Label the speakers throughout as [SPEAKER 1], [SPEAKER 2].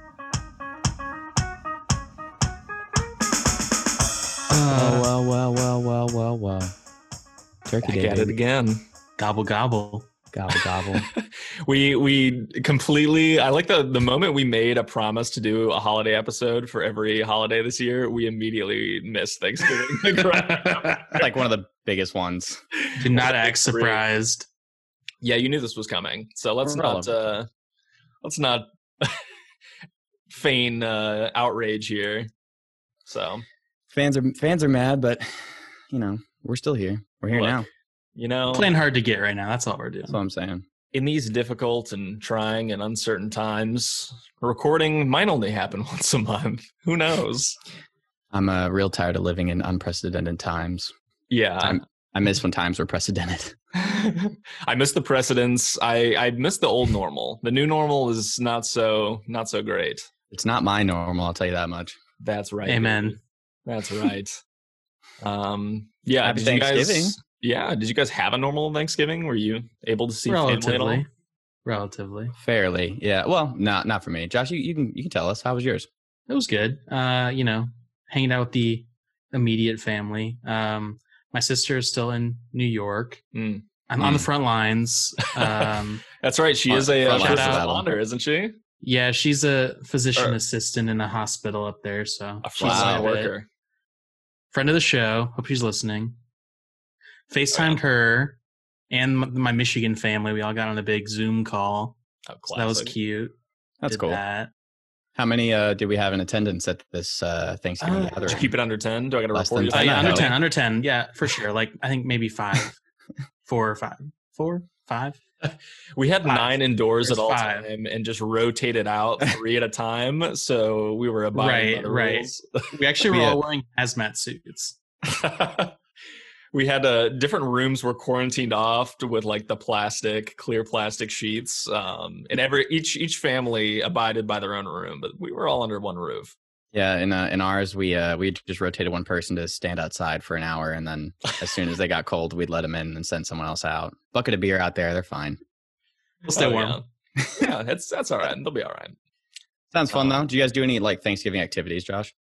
[SPEAKER 1] Uh,
[SPEAKER 2] Uh,
[SPEAKER 3] Oh, wow, wow, wow, wow, wow, wow. Turkey
[SPEAKER 1] Back
[SPEAKER 3] Day.
[SPEAKER 1] at it
[SPEAKER 3] baby.
[SPEAKER 1] again.
[SPEAKER 4] Gobble gobble.
[SPEAKER 3] Gobble, gobble.
[SPEAKER 1] We we completely. I like the the moment we made a promise to do a holiday episode for every holiday this year. We immediately missed Thanksgiving.
[SPEAKER 2] like one of the biggest ones.
[SPEAKER 4] Did not
[SPEAKER 1] Big
[SPEAKER 4] act
[SPEAKER 1] three.
[SPEAKER 4] surprised.
[SPEAKER 1] yeah, you knew this was coming, so let's not
[SPEAKER 2] Relevant.
[SPEAKER 1] uh, let's not feign uh, outrage here. So
[SPEAKER 2] Fans are fans are mad, but you know we're still here. We're here
[SPEAKER 1] Look.
[SPEAKER 2] now.
[SPEAKER 1] you know,
[SPEAKER 4] Playing hard to get right now. That's all we're doing.
[SPEAKER 2] That's what I'm saying.
[SPEAKER 1] in these difficult and trying and uncertain times, recording might only happen once a month. Who knows?
[SPEAKER 2] I'm uh, real tired of living in unprecedented times.
[SPEAKER 1] Yeah.
[SPEAKER 2] I'm- I miss when times were precedented.
[SPEAKER 1] I miss the precedents. I, I miss the old normal. The new normal is not so not so great.
[SPEAKER 2] It's not my normal. I'll tell you that much.
[SPEAKER 1] That's right.
[SPEAKER 4] Amen.
[SPEAKER 1] That's right. um yeah.
[SPEAKER 2] Happy
[SPEAKER 1] did you guys-
[SPEAKER 2] Thanksgiving.
[SPEAKER 1] yeah. Did you guys have a normal Thanksgiving? Were you able to see family at all?
[SPEAKER 4] Relatively. Relatively.
[SPEAKER 2] Fairly, yeah. Well, not not for me. Josh, you, you can you can tell us how was yours.
[SPEAKER 4] It was good. Uh, you know, hanging out with the immediate family. Um, my sister is still in New York.
[SPEAKER 1] Mm.
[SPEAKER 4] I'm on the
[SPEAKER 2] Mm.
[SPEAKER 4] front lines. Um,
[SPEAKER 1] That's right. She
[SPEAKER 2] Front-
[SPEAKER 1] is a uh,
[SPEAKER 2] front
[SPEAKER 1] first
[SPEAKER 4] lines of
[SPEAKER 2] battle.
[SPEAKER 1] responder, isn't she?
[SPEAKER 4] yeah, she's a physician
[SPEAKER 1] Er.
[SPEAKER 4] assistant in a hospital up there. So
[SPEAKER 1] A
[SPEAKER 4] she's
[SPEAKER 1] frontline
[SPEAKER 4] a bit-
[SPEAKER 1] worker.
[SPEAKER 4] friend of the show. Hope she's listening. FaceTimed her and m- my Michigan family. We all got on a big Zoom call.
[SPEAKER 1] Oh,
[SPEAKER 4] So that was
[SPEAKER 1] classic.
[SPEAKER 4] cute.
[SPEAKER 2] That's
[SPEAKER 4] Did
[SPEAKER 2] cool.
[SPEAKER 4] that.
[SPEAKER 2] How many uh, did we have in attendance at this uh, Thanksgiving
[SPEAKER 4] Uh,
[SPEAKER 1] Did you
[SPEAKER 2] gathering?
[SPEAKER 1] keep it under ten? Do I got to
[SPEAKER 2] Less
[SPEAKER 1] report
[SPEAKER 2] than
[SPEAKER 1] you?
[SPEAKER 4] Uh,
[SPEAKER 2] I
[SPEAKER 4] yeah,
[SPEAKER 2] know.
[SPEAKER 4] under ten, under ten. Yeah, for sure. Like I think maybe five, four or five, four, five.
[SPEAKER 1] We had
[SPEAKER 4] Five.
[SPEAKER 1] nine indoors at
[SPEAKER 4] There's
[SPEAKER 1] all
[SPEAKER 4] five.
[SPEAKER 1] time and just rotated out three at a time. So we were abiding by
[SPEAKER 4] Right,
[SPEAKER 1] the
[SPEAKER 4] right.
[SPEAKER 1] rules.
[SPEAKER 4] We actually were
[SPEAKER 2] Yeah.
[SPEAKER 4] all wearing hazmat suits.
[SPEAKER 1] we had uh, different rooms were quarantined off with like the plastic, clear plastic sheets. Um, and every each each family abided by their own room, but we were all under one roof.
[SPEAKER 2] Yeah, in uh, in ours, we uh, we just rotated one person to stand outside for an hour, and then as soon as they got cold, we'd let them in and send someone else out. Bucket of beer out there, they're fine.
[SPEAKER 4] We'll stay
[SPEAKER 1] Oh,
[SPEAKER 4] warm.
[SPEAKER 1] Yeah. yeah, that's that's all right. They'll be all right.
[SPEAKER 2] Sounds fun
[SPEAKER 1] Uh,
[SPEAKER 2] though. Do you guys do any like Thanksgiving activities, Josh?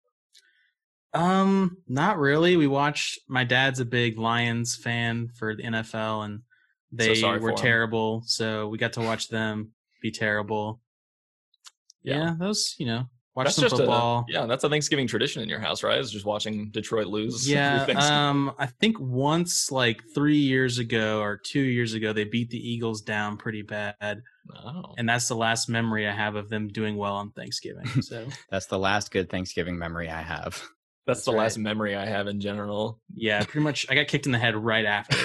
[SPEAKER 4] Um, not really. We watched. My dad's a big Lions fan for the NFL, and
[SPEAKER 1] So
[SPEAKER 4] they
[SPEAKER 1] sorry
[SPEAKER 4] were
[SPEAKER 1] for him.
[SPEAKER 4] terrible. So we got to watch them be terrible.
[SPEAKER 1] Yeah.
[SPEAKER 4] Yeah, those. You know, watch
[SPEAKER 1] That's
[SPEAKER 4] some
[SPEAKER 1] just a-
[SPEAKER 4] football.
[SPEAKER 1] yeah, that's a Thanksgiving tradition in your house, right? Is just watching Detroit lose.
[SPEAKER 4] Yeah,
[SPEAKER 1] every Thanksgiving.
[SPEAKER 4] um, I think once like three years ago or two years ago, they beat the Eagles down pretty bad,
[SPEAKER 1] Oh.
[SPEAKER 4] and that's the last memory I have of them doing well on Thanksgiving. So
[SPEAKER 2] That's the last good Thanksgiving memory I have.
[SPEAKER 1] That's the
[SPEAKER 4] That's right.
[SPEAKER 1] last memory I have in general.
[SPEAKER 4] yeah, pretty much I got kicked in the head right after.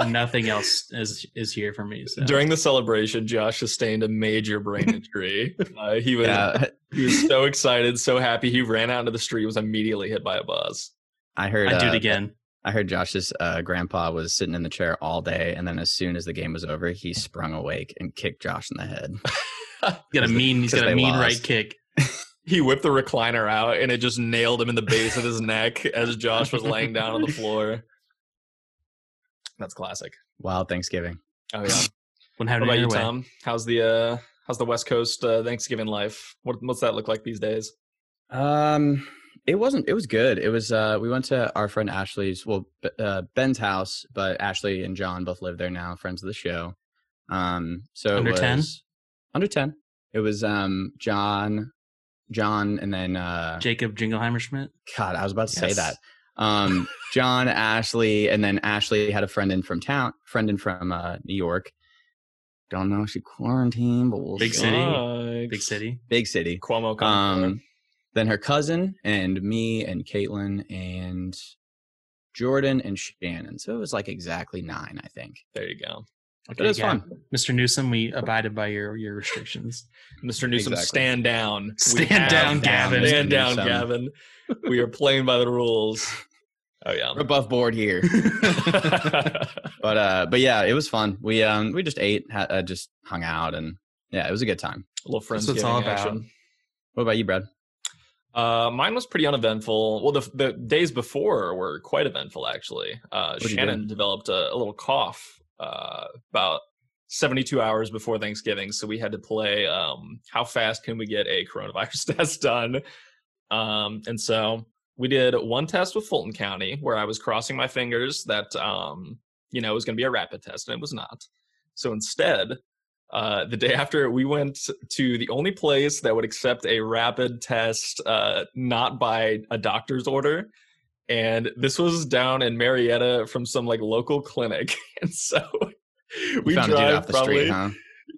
[SPEAKER 4] and Nothing else is is here for me. So.
[SPEAKER 1] During the celebration, Josh sustained a major brain injury. uh, he was
[SPEAKER 2] Yeah,
[SPEAKER 1] he was so excited, so happy. He ran out into the street, was immediately hit by a bus.
[SPEAKER 2] I heard.
[SPEAKER 4] I do
[SPEAKER 2] uh,
[SPEAKER 4] it again.
[SPEAKER 2] I heard Josh's uh, grandpa was sitting in the chair all day, and then as soon as the game was over, he sprung awake and kicked Josh in the head.
[SPEAKER 4] He's got a
[SPEAKER 2] because they-
[SPEAKER 4] mean. He's
[SPEAKER 2] because
[SPEAKER 4] got a
[SPEAKER 2] they
[SPEAKER 4] mean
[SPEAKER 2] lost.
[SPEAKER 4] right kick.
[SPEAKER 1] He whipped the recliner out, and it just nailed him in the base of his neck as Josh was laying down on the floor. That's classic.
[SPEAKER 2] Wild Thanksgiving.
[SPEAKER 1] Oh yeah.
[SPEAKER 4] When
[SPEAKER 1] What
[SPEAKER 4] having
[SPEAKER 1] about
[SPEAKER 4] it
[SPEAKER 1] you,
[SPEAKER 4] your way.
[SPEAKER 1] Tom? How's the uh, how's the West Coast uh, Thanksgiving life? What, what's that look like these days?
[SPEAKER 2] Um, it wasn't. It was good. It was. Uh, we went to our friend Ashley's. Well, B- uh, Ben's house, but Ashley and John both live there now, friends of the show. Um, so it
[SPEAKER 4] Under 10?
[SPEAKER 2] was- Under ten. It was um John, John, and then uh,
[SPEAKER 4] Jacob Jingleheimer Schmidt.
[SPEAKER 2] God, I was about to say
[SPEAKER 1] Yes.
[SPEAKER 2] that. Um, John, Ashley, and then Ashley had a friend in from town, friend in from uh, New York. Don't know if she quarantined, but we'll
[SPEAKER 4] Big
[SPEAKER 2] see.
[SPEAKER 4] city.
[SPEAKER 1] Yikes.
[SPEAKER 4] Big city.
[SPEAKER 2] Big city.
[SPEAKER 1] Cuomo. comes
[SPEAKER 2] Um, then her cousin and me and Caitlin and Jordan and Shannon. So it was like exactly nine, I think.
[SPEAKER 1] there. there you go.
[SPEAKER 2] But it was
[SPEAKER 4] Gab.
[SPEAKER 2] fun.
[SPEAKER 4] Mr. Newsom, we abided by your your restrictions.
[SPEAKER 1] Mr. Newsom,
[SPEAKER 2] Exactly.
[SPEAKER 1] stand down. We
[SPEAKER 4] Stand
[SPEAKER 1] have-
[SPEAKER 4] down, Gavin.
[SPEAKER 1] Stand down,
[SPEAKER 2] Newsom.
[SPEAKER 1] Gavin. We are playing by the rules. Oh yeah.
[SPEAKER 2] We're above board here. but uh, but yeah, it was fun. We um we just ate, ha- uh, just hung out, and yeah, it was a good time.
[SPEAKER 1] little friends.
[SPEAKER 4] That's what it's all about.
[SPEAKER 2] What about you, Brad?
[SPEAKER 1] Uh, mine was pretty uneventful. Well, the, the days before were quite eventful, actually. Uh,
[SPEAKER 2] you
[SPEAKER 1] Shannon developed a, a little cough uh, about 72 hours before Thanksgiving, so we had to play um, how fast can we get a coronavirus test done? Um, and so we did one test with Fulton County where I was crossing my fingers that um, you know it was going to be a rapid test, and it was not. So instead, uh, the day after, we went to the only place that would accept a rapid test uh, not by a doctor's order. And this was down in Marietta from some like local clinic. And so we
[SPEAKER 2] found a dude off
[SPEAKER 1] drive
[SPEAKER 2] the
[SPEAKER 1] probably,
[SPEAKER 2] street, huh?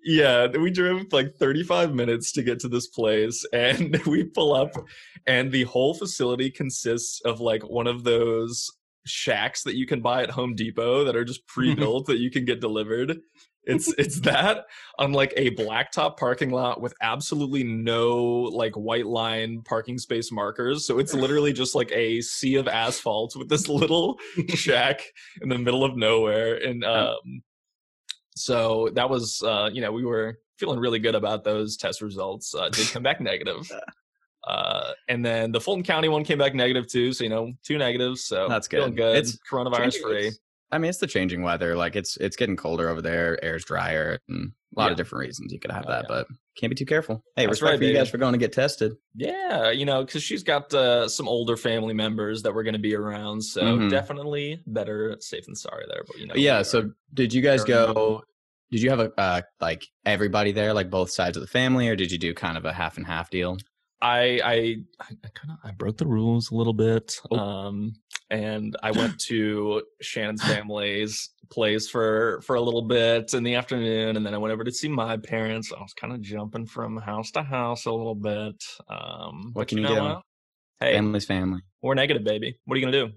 [SPEAKER 1] yeah, we drove like 35 minutes to get to this place. And we pull up, and the whole facility consists of like one of those shacks that you can buy at Home Depot that are just pre-built that you can get delivered. It's it's that on like a blacktop parking lot with absolutely no like white line parking space markers. So it's literally just like a sea of asphalt with this little shack in the middle of nowhere. And um so that was uh you know, we were feeling really good about those test results. Uh did come back negative. Uh, and then the Fulton County one came back negative too, so you know two negatives. So
[SPEAKER 2] That's good.
[SPEAKER 1] feeling good.
[SPEAKER 2] It's
[SPEAKER 1] It's coronavirus
[SPEAKER 2] Changing-
[SPEAKER 1] free.
[SPEAKER 2] it's- I mean, it's the changing weather. Like it's it's getting colder over there. Air's drier, and a lot
[SPEAKER 1] Yeah.
[SPEAKER 2] of different reasons you could have
[SPEAKER 1] Oh,
[SPEAKER 2] that,
[SPEAKER 1] yeah.
[SPEAKER 2] but can't be too careful. Hey,
[SPEAKER 1] That's
[SPEAKER 2] respect
[SPEAKER 1] right,
[SPEAKER 2] for you
[SPEAKER 1] baby.
[SPEAKER 2] guys for going to get tested.
[SPEAKER 1] Yeah, you know, because she's got uh, some older family members that were going to be around, so
[SPEAKER 2] Mhm.
[SPEAKER 1] definitely better safe than sorry there. But you know,
[SPEAKER 2] But yeah.
[SPEAKER 1] we are-
[SPEAKER 2] So did you guys
[SPEAKER 1] Sure.
[SPEAKER 2] go? Did you have a uh, like everybody there, like both sides of the family, or did you do kind of a half and half deal?
[SPEAKER 1] I I I kind of I broke the rules a little bit.
[SPEAKER 2] Oh.
[SPEAKER 1] Um and I went to Shannon's family's place for for a little bit in the afternoon and then I went over to see my parents. I was kind of jumping from house to house a little bit. Um
[SPEAKER 2] What
[SPEAKER 1] but
[SPEAKER 2] can you
[SPEAKER 1] know
[SPEAKER 2] do?
[SPEAKER 1] what? Hey,
[SPEAKER 2] Family's family.
[SPEAKER 1] we're negative, baby. What are you going to do?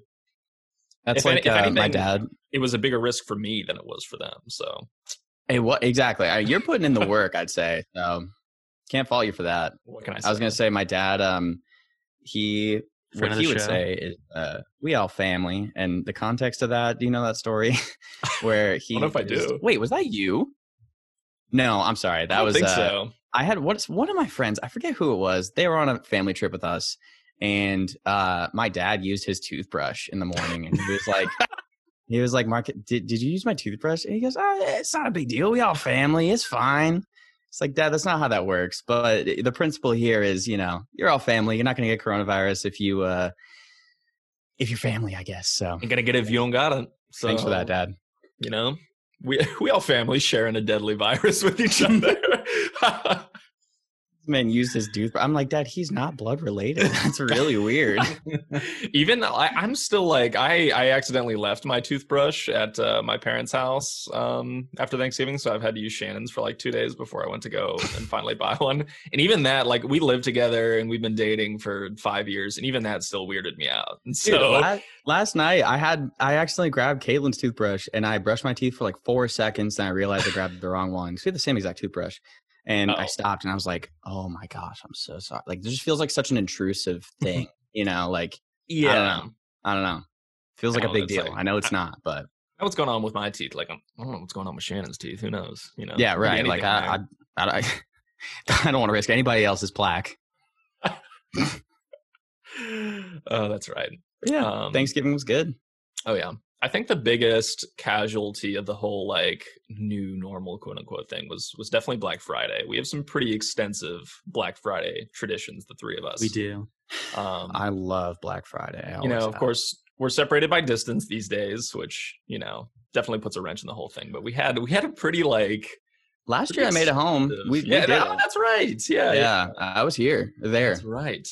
[SPEAKER 2] That's
[SPEAKER 1] any-
[SPEAKER 2] like
[SPEAKER 1] if
[SPEAKER 2] uh, my
[SPEAKER 1] anything-
[SPEAKER 2] dad.
[SPEAKER 1] It was a bigger risk for me than it was for them. So,
[SPEAKER 2] Hey, what exactly? I, you're putting in the work, I'd say. So can't fault you for that.
[SPEAKER 1] what can I say?
[SPEAKER 2] I was gonna say my dad. Um, he what
[SPEAKER 4] Friend of
[SPEAKER 2] he
[SPEAKER 4] the
[SPEAKER 2] would
[SPEAKER 4] show.
[SPEAKER 2] say is, uh, "We all family." And the context of that, do you know that story where he?
[SPEAKER 1] don't know if I
[SPEAKER 2] is-
[SPEAKER 1] do.
[SPEAKER 2] Wait, was that you? No, I'm sorry. That
[SPEAKER 1] I don't
[SPEAKER 2] was.
[SPEAKER 1] think
[SPEAKER 2] uh,
[SPEAKER 1] so.
[SPEAKER 2] I had what's one of my friends. I forget who it was. They were on a family trip with us, and uh, my dad used his toothbrush in the morning, and he was like. He was like, "Mark, did, did you use my toothbrush?" And he goes, "Ah, "It's not a big deal. We all family. It's fine." It's like, Dad, that's not how that works. But the principle here is, you know, you're all family. You're not going to get coronavirus if you, uh, if you're family, I guess. So,
[SPEAKER 1] I'm going to get it if you don't got it. So
[SPEAKER 2] thanks for that, Dad.
[SPEAKER 1] you know we we all family sharing a deadly virus with each other
[SPEAKER 2] This man used his toothbrush. I'm like, Dad, he's not blood related. That's really weird.
[SPEAKER 1] even though I, i'm still like i i accidentally left my toothbrush at uh, my parents house um after thanksgiving so i've had to use shannon's for like two days before i went to go and finally buy one and even that like we lived together and we've been dating for five years and even that still weirded me out and
[SPEAKER 2] Dude,
[SPEAKER 1] so
[SPEAKER 2] la- last night I had I accidentally grabbed Caitlin's toothbrush and I brushed my teeth for like four seconds and I realized I grabbed the wrong one. 'cause We had the same exact toothbrush. And I
[SPEAKER 1] Oh.
[SPEAKER 2] stopped and I was like, oh my gosh, I'm so sorry. Like this just feels like such an intrusive thing. you know, like
[SPEAKER 1] yeah
[SPEAKER 2] know. I don't know. Feels
[SPEAKER 1] I
[SPEAKER 2] like a
[SPEAKER 1] know,
[SPEAKER 2] big
[SPEAKER 1] that's
[SPEAKER 2] deal.
[SPEAKER 1] like-
[SPEAKER 2] I know it's not, but
[SPEAKER 1] I know what's going on with my teeth like I'm, i don't know what's going on with shannon's teeth who knows you know
[SPEAKER 2] yeah,
[SPEAKER 1] Could be
[SPEAKER 2] right. Like
[SPEAKER 1] anything there.
[SPEAKER 2] I, I, I, I don't want to risk anybody else's plaque.
[SPEAKER 1] oh that's right
[SPEAKER 2] Yeah.
[SPEAKER 1] Um,
[SPEAKER 2] Thanksgiving was good.
[SPEAKER 1] Oh yeah. I think the biggest casualty of the whole like new normal quote unquote thing was was definitely Black Friday. We have some pretty extensive Black Friday traditions, the three of us.
[SPEAKER 4] We do.
[SPEAKER 1] Um,
[SPEAKER 2] I love Black Friday. I
[SPEAKER 1] you
[SPEAKER 2] always
[SPEAKER 1] know, of
[SPEAKER 2] have.
[SPEAKER 1] course, we're separated by distance these days, which you know definitely puts a wrench in the whole thing. But we had we had a pretty like
[SPEAKER 2] Last year I made it home. We, we
[SPEAKER 1] yeah,
[SPEAKER 2] did
[SPEAKER 1] no,
[SPEAKER 2] it.
[SPEAKER 1] that's right. Yeah,
[SPEAKER 2] yeah, I was here, there.
[SPEAKER 1] that's right.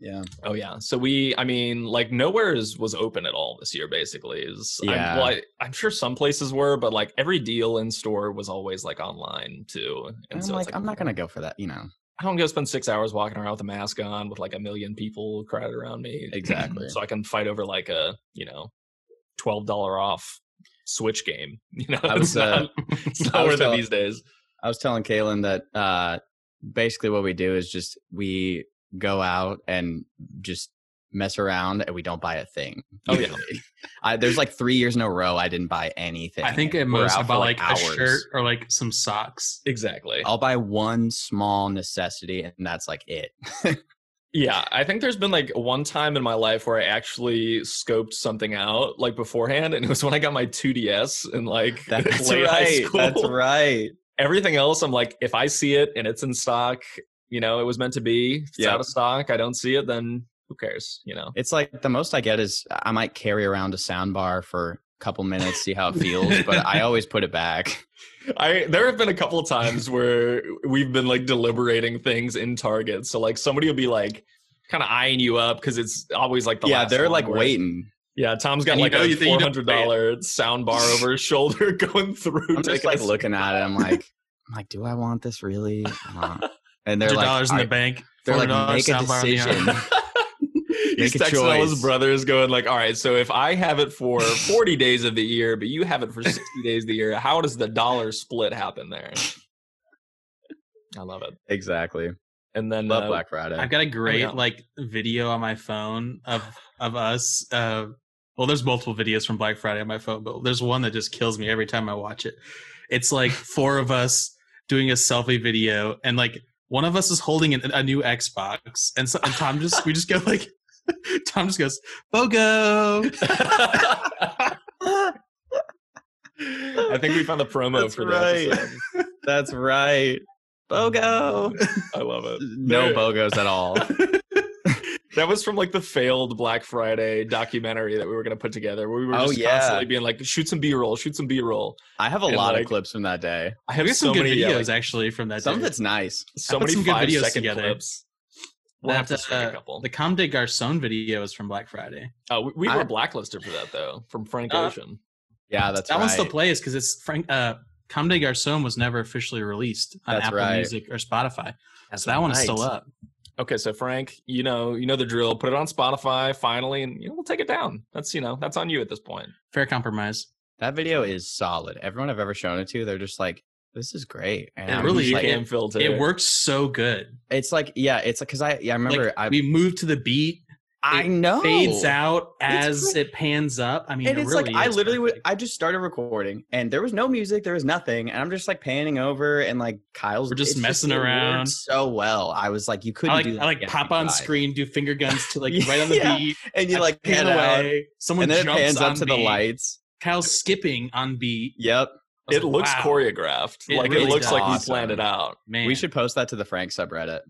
[SPEAKER 2] Yeah,
[SPEAKER 1] Oh yeah. So we, I mean, like nowhere is was open at all this year. Basically, is I'm, well,
[SPEAKER 2] Yeah.
[SPEAKER 1] I, I'm sure some places were, but like every deal in store was always like online too.
[SPEAKER 2] and
[SPEAKER 1] And
[SPEAKER 2] I'm
[SPEAKER 1] so it's
[SPEAKER 2] like, I'm not gonna go for that, you know.
[SPEAKER 1] I don't go spend six hours walking around with a mask on with like a million people crowded around me.
[SPEAKER 2] Exactly.
[SPEAKER 1] so I can fight over like a you know twelve dollar off Switch game. You know,
[SPEAKER 2] I
[SPEAKER 1] it's
[SPEAKER 2] was, uh,
[SPEAKER 1] not, it's
[SPEAKER 2] I was
[SPEAKER 1] not
[SPEAKER 2] uh,
[SPEAKER 1] worth it
[SPEAKER 2] tell-
[SPEAKER 1] these days.
[SPEAKER 2] I was telling Kaylin that uh, basically what we do is just we go out and just mess around and we don't buy a thing.
[SPEAKER 1] Oh, yeah.
[SPEAKER 2] usually. I, there's like three years in a row I didn't buy anything.
[SPEAKER 4] I think at
[SPEAKER 2] We're
[SPEAKER 4] most
[SPEAKER 2] out
[SPEAKER 4] I
[SPEAKER 2] for,
[SPEAKER 4] bought like, a shirt or like some socks.
[SPEAKER 1] Exactly.
[SPEAKER 2] I'll buy one small necessity and that's like it.
[SPEAKER 1] Yeah, I think there's been like one time in my life where I actually scoped something out like beforehand, and it was when I got my 2DS and like
[SPEAKER 2] That's
[SPEAKER 1] late high
[SPEAKER 2] right.
[SPEAKER 1] school.
[SPEAKER 2] That's right.
[SPEAKER 1] Everything else, I'm like, if I see it and it's in stock, you know, it was meant to be. If it's
[SPEAKER 2] Yeah.
[SPEAKER 1] out of stock, I don't see it, then who cares? You know.
[SPEAKER 2] It's like the most I get is I might carry around a sound bar for a couple minutes, see how it feels, but I always put it back.
[SPEAKER 1] I there have been a couple of times where we've been like deliberating things in Target. So like somebody will be like kind of eyeing you up because it's always like the
[SPEAKER 2] yeah,
[SPEAKER 1] last
[SPEAKER 2] they're
[SPEAKER 1] one
[SPEAKER 2] like
[SPEAKER 1] where-
[SPEAKER 2] waiting.
[SPEAKER 1] Yeah, Tom's got
[SPEAKER 4] And you
[SPEAKER 1] like
[SPEAKER 4] know
[SPEAKER 1] a
[SPEAKER 4] you think you
[SPEAKER 1] four
[SPEAKER 4] don't
[SPEAKER 1] hundred dollar sound bar over his shoulder going through.
[SPEAKER 2] I'm just
[SPEAKER 1] taking
[SPEAKER 2] like
[SPEAKER 1] a-
[SPEAKER 2] looking at it. I'm like, I'm like, do I want this really? I don't know. And they're
[SPEAKER 4] Hundred
[SPEAKER 2] like,
[SPEAKER 4] dollars in
[SPEAKER 2] "All
[SPEAKER 4] the bank.
[SPEAKER 2] They're like,
[SPEAKER 4] $400
[SPEAKER 2] make a
[SPEAKER 4] sound bar on the arm.
[SPEAKER 2] decision.
[SPEAKER 1] He's
[SPEAKER 2] Make a
[SPEAKER 1] texting all his
[SPEAKER 2] choice.
[SPEAKER 1] brothers, going like, "All right, so if I have it for forty days of the year, but you have it for sixty days of the year, how does the dollar split happen there?" I love it.
[SPEAKER 2] Exactly.
[SPEAKER 1] And then
[SPEAKER 2] Love
[SPEAKER 1] uh,
[SPEAKER 2] Black Friday.
[SPEAKER 4] I've got a great
[SPEAKER 1] out.
[SPEAKER 4] like video on my phone of of us. Uh, well, there's multiple videos from Black Friday on my phone, but there's one that just kills me every time I watch it. It's like four of us doing a selfie video, and like one of us is holding an, a new Xbox, and, so, and Tom just we just go like, Tom just goes BOGO.
[SPEAKER 1] I think we found the promo
[SPEAKER 2] That's
[SPEAKER 1] for
[SPEAKER 2] right.
[SPEAKER 1] the episode.
[SPEAKER 2] That's right.
[SPEAKER 4] Mm.
[SPEAKER 2] Bogo.
[SPEAKER 1] I love it.
[SPEAKER 2] No bogos at all.
[SPEAKER 1] That was from like the failed Black Friday documentary that we were going to put together. Where we were
[SPEAKER 2] Oh,
[SPEAKER 1] just
[SPEAKER 2] yeah.
[SPEAKER 1] constantly being like, shoot some B roll, shoot some B roll.
[SPEAKER 2] I have a
[SPEAKER 1] And,
[SPEAKER 2] lot
[SPEAKER 1] like,
[SPEAKER 2] of clips from that day.
[SPEAKER 1] I
[SPEAKER 4] We
[SPEAKER 1] have
[SPEAKER 4] got some
[SPEAKER 1] so
[SPEAKER 4] good
[SPEAKER 1] many yeah,
[SPEAKER 4] videos
[SPEAKER 1] like,
[SPEAKER 4] actually from that.
[SPEAKER 2] Some of
[SPEAKER 4] day.
[SPEAKER 2] it's nice.
[SPEAKER 1] so
[SPEAKER 4] I put
[SPEAKER 1] many
[SPEAKER 4] some good
[SPEAKER 1] five
[SPEAKER 4] videos
[SPEAKER 1] second
[SPEAKER 4] together.
[SPEAKER 1] clips. We'll have to
[SPEAKER 4] That,
[SPEAKER 1] string a
[SPEAKER 4] uh,
[SPEAKER 1] couple.
[SPEAKER 4] the Comme des Garçons video is from Black Friday.
[SPEAKER 1] Oh, we, we
[SPEAKER 2] I-
[SPEAKER 1] were blacklisted for that though from Frank
[SPEAKER 4] Uh,
[SPEAKER 1] Ocean.
[SPEAKER 2] Yeah, that's
[SPEAKER 4] that
[SPEAKER 2] right.
[SPEAKER 4] one still plays because it's Frank. Uh, Comme des Garçons was never officially released on
[SPEAKER 2] That's
[SPEAKER 4] Apple
[SPEAKER 2] right.
[SPEAKER 4] Music or Spotify. so that one's still up.
[SPEAKER 1] Okay, so Frank, you know, you know the drill. Put it on Spotify finally, and you know, we'll take it down. That's you know, that's on you at this point.
[SPEAKER 4] Fair compromise.
[SPEAKER 2] That video is solid. Everyone I've ever shown it to, they're just like, "This is great." And
[SPEAKER 4] It
[SPEAKER 2] I'm
[SPEAKER 4] really
[SPEAKER 2] just
[SPEAKER 4] is.
[SPEAKER 2] like,
[SPEAKER 1] cam filter.
[SPEAKER 4] It works so good.
[SPEAKER 2] It's like, yeah, it's because I, yeah, I remember.
[SPEAKER 4] like,
[SPEAKER 2] I,
[SPEAKER 4] we move to the beat,
[SPEAKER 2] I know.
[SPEAKER 4] fades out
[SPEAKER 2] It's
[SPEAKER 4] as it pans up. I mean,
[SPEAKER 2] and
[SPEAKER 4] it
[SPEAKER 2] it's
[SPEAKER 4] really
[SPEAKER 2] like I
[SPEAKER 4] is
[SPEAKER 2] literally would
[SPEAKER 4] perfect.
[SPEAKER 2] I just started recording and there was no music, there was nothing, and I'm just like panning over and like Kyle's
[SPEAKER 4] We're just
[SPEAKER 2] it's
[SPEAKER 4] messing
[SPEAKER 2] it worked
[SPEAKER 4] around.
[SPEAKER 2] so well. I was like, you couldn't
[SPEAKER 4] I like,
[SPEAKER 2] do that.
[SPEAKER 4] I like
[SPEAKER 2] again if
[SPEAKER 4] pop
[SPEAKER 2] you
[SPEAKER 4] on
[SPEAKER 2] tried.
[SPEAKER 4] screen, do finger guns to like right on the
[SPEAKER 2] Yeah.
[SPEAKER 4] beat,
[SPEAKER 2] and you
[SPEAKER 4] I
[SPEAKER 2] like pan
[SPEAKER 4] pan
[SPEAKER 2] out
[SPEAKER 4] away. Someone
[SPEAKER 2] and then it
[SPEAKER 4] jumps
[SPEAKER 2] pans up
[SPEAKER 4] on
[SPEAKER 2] to the
[SPEAKER 4] beat.
[SPEAKER 2] lights.
[SPEAKER 4] Kyle's skipping on beat.
[SPEAKER 2] Yep,
[SPEAKER 4] I was
[SPEAKER 1] It
[SPEAKER 4] like,
[SPEAKER 1] looks
[SPEAKER 4] wow,
[SPEAKER 1] choreographed.
[SPEAKER 4] It
[SPEAKER 1] like
[SPEAKER 4] really
[SPEAKER 1] it looks
[SPEAKER 4] does.
[SPEAKER 1] like he
[SPEAKER 2] Awesome.
[SPEAKER 1] planned it out.
[SPEAKER 4] Man,
[SPEAKER 2] we should post that to the Frank subreddit.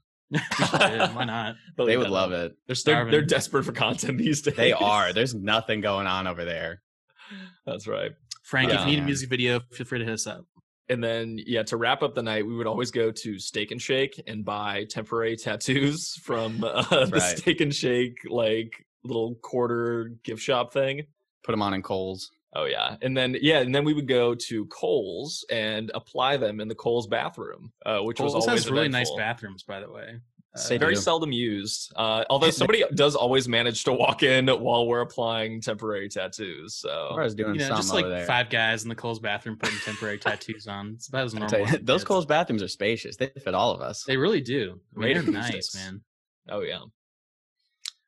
[SPEAKER 4] Yeah, Why not?
[SPEAKER 2] They would love it.
[SPEAKER 4] They're
[SPEAKER 1] They're,
[SPEAKER 4] starving.
[SPEAKER 1] they're desperate for content these days.
[SPEAKER 2] They are. There's nothing going on over there.
[SPEAKER 1] That's right.
[SPEAKER 4] Frank, if
[SPEAKER 2] Yeah.
[SPEAKER 4] you need a music video, feel free to hit us up.
[SPEAKER 1] And then, yeah, to wrap up the night, we would always go to Steak and Shake and buy temporary tattoos from uh, the
[SPEAKER 2] right.
[SPEAKER 1] Steak and Shake like little quarter gift shop thing.
[SPEAKER 2] Put them on in Coles.
[SPEAKER 1] Oh yeah, and then yeah, and then we would go to Cole's and apply them in the Cole's bathroom, uh, which
[SPEAKER 4] Cole's
[SPEAKER 1] was always
[SPEAKER 4] has really nice uh,
[SPEAKER 1] eventful.
[SPEAKER 4] bathrooms, by the way.
[SPEAKER 2] Say
[SPEAKER 1] Very
[SPEAKER 2] do.
[SPEAKER 1] seldom used. Uh, although somebody does always manage to walk in while we're applying temporary tattoos.
[SPEAKER 2] I
[SPEAKER 1] So
[SPEAKER 2] was doing
[SPEAKER 4] you know,
[SPEAKER 2] something
[SPEAKER 4] just like
[SPEAKER 2] over there.
[SPEAKER 4] five guys in the Cole's bathroom putting temporary tattoos on. It's about as
[SPEAKER 2] I
[SPEAKER 4] normal.
[SPEAKER 2] tell you,
[SPEAKER 4] as it
[SPEAKER 2] those
[SPEAKER 4] gets.
[SPEAKER 2] Coles bathrooms are spacious. They fit all of us.
[SPEAKER 4] they really do. I mean,
[SPEAKER 1] Right
[SPEAKER 4] they're
[SPEAKER 1] on
[SPEAKER 4] nice,
[SPEAKER 1] those.
[SPEAKER 4] man.
[SPEAKER 1] oh yeah,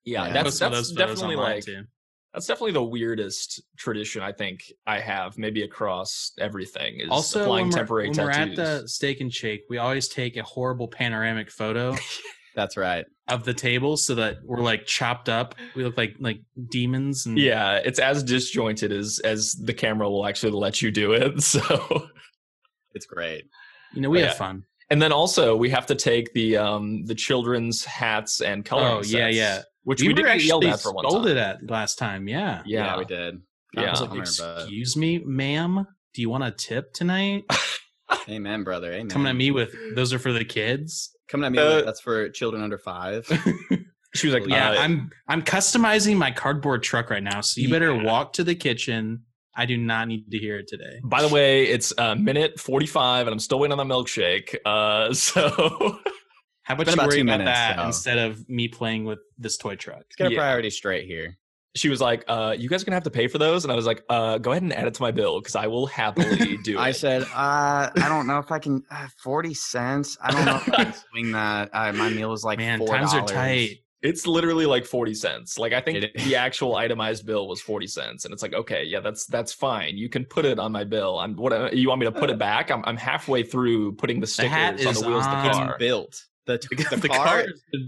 [SPEAKER 1] yeah,
[SPEAKER 2] Yeah.
[SPEAKER 1] that's
[SPEAKER 4] Post some of
[SPEAKER 1] that's
[SPEAKER 4] those photos
[SPEAKER 1] definitely
[SPEAKER 4] online,
[SPEAKER 1] like
[SPEAKER 4] too.
[SPEAKER 1] that's definitely the weirdest tradition I think I have, maybe across everything. Is
[SPEAKER 4] Also,
[SPEAKER 1] applying
[SPEAKER 4] when, we're,
[SPEAKER 1] temporary
[SPEAKER 4] when we're at
[SPEAKER 1] tattoos.
[SPEAKER 4] the Steak and Shake, we always take a horrible panoramic photo
[SPEAKER 2] That's right.
[SPEAKER 4] of the table so that we're like chopped up. We look like like demons. And
[SPEAKER 1] yeah, it's as disjointed as as the camera will actually let you do it. So.
[SPEAKER 2] It's great.
[SPEAKER 4] you know, we
[SPEAKER 1] But
[SPEAKER 4] have
[SPEAKER 1] Oh, yeah.
[SPEAKER 4] fun.
[SPEAKER 1] And then also we have to take the um the children's hats and color.
[SPEAKER 4] Oh, yeah, yeah.
[SPEAKER 1] Which we,
[SPEAKER 4] were
[SPEAKER 1] did get yelled
[SPEAKER 4] actually
[SPEAKER 1] at for one time.
[SPEAKER 4] scolded at last time. Yeah.
[SPEAKER 1] Yeah,
[SPEAKER 2] we did.
[SPEAKER 1] Yeah.
[SPEAKER 2] I was
[SPEAKER 4] I
[SPEAKER 2] like,
[SPEAKER 4] was like,
[SPEAKER 2] Excuse-
[SPEAKER 4] excuse me, ma'am. Do you want a tip tonight?
[SPEAKER 2] Amen, brother. Amen.
[SPEAKER 4] Coming at me with those are for the kids.
[SPEAKER 2] Coming at me.
[SPEAKER 1] Uh,
[SPEAKER 2] with, that's for children under five.
[SPEAKER 1] She was like,
[SPEAKER 4] Yeah,
[SPEAKER 1] uh,
[SPEAKER 4] I'm I'm customizing my cardboard truck right now, so you better walk to the kitchen. I do not need to hear it today.
[SPEAKER 1] By the way, it's uh, minute 45 and I'm still waiting on my milkshake. Uh, so
[SPEAKER 4] How
[SPEAKER 2] Been
[SPEAKER 4] about you
[SPEAKER 2] about
[SPEAKER 4] worry
[SPEAKER 2] two
[SPEAKER 4] about
[SPEAKER 2] minutes,
[SPEAKER 4] that
[SPEAKER 2] though.
[SPEAKER 4] instead of me playing with this toy truck?
[SPEAKER 2] Let's get our
[SPEAKER 1] Yeah.
[SPEAKER 2] priorities straight here.
[SPEAKER 1] she was like, uh, you guys are going to have to pay for those. And I was like, uh, go ahead and add it to my bill because I will happily do it.
[SPEAKER 2] I said, uh, I don't know if I can. Uh, Forty cents. I don't know if I can swing that. Uh, my meal was like
[SPEAKER 4] Man,
[SPEAKER 2] $4.
[SPEAKER 4] times are tight.
[SPEAKER 1] it's literally like 40 cents. Like I think
[SPEAKER 2] It is.
[SPEAKER 1] the actual itemized bill was 40 cents. And it's like, okay, yeah, that's, that's fine. You can put it on my bill. I'm what uh, you want me to put it back. I'm, I'm halfway through putting the stickers
[SPEAKER 4] hat
[SPEAKER 1] on
[SPEAKER 4] is
[SPEAKER 1] the wheels of the
[SPEAKER 4] on.
[SPEAKER 2] It's
[SPEAKER 1] car.
[SPEAKER 2] built. The, the,
[SPEAKER 4] The
[SPEAKER 2] car,
[SPEAKER 4] car,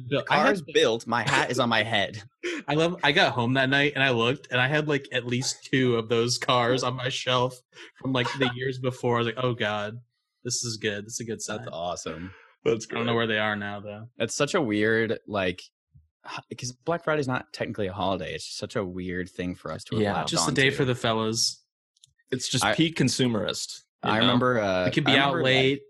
[SPEAKER 2] the car is built. My hat is on my head.
[SPEAKER 4] I love. I got home that night and I looked and I had like at least two of those cars on my shelf from like the years before. I was like, oh god, this is good. This is a good sign.
[SPEAKER 2] That's awesome.
[SPEAKER 1] That's
[SPEAKER 4] I don't know where they are now though.
[SPEAKER 2] It's such a weird like because Black Friday's not technically a holiday. It's just such a weird thing for us to
[SPEAKER 1] Yeah,
[SPEAKER 2] allow
[SPEAKER 4] just the day for the fellas.
[SPEAKER 1] It's just
[SPEAKER 2] I-
[SPEAKER 1] peak consumerist. you
[SPEAKER 2] I
[SPEAKER 1] know?
[SPEAKER 2] remember uh,
[SPEAKER 4] We could
[SPEAKER 2] I
[SPEAKER 4] be out
[SPEAKER 2] remember, like-
[SPEAKER 4] late.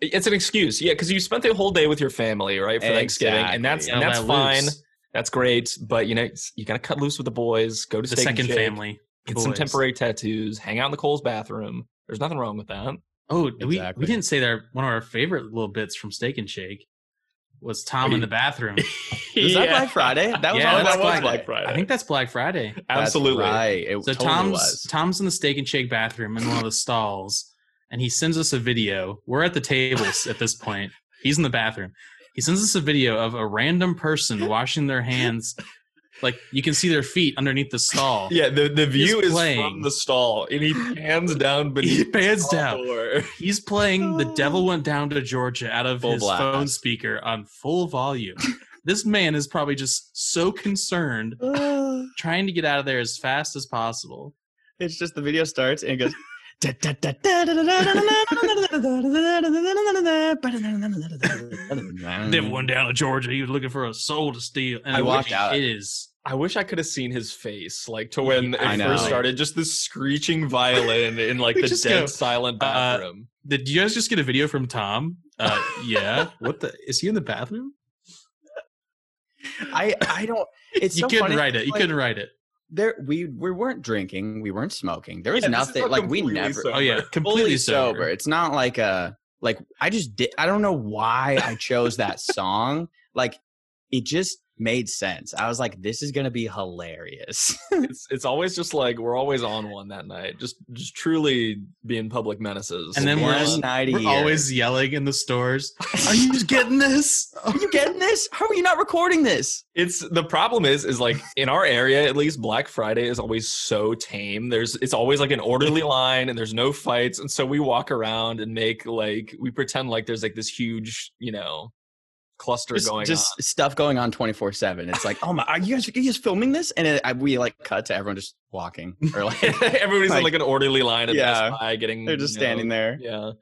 [SPEAKER 1] it's an excuse, yeah, because you spent the whole day with your family, right, for Thanksgiving, and that's
[SPEAKER 2] Exactly.
[SPEAKER 1] and
[SPEAKER 4] Now
[SPEAKER 1] that's
[SPEAKER 4] let
[SPEAKER 1] fine.
[SPEAKER 4] loose.
[SPEAKER 1] That's great, but you know you gotta cut loose with the boys. Go to
[SPEAKER 4] The
[SPEAKER 1] Steak and
[SPEAKER 4] second
[SPEAKER 1] Shake,
[SPEAKER 4] family.
[SPEAKER 1] get some
[SPEAKER 4] boys.
[SPEAKER 1] temporary tattoos, hang out in the Cole's bathroom. There's nothing wrong with that.
[SPEAKER 4] Oh, do we
[SPEAKER 2] Exactly.
[SPEAKER 4] we didn't say that our- one of our favorite little bits from Steak and Shake was Tom
[SPEAKER 1] Are you-
[SPEAKER 4] in the bathroom.
[SPEAKER 2] Was that Black Friday? That was on
[SPEAKER 4] Yeah, that
[SPEAKER 2] Black
[SPEAKER 4] was
[SPEAKER 2] Friday.
[SPEAKER 1] Black Friday.
[SPEAKER 4] I think that's Black Friday.
[SPEAKER 2] That's
[SPEAKER 1] Absolutely.
[SPEAKER 2] right. It
[SPEAKER 4] So
[SPEAKER 2] totally
[SPEAKER 4] Tom's
[SPEAKER 2] was.
[SPEAKER 4] Tom's in the Steak and Shake bathroom in one of the stalls, and he sends us a video. We're at the tables at this point. He's in the bathroom. He sends us a video of a random person washing their hands. Like you can see their feet underneath the stall.
[SPEAKER 1] Yeah, the, the view is
[SPEAKER 4] playing.
[SPEAKER 1] from the stall, and he pans down
[SPEAKER 4] He
[SPEAKER 1] beneath
[SPEAKER 4] pans
[SPEAKER 1] the
[SPEAKER 4] down.
[SPEAKER 1] door.
[SPEAKER 4] He's playing
[SPEAKER 2] Oh.
[SPEAKER 4] The Devil Went Down to Georgia out of
[SPEAKER 2] Full
[SPEAKER 4] his
[SPEAKER 2] blast.
[SPEAKER 4] phone speaker on full volume. this man is probably just so concerned, trying to get out of there as fast as possible.
[SPEAKER 2] It's just the video starts and it goes.
[SPEAKER 4] Devil went down to Georgia. He was looking for a soul to steal. And
[SPEAKER 2] I
[SPEAKER 4] it
[SPEAKER 2] walked out.
[SPEAKER 4] It is.
[SPEAKER 1] I wish I could have seen his face, like to when
[SPEAKER 4] I
[SPEAKER 1] it
[SPEAKER 2] know.
[SPEAKER 1] first started, just this screeching violin in like
[SPEAKER 4] We
[SPEAKER 1] the
[SPEAKER 4] just
[SPEAKER 1] dead
[SPEAKER 4] go,
[SPEAKER 1] silent
[SPEAKER 4] uh,
[SPEAKER 1] bathroom.
[SPEAKER 4] Did you guys just get a video from Tom? Uh, yeah. what the? Is he in the bathroom?
[SPEAKER 2] I I don't. It's
[SPEAKER 4] you
[SPEAKER 2] so
[SPEAKER 4] couldn't
[SPEAKER 2] funny,
[SPEAKER 4] write it. You
[SPEAKER 2] like,
[SPEAKER 4] couldn't write it.
[SPEAKER 2] There we we weren't drinking. We weren't smoking. There was
[SPEAKER 1] Yeah, this is
[SPEAKER 2] nothing
[SPEAKER 1] not
[SPEAKER 2] like we
[SPEAKER 1] completely
[SPEAKER 2] never
[SPEAKER 1] sober.
[SPEAKER 4] Oh yeah, completely
[SPEAKER 2] fully
[SPEAKER 4] sober.
[SPEAKER 2] sober. It's not like a like I just did. I don't know why I chose that song. Like it just made sense. I was like, this is gonna be hilarious.
[SPEAKER 1] It's it's always just like we're always on one that night, just just truly being public menaces.
[SPEAKER 4] And then we're
[SPEAKER 2] One
[SPEAKER 4] just-
[SPEAKER 2] night a
[SPEAKER 4] We're
[SPEAKER 2] year.
[SPEAKER 4] always yelling in the stores. Are you just getting this?
[SPEAKER 2] Are you getting this? How are you not recording this?
[SPEAKER 1] It's the problem is is like in our area at least Black Friday is always so tame. There's it's always like an orderly line and there's no fights and so we walk around and make like we pretend like there's like this huge, you know, cluster
[SPEAKER 2] Just,
[SPEAKER 1] going
[SPEAKER 2] just stuff going on twenty four seven. It's like, oh my, are you guys, are you guys filming this? And it, I, we like cut to everyone just walking, or like
[SPEAKER 1] on. Everybody's in
[SPEAKER 2] like-
[SPEAKER 1] like an orderly line at
[SPEAKER 2] Yeah.
[SPEAKER 1] Best Buy getting
[SPEAKER 2] they're just
[SPEAKER 1] you know,
[SPEAKER 2] standing there.
[SPEAKER 1] Yeah.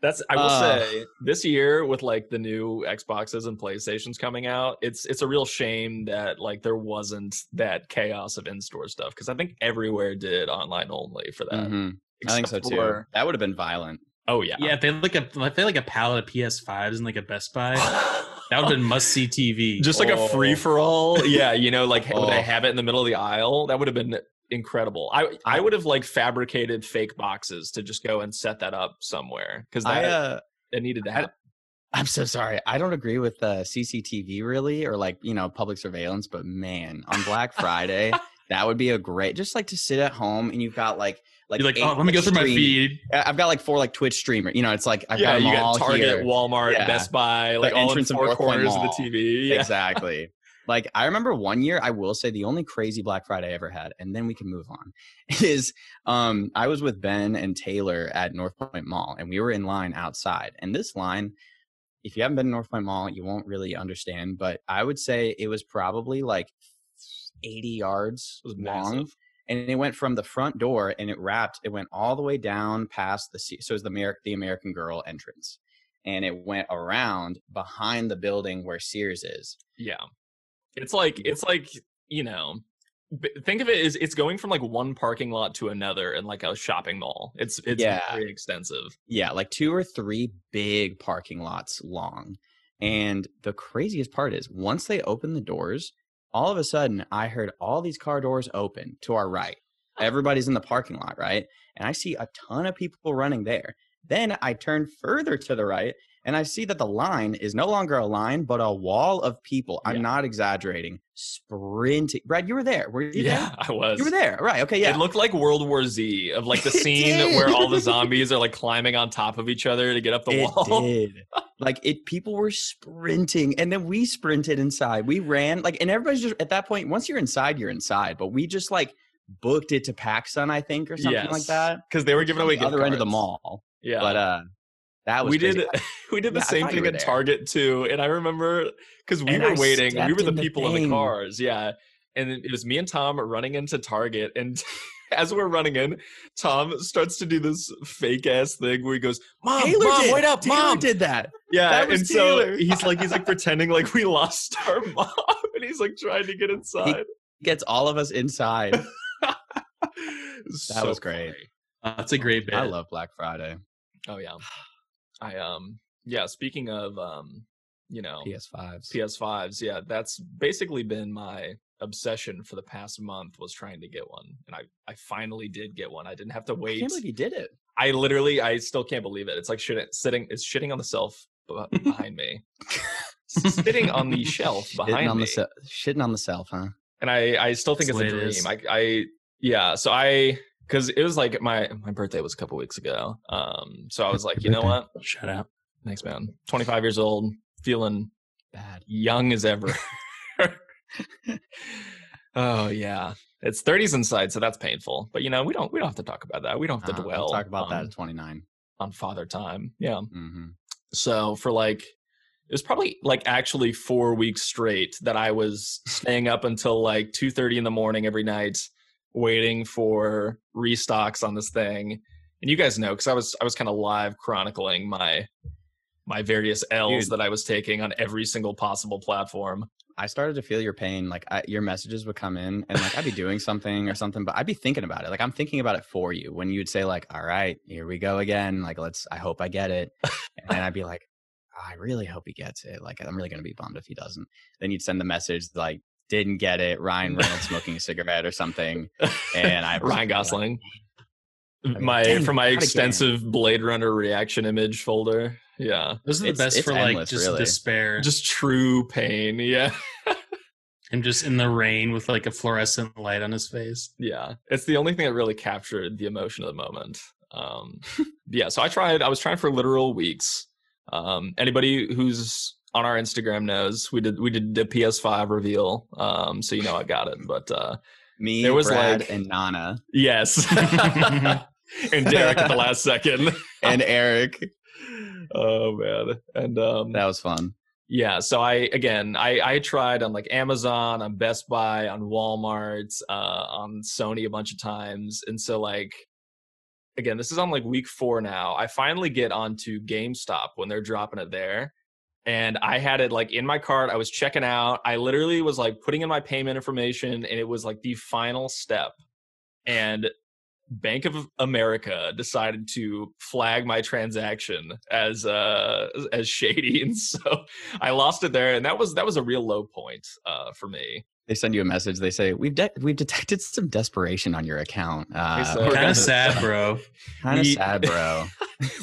[SPEAKER 1] That's I will
[SPEAKER 2] Uh.
[SPEAKER 1] say this year with like the new Xboxes and PlayStations coming out, it's it's a real shame that like there wasn't that chaos of in-store stuff because I think everywhere did online only for that.
[SPEAKER 2] Mhm. I think so
[SPEAKER 1] except
[SPEAKER 2] too.
[SPEAKER 1] for-
[SPEAKER 2] That would have been violent.
[SPEAKER 1] oh yeah.
[SPEAKER 4] Yeah, if they had like a if they had like a pallet of PS5s and like a Best Buy, that would have been must see TV.
[SPEAKER 1] just like
[SPEAKER 2] Oh.
[SPEAKER 1] a free for all. Yeah, you know, like would
[SPEAKER 2] Oh.
[SPEAKER 1] they have it in the middle of the aisle? That would have been incredible. I I would have like fabricated fake boxes to just go and set that up somewhere because
[SPEAKER 2] I
[SPEAKER 1] that
[SPEAKER 2] uh,
[SPEAKER 1] it needed to
[SPEAKER 2] I-
[SPEAKER 1] happen.
[SPEAKER 2] I'm so sorry. I don't agree with uh, CCTV really, or like you know public surveillance. But man, on Black Friday, that would be a great just like to sit at home and you've got like like
[SPEAKER 4] You're like,
[SPEAKER 2] eight,
[SPEAKER 4] oh, let me go through my
[SPEAKER 2] stream-
[SPEAKER 4] feed.
[SPEAKER 2] I- I've got like four like Twitch streamer. You know, it's like I've got
[SPEAKER 1] yeah,
[SPEAKER 2] them
[SPEAKER 1] you
[SPEAKER 2] all
[SPEAKER 1] got Target,
[SPEAKER 2] here.
[SPEAKER 1] Walmart,
[SPEAKER 2] Yeah.
[SPEAKER 1] Best Buy, like all in
[SPEAKER 2] entrance of
[SPEAKER 1] four
[SPEAKER 2] North Point
[SPEAKER 1] corners of the
[SPEAKER 2] Mall.
[SPEAKER 1] TV. Yeah.
[SPEAKER 2] Exactly. Like I remember one year, I will say the only crazy Black Friday I ever had, and then we can move on, is um I was with Ben and Taylor at North Point Mall and we were in line outside. And this line, if you haven't been to North Point Mall, you won't really understand, but I would say it was probably like 80 yards
[SPEAKER 1] It was
[SPEAKER 2] long.
[SPEAKER 1] massive.
[SPEAKER 2] And it went from the front door and it wrapped, it went all the way down past the se- so it was the Amer- the American Girl entrance. And it went around behind the building where Sears is.
[SPEAKER 1] Yeah. It's like it's like, you know, b- think of it as it's going from like one parking lot to another in like a shopping mall. It's it's
[SPEAKER 2] Yeah.
[SPEAKER 1] very extensive.
[SPEAKER 2] Yeah, like two or three big parking lots long. And the craziest part is once they opened the doors, all of a sudden I heard all these car doors open to our right. Everybody's in the parking lot, right? And I see a ton of people running there. Then I turn further to the right and I see that the line is no longer a line, but a wall of people. I'm
[SPEAKER 1] Yeah.
[SPEAKER 2] not exaggerating. Sprinting. Brad, you were there. Were you
[SPEAKER 1] Yeah, I
[SPEAKER 2] there?
[SPEAKER 1] was.
[SPEAKER 2] You were there. Right. Okay. Yeah.
[SPEAKER 1] It looked like World War Z of like the
[SPEAKER 2] It
[SPEAKER 1] scene
[SPEAKER 2] did.
[SPEAKER 1] where all the zombies are like climbing on top of each other to get up the
[SPEAKER 2] it
[SPEAKER 1] wall.
[SPEAKER 2] did. Like it, people were sprinting, and then we sprinted inside. We ran like, and everybody's just at that point. Once you're inside, you're inside. But we just like booked it to PacSun, I think, or something like that.
[SPEAKER 1] Because they were giving away
[SPEAKER 2] the other
[SPEAKER 1] gift
[SPEAKER 2] end of the
[SPEAKER 1] cards.
[SPEAKER 2] mall.
[SPEAKER 1] Yeah.
[SPEAKER 2] But uh, that was
[SPEAKER 1] we
[SPEAKER 2] crazy.
[SPEAKER 1] did we did the
[SPEAKER 2] Yeah, I
[SPEAKER 1] same
[SPEAKER 2] thought you
[SPEAKER 1] thing
[SPEAKER 2] were
[SPEAKER 1] at
[SPEAKER 2] there.
[SPEAKER 1] Target too, and I remember because we
[SPEAKER 2] And
[SPEAKER 1] were
[SPEAKER 2] I
[SPEAKER 1] waiting. We
[SPEAKER 2] stepped
[SPEAKER 1] were the
[SPEAKER 2] in the
[SPEAKER 1] people in
[SPEAKER 2] thing.
[SPEAKER 1] the cars, yeah. And it was me and Tom running into Target, and as we're running in, Tom starts to do this fake ass thing where he goes, "Mom,
[SPEAKER 2] Uh, Taylor
[SPEAKER 1] mom,
[SPEAKER 2] did.
[SPEAKER 1] wait up,
[SPEAKER 2] Taylor
[SPEAKER 1] mom!"
[SPEAKER 2] did that.
[SPEAKER 1] Yeah,
[SPEAKER 2] That was
[SPEAKER 1] and so
[SPEAKER 2] Taylor.
[SPEAKER 1] he's like, he's like pretending like we lost our mom, and he's like trying to get inside.
[SPEAKER 2] Gets all of us inside.
[SPEAKER 1] So
[SPEAKER 2] was great.
[SPEAKER 1] funny.
[SPEAKER 4] Uh, that's a great bit.
[SPEAKER 2] I love Black Friday.
[SPEAKER 1] Oh yeah, I um yeah. Speaking of um, you know,
[SPEAKER 2] PS5s.
[SPEAKER 1] PS5s. Yeah, that's basically been my obsession for the past month was trying to get one, and I I finally did get one. I didn't have to
[SPEAKER 2] I
[SPEAKER 1] wait.
[SPEAKER 2] can't believe you did it.
[SPEAKER 1] I literally I still can't believe it. It's like shit, sitting it's shitting on the shelf b- behind me, sitting on the shelf behind
[SPEAKER 2] Shitting on,
[SPEAKER 1] me,
[SPEAKER 2] the se- shitting on the self, huh? Uh,
[SPEAKER 1] and I I still think
[SPEAKER 4] That's
[SPEAKER 1] it's a
[SPEAKER 4] the way it is.
[SPEAKER 1] dream. I I yeah. So I because it was like my my birthday was a couple weeks ago. Um, so I was like, you know what?
[SPEAKER 4] Shut up.
[SPEAKER 1] Thanks, man. Twenty five years old, feeling
[SPEAKER 2] Bad.
[SPEAKER 1] young as ever. oh yeah, it's 30s inside, so that's painful. But you know, we don't we don't have to talk about that. We don't have to
[SPEAKER 2] Uh,
[SPEAKER 1] dwell.
[SPEAKER 2] we'll talk about that
[SPEAKER 1] on-
[SPEAKER 2] at 29.
[SPEAKER 1] on father time. Yeah.
[SPEAKER 2] hmm
[SPEAKER 1] So for like it was probably like actually four weeks straight that I was staying up until like two thirty in the morning every night, waiting for restocks on this thing. And you guys know because I was I was kind of live chronicling my my various L's
[SPEAKER 2] Dude.
[SPEAKER 1] that I was taking on every single possible platform.
[SPEAKER 2] I started to feel your pain. Like I, your messages would come in, and like I'd be doing something or something, but I'd be thinking about it. Like I'm thinking about it for you. When you'd say like, "All right, here we go again." Like let's. I hope I get it, and I'd be like, "I really hope he gets it." Like I'm really gonna be bummed if he doesn't. Then you'd send the message like, "Didn't get it." Ryan Reynolds smoking a cigarette or something, and I
[SPEAKER 1] Ryan Gosling.
[SPEAKER 2] mean,
[SPEAKER 1] my
[SPEAKER 2] dang,
[SPEAKER 1] from my
[SPEAKER 2] not again.
[SPEAKER 1] extensive Blade Runner reaction image folder. Yeah.
[SPEAKER 4] Those are the
[SPEAKER 2] It's-
[SPEAKER 4] best
[SPEAKER 2] it's
[SPEAKER 4] for like
[SPEAKER 2] endless,
[SPEAKER 4] just
[SPEAKER 2] really.
[SPEAKER 4] despair. Just
[SPEAKER 1] Just true pain. Yeah.
[SPEAKER 4] him just in the rain with like a fluorescent light on his face.
[SPEAKER 1] Yeah. It's the only thing that really captured the emotion of the moment. Um yeah, so I tried I was trying for literal weeks. Um anybody who's on our Instagram knows we did we did the PS5 reveal. Um so you know I got it, but uh
[SPEAKER 2] Me,
[SPEAKER 1] There was,
[SPEAKER 2] Brad,
[SPEAKER 1] like-
[SPEAKER 2] and Nana
[SPEAKER 1] yes. and Derek at the last second.
[SPEAKER 2] and Eric.
[SPEAKER 1] Oh man. And um
[SPEAKER 2] That was fun.
[SPEAKER 1] Yeah, so I again, I I tried on like Amazon, on Best Buy, on Walmart, uh, on Sony a bunch of times, and so like, again, this is on like week four now. I finally get onto GameStop when they're dropping it there, and I had it like in my cart. I was checking out. I literally was like putting in my payment information, and it was like the final step, and Bank of America decided to flag my transaction as uh as shady, and so I lost it there, and that was that was a real low point uh for me.
[SPEAKER 2] They send you a message. They say we've de- we've detected some desperation on your account. Uh,
[SPEAKER 1] so-
[SPEAKER 2] we're
[SPEAKER 4] kind
[SPEAKER 2] gonna-
[SPEAKER 4] of sad, bro.
[SPEAKER 2] Kind of
[SPEAKER 1] We-
[SPEAKER 2] sad, bro.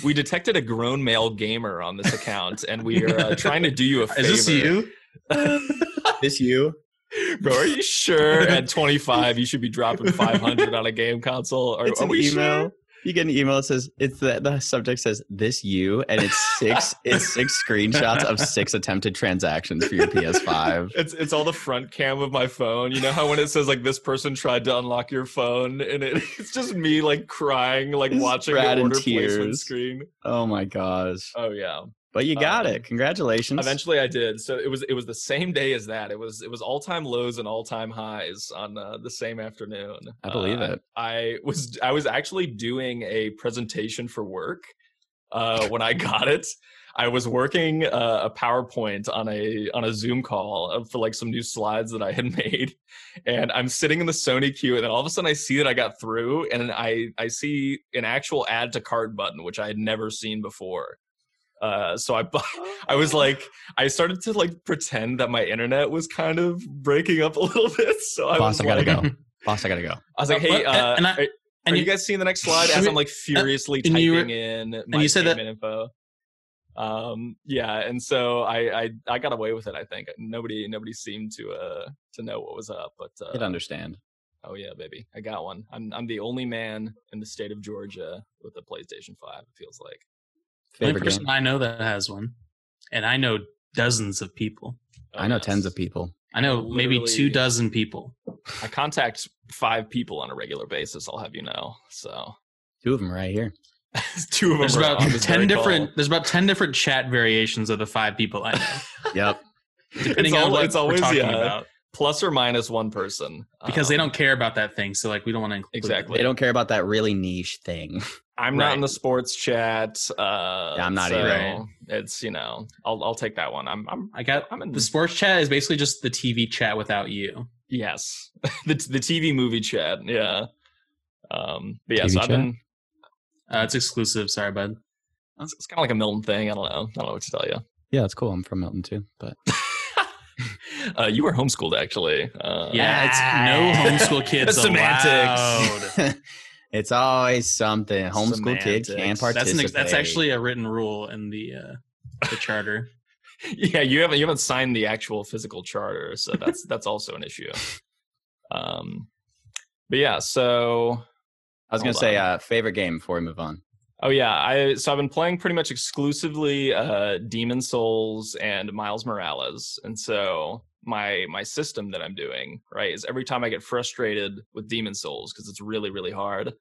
[SPEAKER 1] We detected a grown male gamer on this account, and we are uh, trying to do you a favor.
[SPEAKER 4] Is this you?
[SPEAKER 2] this you?
[SPEAKER 1] bro? Are you sure? At 25, you should be dropping 500 on a game console. Are,
[SPEAKER 2] It's
[SPEAKER 1] are
[SPEAKER 2] an
[SPEAKER 1] we
[SPEAKER 2] email.
[SPEAKER 1] sure?
[SPEAKER 2] You get an email that says it's the, the subject says this you and it's six it's six screenshots of six attempted transactions for your PS5.
[SPEAKER 1] It's it's all the front cam of my phone. You know how when it says like this person tried to unlock your phone, and it, it's just me like crying, like
[SPEAKER 2] Just
[SPEAKER 1] watching
[SPEAKER 2] Brad
[SPEAKER 1] the
[SPEAKER 2] in
[SPEAKER 1] order placement
[SPEAKER 2] tears.
[SPEAKER 1] screen.
[SPEAKER 2] Oh my gosh.
[SPEAKER 1] Oh yeah.
[SPEAKER 2] But you got
[SPEAKER 1] Um,
[SPEAKER 2] it. Congratulations.
[SPEAKER 1] Eventually, I did. So it was it was the same day as that. It was it was all time lows and all time highs on uh, the same afternoon.
[SPEAKER 2] I believe
[SPEAKER 1] Uh,
[SPEAKER 2] it.
[SPEAKER 1] I was I was actually doing a presentation for work uh, when I got it. I was working uh, a PowerPoint on a on a Zoom call uh, for like some new slides that I had made, and I'm sitting in the Sony queue, and all of a sudden I see that I got through, and I I see an actual add to cart button which I had never seen before. Uh, so I bu- I was
[SPEAKER 2] Oh.
[SPEAKER 1] like I started to like pretend that my internet was kind of breaking up a little bit. So I
[SPEAKER 2] Boss,
[SPEAKER 1] was
[SPEAKER 2] I gotta
[SPEAKER 1] like,
[SPEAKER 2] go. Boss, I gotta go.
[SPEAKER 1] I was like,
[SPEAKER 4] Uh,
[SPEAKER 1] hey,
[SPEAKER 4] well,
[SPEAKER 1] uh,
[SPEAKER 4] and- and I-
[SPEAKER 1] are,
[SPEAKER 4] and
[SPEAKER 1] are
[SPEAKER 4] you- Uh,
[SPEAKER 1] you guys seeing the next slide? As I'm like furiously
[SPEAKER 4] and
[SPEAKER 1] typing
[SPEAKER 4] you were-
[SPEAKER 1] in my
[SPEAKER 4] you said that-
[SPEAKER 1] payment info. Um, yeah, and so I, I I got away with it. I think nobody nobody seemed to uh to know what was up, but
[SPEAKER 2] You'd
[SPEAKER 1] uh,
[SPEAKER 2] understand.
[SPEAKER 1] oh yeah, baby, I got one. I'm I'm the only man in the state of Georgia with a PlayStation Five. It feels like.
[SPEAKER 4] The only
[SPEAKER 2] Favorite
[SPEAKER 4] person
[SPEAKER 2] game.
[SPEAKER 4] I know that has one, and I know dozens of people.
[SPEAKER 1] Oh,
[SPEAKER 2] I know
[SPEAKER 1] yes.
[SPEAKER 2] tens of people.
[SPEAKER 4] I know maybe two
[SPEAKER 1] Literally-
[SPEAKER 4] dozen people.
[SPEAKER 1] I contact five people on a regular basis. I'll have you know. So
[SPEAKER 2] Two of them right here.
[SPEAKER 1] two of them.
[SPEAKER 4] There's
[SPEAKER 1] are
[SPEAKER 4] about
[SPEAKER 1] on this
[SPEAKER 4] ten
[SPEAKER 1] very
[SPEAKER 4] different.
[SPEAKER 1] call.
[SPEAKER 4] There's about ten different chat variations of the five people I know,
[SPEAKER 2] Yep.
[SPEAKER 4] depending
[SPEAKER 1] It's
[SPEAKER 4] on
[SPEAKER 1] al-
[SPEAKER 4] what
[SPEAKER 1] it's
[SPEAKER 4] we're
[SPEAKER 1] always uh,
[SPEAKER 4] talking
[SPEAKER 1] yeah.
[SPEAKER 4] about.
[SPEAKER 1] plus or minus one person
[SPEAKER 4] because they
[SPEAKER 1] Um,
[SPEAKER 4] don't care about that thing. So like we don't want to include
[SPEAKER 1] Exactly.
[SPEAKER 2] They don't care about that really niche thing.
[SPEAKER 1] I'm not in
[SPEAKER 4] Right.
[SPEAKER 1] the sports chat. Uh,
[SPEAKER 2] Yeah, I'm not
[SPEAKER 1] so
[SPEAKER 4] either.
[SPEAKER 1] It's you know, I'll I'll take that one. I'm I'm
[SPEAKER 4] I got
[SPEAKER 1] I'm in
[SPEAKER 4] the sports chat is basically just the TV chat without you.
[SPEAKER 1] yes the the TV movie chat. Yeah. Um. But yeah,
[SPEAKER 3] TV
[SPEAKER 1] so I've
[SPEAKER 3] chat?
[SPEAKER 1] been.
[SPEAKER 4] Uh, it's exclusive. Sorry, bud.
[SPEAKER 1] It's, it's kind of like a Milton thing. I don't know. I don't know what to tell you.
[SPEAKER 2] Yeah, it's cool. I'm from Milton too, but
[SPEAKER 1] Uh, you were homeschooled actually. Uh,
[SPEAKER 4] Yeah,
[SPEAKER 2] Ah.
[SPEAKER 4] it's no homeschool kids
[SPEAKER 1] Semantics.
[SPEAKER 4] allowed.
[SPEAKER 2] it's always something. Homeschool kid can
[SPEAKER 1] Semantics. That's an ex-
[SPEAKER 2] participate.
[SPEAKER 4] That's an ex- that's actually a written rule in the uh, the charter.
[SPEAKER 1] yeah you haven't you haven't signed the actual physical charter so that's that's also an issue um but yeah so
[SPEAKER 2] I was gonna
[SPEAKER 1] Hold
[SPEAKER 2] say
[SPEAKER 1] on.
[SPEAKER 2] uh, favorite game before we move on.
[SPEAKER 1] oh yeah i so i've been playing pretty much exclusively uh demon souls and miles morales and so my my system that i'm doing right is every time i get frustrated with demon souls because it's really really hard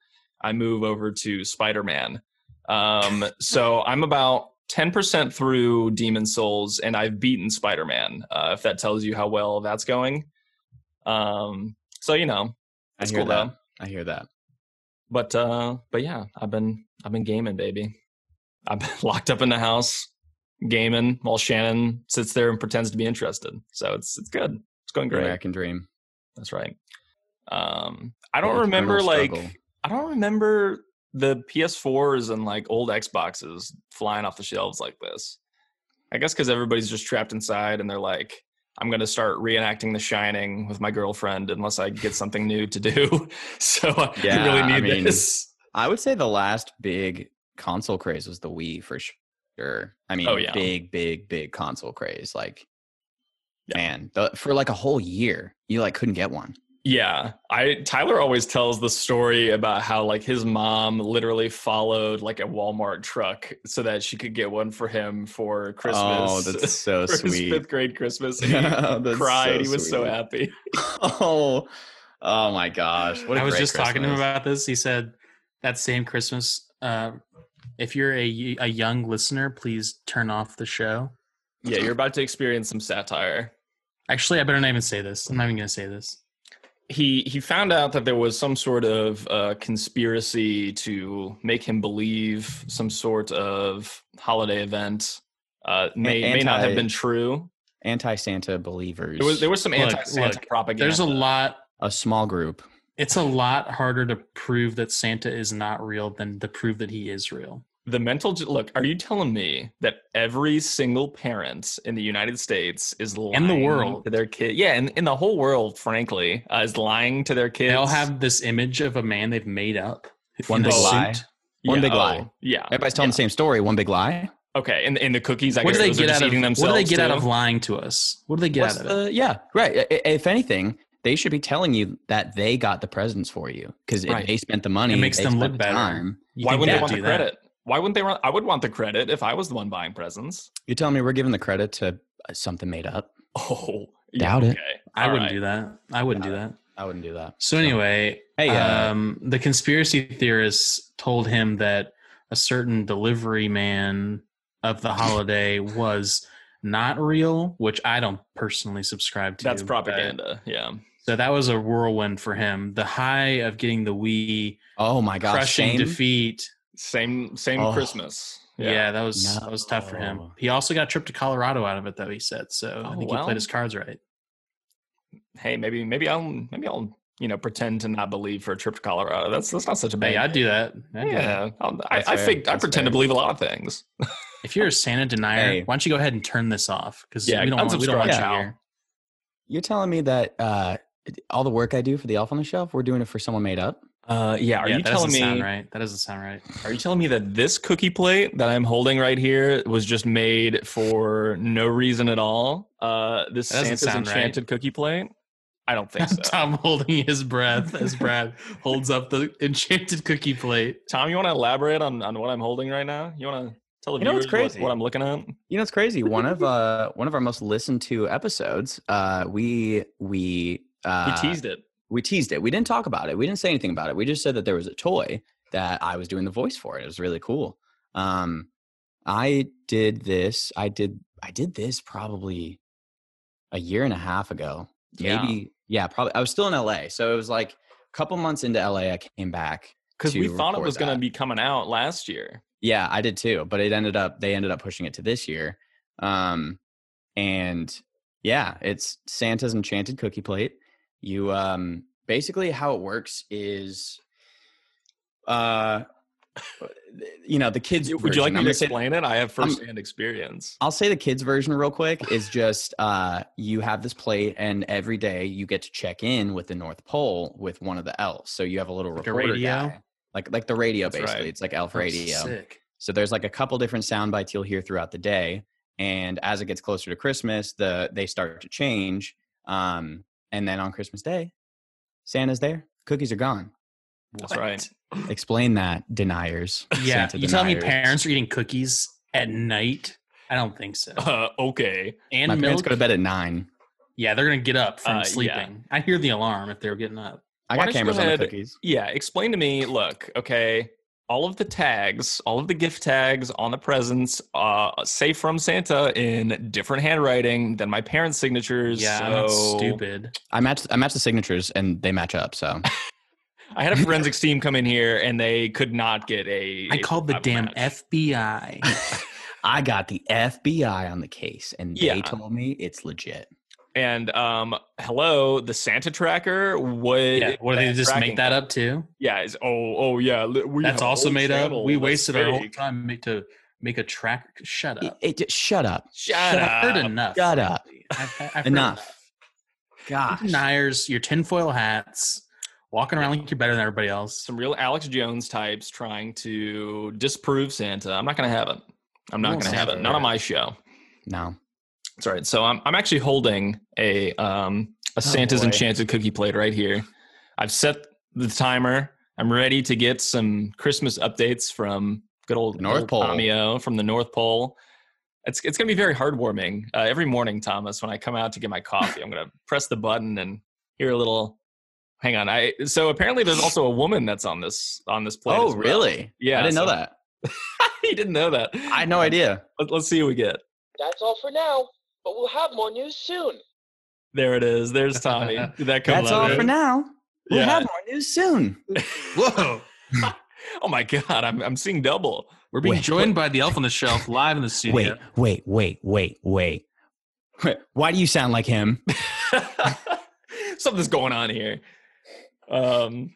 [SPEAKER 1] i move over to spider-man um so i'm about 10% through demon souls and i've beaten spider-man uh, if that tells you how well that's going um so you know
[SPEAKER 2] I
[SPEAKER 1] That's
[SPEAKER 2] hear
[SPEAKER 1] cool,
[SPEAKER 2] that.
[SPEAKER 1] though.
[SPEAKER 2] I hear that.
[SPEAKER 1] but uh but yeah i've been i've been gaming baby i've been locked up in the house gaming while shannon sits there and pretends to be interested so it's it's good it's going
[SPEAKER 2] The
[SPEAKER 1] great
[SPEAKER 2] American Dream.
[SPEAKER 1] that's right um i don't
[SPEAKER 2] The
[SPEAKER 1] remember
[SPEAKER 2] eternal
[SPEAKER 1] like
[SPEAKER 2] struggle.
[SPEAKER 1] i don't remember the ps4s and like old xboxes flying off the shelves like this i guess because everybody's just trapped inside and they're like i'm going to start reenacting the shining with my girlfriend unless i get something new to do so i
[SPEAKER 2] Yeah,
[SPEAKER 1] really
[SPEAKER 2] I
[SPEAKER 1] need
[SPEAKER 2] mean,
[SPEAKER 1] this
[SPEAKER 2] I would say the last big console craze was the Wii for sure. I mean,
[SPEAKER 1] Oh, yeah.
[SPEAKER 2] big, big, big console craze. Like,
[SPEAKER 1] Yeah.
[SPEAKER 2] man, the, for like a whole year, you like couldn't get one.
[SPEAKER 1] Yeah, I Tyler always tells the story about how like his mom literally followed like a Walmart truck so that she could get one for him for Christmas.
[SPEAKER 2] Oh, that's so
[SPEAKER 1] for his
[SPEAKER 2] sweet.
[SPEAKER 1] fifth grade Christmas. And he
[SPEAKER 2] That's
[SPEAKER 1] cried.
[SPEAKER 2] so
[SPEAKER 1] he was so
[SPEAKER 2] sweet.
[SPEAKER 1] happy.
[SPEAKER 2] Oh, oh my gosh! What a
[SPEAKER 4] I was
[SPEAKER 2] great
[SPEAKER 4] just talking to him
[SPEAKER 2] Christmas.
[SPEAKER 4] about this. He said that same Christmas. Uh, if you're a a young listener, please turn off the show.
[SPEAKER 1] Yeah, you're about to experience some satire.
[SPEAKER 4] Actually, I better not even say this. I'm not even gonna say this.
[SPEAKER 1] He he found out that there was some sort of uh, conspiracy to make him believe some sort of holiday event uh, may may not have
[SPEAKER 2] anti-
[SPEAKER 1] been true.
[SPEAKER 2] anti-Santa believers.
[SPEAKER 1] There was there was some
[SPEAKER 4] Look,
[SPEAKER 1] anti-Santa
[SPEAKER 4] look,
[SPEAKER 1] propaganda.
[SPEAKER 4] There's a lot.
[SPEAKER 2] a small group.
[SPEAKER 1] Uh,
[SPEAKER 4] It's a lot harder to prove that Santa is not real than to prove that he is real.
[SPEAKER 1] The mental j- look. Are you telling me that every single parent in the United States is lying
[SPEAKER 4] the world.
[SPEAKER 1] to their kid? Yeah, and in the whole world, frankly, uh, is lying to their kids.
[SPEAKER 4] They all have this image of a man they've made up.
[SPEAKER 2] One
[SPEAKER 4] in a
[SPEAKER 2] big
[SPEAKER 4] suit.
[SPEAKER 2] lie. one big lie.
[SPEAKER 1] oh, Yeah.
[SPEAKER 2] Everybody's telling the same story. One big lie.
[SPEAKER 1] Okay. And and the cookies. I
[SPEAKER 4] What do
[SPEAKER 1] guess
[SPEAKER 4] they
[SPEAKER 1] those
[SPEAKER 4] get
[SPEAKER 1] are
[SPEAKER 4] out
[SPEAKER 1] just
[SPEAKER 4] of?
[SPEAKER 1] eating
[SPEAKER 4] What
[SPEAKER 1] themselves.
[SPEAKER 4] do they get out
[SPEAKER 1] too?
[SPEAKER 4] of lying to us? What do they get
[SPEAKER 2] What's
[SPEAKER 4] out of it?
[SPEAKER 2] the- yeah, right. I- I- If anything, they should be telling you that they got the presents for you because
[SPEAKER 1] Right.
[SPEAKER 2] they spent the money.
[SPEAKER 4] It makes
[SPEAKER 2] they
[SPEAKER 4] them
[SPEAKER 2] spent
[SPEAKER 4] look
[SPEAKER 2] the
[SPEAKER 4] better.
[SPEAKER 2] Time.
[SPEAKER 4] You
[SPEAKER 1] Why
[SPEAKER 4] think
[SPEAKER 1] wouldn't they
[SPEAKER 4] they'd
[SPEAKER 1] want the
[SPEAKER 4] do that?
[SPEAKER 1] credit? Why wouldn't they want? I would want the credit if I was the one buying presents.
[SPEAKER 2] You're telling me we're giving the credit to uh, something made up?
[SPEAKER 1] Oh,
[SPEAKER 2] Doubt
[SPEAKER 1] yeah,
[SPEAKER 2] it.
[SPEAKER 1] okay.
[SPEAKER 4] I
[SPEAKER 1] All
[SPEAKER 4] wouldn't
[SPEAKER 1] right.
[SPEAKER 4] do that. I wouldn't do
[SPEAKER 2] Got
[SPEAKER 4] that.
[SPEAKER 2] I wouldn't do that.
[SPEAKER 4] So anyway,
[SPEAKER 2] Hey, uh,
[SPEAKER 4] um, the conspiracy theorists told him that a certain delivery man of the holiday was not real, which I don't personally subscribe to.
[SPEAKER 1] That's
[SPEAKER 4] but-
[SPEAKER 1] propaganda. Yeah.
[SPEAKER 4] So that was a whirlwind for him. The high of getting the Wii,
[SPEAKER 2] oh my gosh,
[SPEAKER 4] crushing
[SPEAKER 2] shame.
[SPEAKER 4] defeat.
[SPEAKER 1] Same same
[SPEAKER 2] Oh.
[SPEAKER 1] Christmas.
[SPEAKER 4] Yeah, that was that was tough for him.
[SPEAKER 2] No.
[SPEAKER 4] He also got a trip to Colorado out of it, though. He said so. I
[SPEAKER 1] Oh,
[SPEAKER 4] think he
[SPEAKER 1] well.
[SPEAKER 4] played his cards right.
[SPEAKER 1] hey, maybe maybe I'll maybe I'll you know pretend to not believe for a trip to Colorado. That's that's not such a bad.
[SPEAKER 4] Hey, I'd do that. I'd do that.
[SPEAKER 1] Yeah, I'll, I,
[SPEAKER 2] That's
[SPEAKER 1] I
[SPEAKER 2] fair.
[SPEAKER 1] think I
[SPEAKER 2] That's
[SPEAKER 1] pretend to
[SPEAKER 2] fair.
[SPEAKER 1] believe a lot of things.
[SPEAKER 4] If you're a Santa denier,
[SPEAKER 2] Hey.
[SPEAKER 4] why don't you go ahead and turn this off? Because
[SPEAKER 1] Yeah,
[SPEAKER 4] we don't want, we don't
[SPEAKER 1] unsubscribe
[SPEAKER 4] want
[SPEAKER 1] now.
[SPEAKER 4] you here.
[SPEAKER 2] You're telling me that uh, all the work I do for the Elf on the Shelf, we're doing it for someone made up?
[SPEAKER 1] Uh, yeah, are
[SPEAKER 4] Yeah,
[SPEAKER 1] you
[SPEAKER 4] that
[SPEAKER 1] telling
[SPEAKER 4] doesn't
[SPEAKER 1] me?
[SPEAKER 4] Sound right. That doesn't sound right.
[SPEAKER 1] Are you telling me that this cookie plate that I'm holding right here was just made for no reason at all? Uh, this
[SPEAKER 4] That doesn't
[SPEAKER 1] Santa's
[SPEAKER 4] sound right.
[SPEAKER 1] enchanted cookie plate? I don't think so.
[SPEAKER 4] Tom holding his breath as Brad holds up the enchanted cookie plate.
[SPEAKER 1] Tom, you want to elaborate on, on what I'm holding right now? You want to tell the
[SPEAKER 2] You know what's
[SPEAKER 1] viewers what-
[SPEAKER 2] crazy?
[SPEAKER 1] What, I'm looking at?
[SPEAKER 2] You know, it's crazy. One of uh, one of our most listened to episodes, uh, we we uh,
[SPEAKER 1] he teased it.
[SPEAKER 2] we teased it. We didn't talk about it. We didn't say anything about it. We just said that there was a toy that I was doing the voice for. It was really cool. Um, I did this. I did. I did this probably a year and a half ago.
[SPEAKER 1] Yeah.
[SPEAKER 2] maybe yeah probably i was still in la so it was like a couple months into la i came back
[SPEAKER 1] Because we
[SPEAKER 2] to
[SPEAKER 1] thought it
[SPEAKER 2] record
[SPEAKER 1] was going to
[SPEAKER 2] that.
[SPEAKER 1] be coming out last year.
[SPEAKER 2] yeah i did too but it ended up they ended up pushing it to this year um and yeah it's santa's enchanted cookie plate you um basically how it works is uh you know the kids
[SPEAKER 1] Would you
[SPEAKER 2] version.
[SPEAKER 1] like me
[SPEAKER 2] I'm
[SPEAKER 1] to
[SPEAKER 2] gonna say-
[SPEAKER 1] explain it? I have firsthand experience.
[SPEAKER 2] I'll say the kids version real quick is just uh, you have this plate, and every day you get to check in with the North Pole with one of the elves. So you have a little
[SPEAKER 4] Like a
[SPEAKER 2] reporter
[SPEAKER 4] radio?
[SPEAKER 2] guy, like like the radio
[SPEAKER 1] That's
[SPEAKER 2] basically.
[SPEAKER 1] right.
[SPEAKER 2] It's like elf
[SPEAKER 4] Oh,
[SPEAKER 2] radio.
[SPEAKER 4] Sick.
[SPEAKER 2] So there's like a couple different sound bites you'll hear throughout the day, and as it gets closer to Christmas, the they start to change. Um, and then on Christmas Day, Santa's there. Cookies are gone.
[SPEAKER 1] That's right.
[SPEAKER 2] Explain that, deniers.
[SPEAKER 4] Yeah,
[SPEAKER 2] Santa
[SPEAKER 4] you tell me
[SPEAKER 2] deniers.
[SPEAKER 4] parents are eating cookies at night? I don't think so.
[SPEAKER 1] Uh, okay.
[SPEAKER 2] My
[SPEAKER 4] And
[SPEAKER 2] parents
[SPEAKER 4] milk.
[SPEAKER 2] go to bed at nine.
[SPEAKER 4] Yeah, they're gonna get up from
[SPEAKER 1] Uh, yeah.
[SPEAKER 4] sleeping. I hear the alarm if they're getting up.
[SPEAKER 2] I got
[SPEAKER 1] Why don't you go
[SPEAKER 2] cameras on the
[SPEAKER 1] ahead-
[SPEAKER 2] cookies.
[SPEAKER 1] Yeah, explain to me. Look, okay, all of the tags, all of the gift tags on the presents, uh, say from Santa in different handwriting than my parents' signatures.
[SPEAKER 4] Yeah, I'm not
[SPEAKER 1] so-
[SPEAKER 4] stupid.
[SPEAKER 2] I match I match the signatures and they match up. So
[SPEAKER 1] I had a forensics team come in here and they could not get a.
[SPEAKER 4] I
[SPEAKER 1] a
[SPEAKER 4] called the
[SPEAKER 1] survival
[SPEAKER 4] damn e
[SPEAKER 1] match.
[SPEAKER 4] FBI.
[SPEAKER 2] I got the FBI on the case and they
[SPEAKER 1] Yeah.
[SPEAKER 2] told me it's legit.
[SPEAKER 1] And um, hello, the Santa tracker would.
[SPEAKER 4] yeah, what do they just make that up too?
[SPEAKER 1] Yeah, is oh oh yeah. li- We
[SPEAKER 4] That's
[SPEAKER 1] have a
[SPEAKER 4] also
[SPEAKER 1] whole
[SPEAKER 4] made up.
[SPEAKER 1] channel
[SPEAKER 4] We
[SPEAKER 1] that's
[SPEAKER 4] wasted our whole
[SPEAKER 1] fake.
[SPEAKER 4] time make, to make a track. Shut
[SPEAKER 2] It,
[SPEAKER 4] up.
[SPEAKER 2] it just, shut up.
[SPEAKER 1] Shut
[SPEAKER 4] I've heard
[SPEAKER 1] up.
[SPEAKER 4] enough.
[SPEAKER 2] Shut up.
[SPEAKER 4] frankly. I've, I've heard
[SPEAKER 2] Enough. Gosh.
[SPEAKER 4] Deniers, your tinfoil hats, walking around like you're better than everybody else.
[SPEAKER 1] Some real Alex Jones types trying to disprove Santa. I'm not going to have it. I'm
[SPEAKER 2] We
[SPEAKER 1] not
[SPEAKER 2] won't
[SPEAKER 1] going to
[SPEAKER 2] say
[SPEAKER 1] have
[SPEAKER 2] it.
[SPEAKER 1] it. Not on my show.
[SPEAKER 2] No.
[SPEAKER 1] It's all right. So I'm I'm actually holding a um a Santa's
[SPEAKER 2] Oh, boy.
[SPEAKER 1] enchanted cookie plate right here. I've set the timer. I'm ready to get some Christmas updates from good old
[SPEAKER 2] North
[SPEAKER 1] old
[SPEAKER 2] Pole.
[SPEAKER 1] Tomio from the North Pole. It's it's gonna be very heartwarming. Uh, every morning, Thomas, when I come out to get my coffee, I'm gonna press the button and hear a little. Hang on, I so apparently there's also a woman that's on this on this plate.
[SPEAKER 2] Oh
[SPEAKER 1] as well.
[SPEAKER 2] really?
[SPEAKER 1] Yeah,
[SPEAKER 2] I didn't know
[SPEAKER 1] so-
[SPEAKER 2] that.
[SPEAKER 1] you didn't know that.
[SPEAKER 2] I had no idea.
[SPEAKER 1] Let, let's see what we get.
[SPEAKER 5] That's all for now, but we'll have more news soon.
[SPEAKER 1] There it is. There's Tommy. That comes
[SPEAKER 2] That's all
[SPEAKER 4] it.
[SPEAKER 2] for now. We'll
[SPEAKER 1] Yeah.
[SPEAKER 2] have more news soon.
[SPEAKER 4] Whoa.
[SPEAKER 1] Oh my god, I'm I'm seeing double.
[SPEAKER 4] We're being
[SPEAKER 2] Wait,
[SPEAKER 4] joined by the elf on the shelf live in the studio.
[SPEAKER 2] Wait, wait, wait, wait, wait. Wait, Why do you sound like him?
[SPEAKER 4] Uh,
[SPEAKER 1] Something's going on here. Um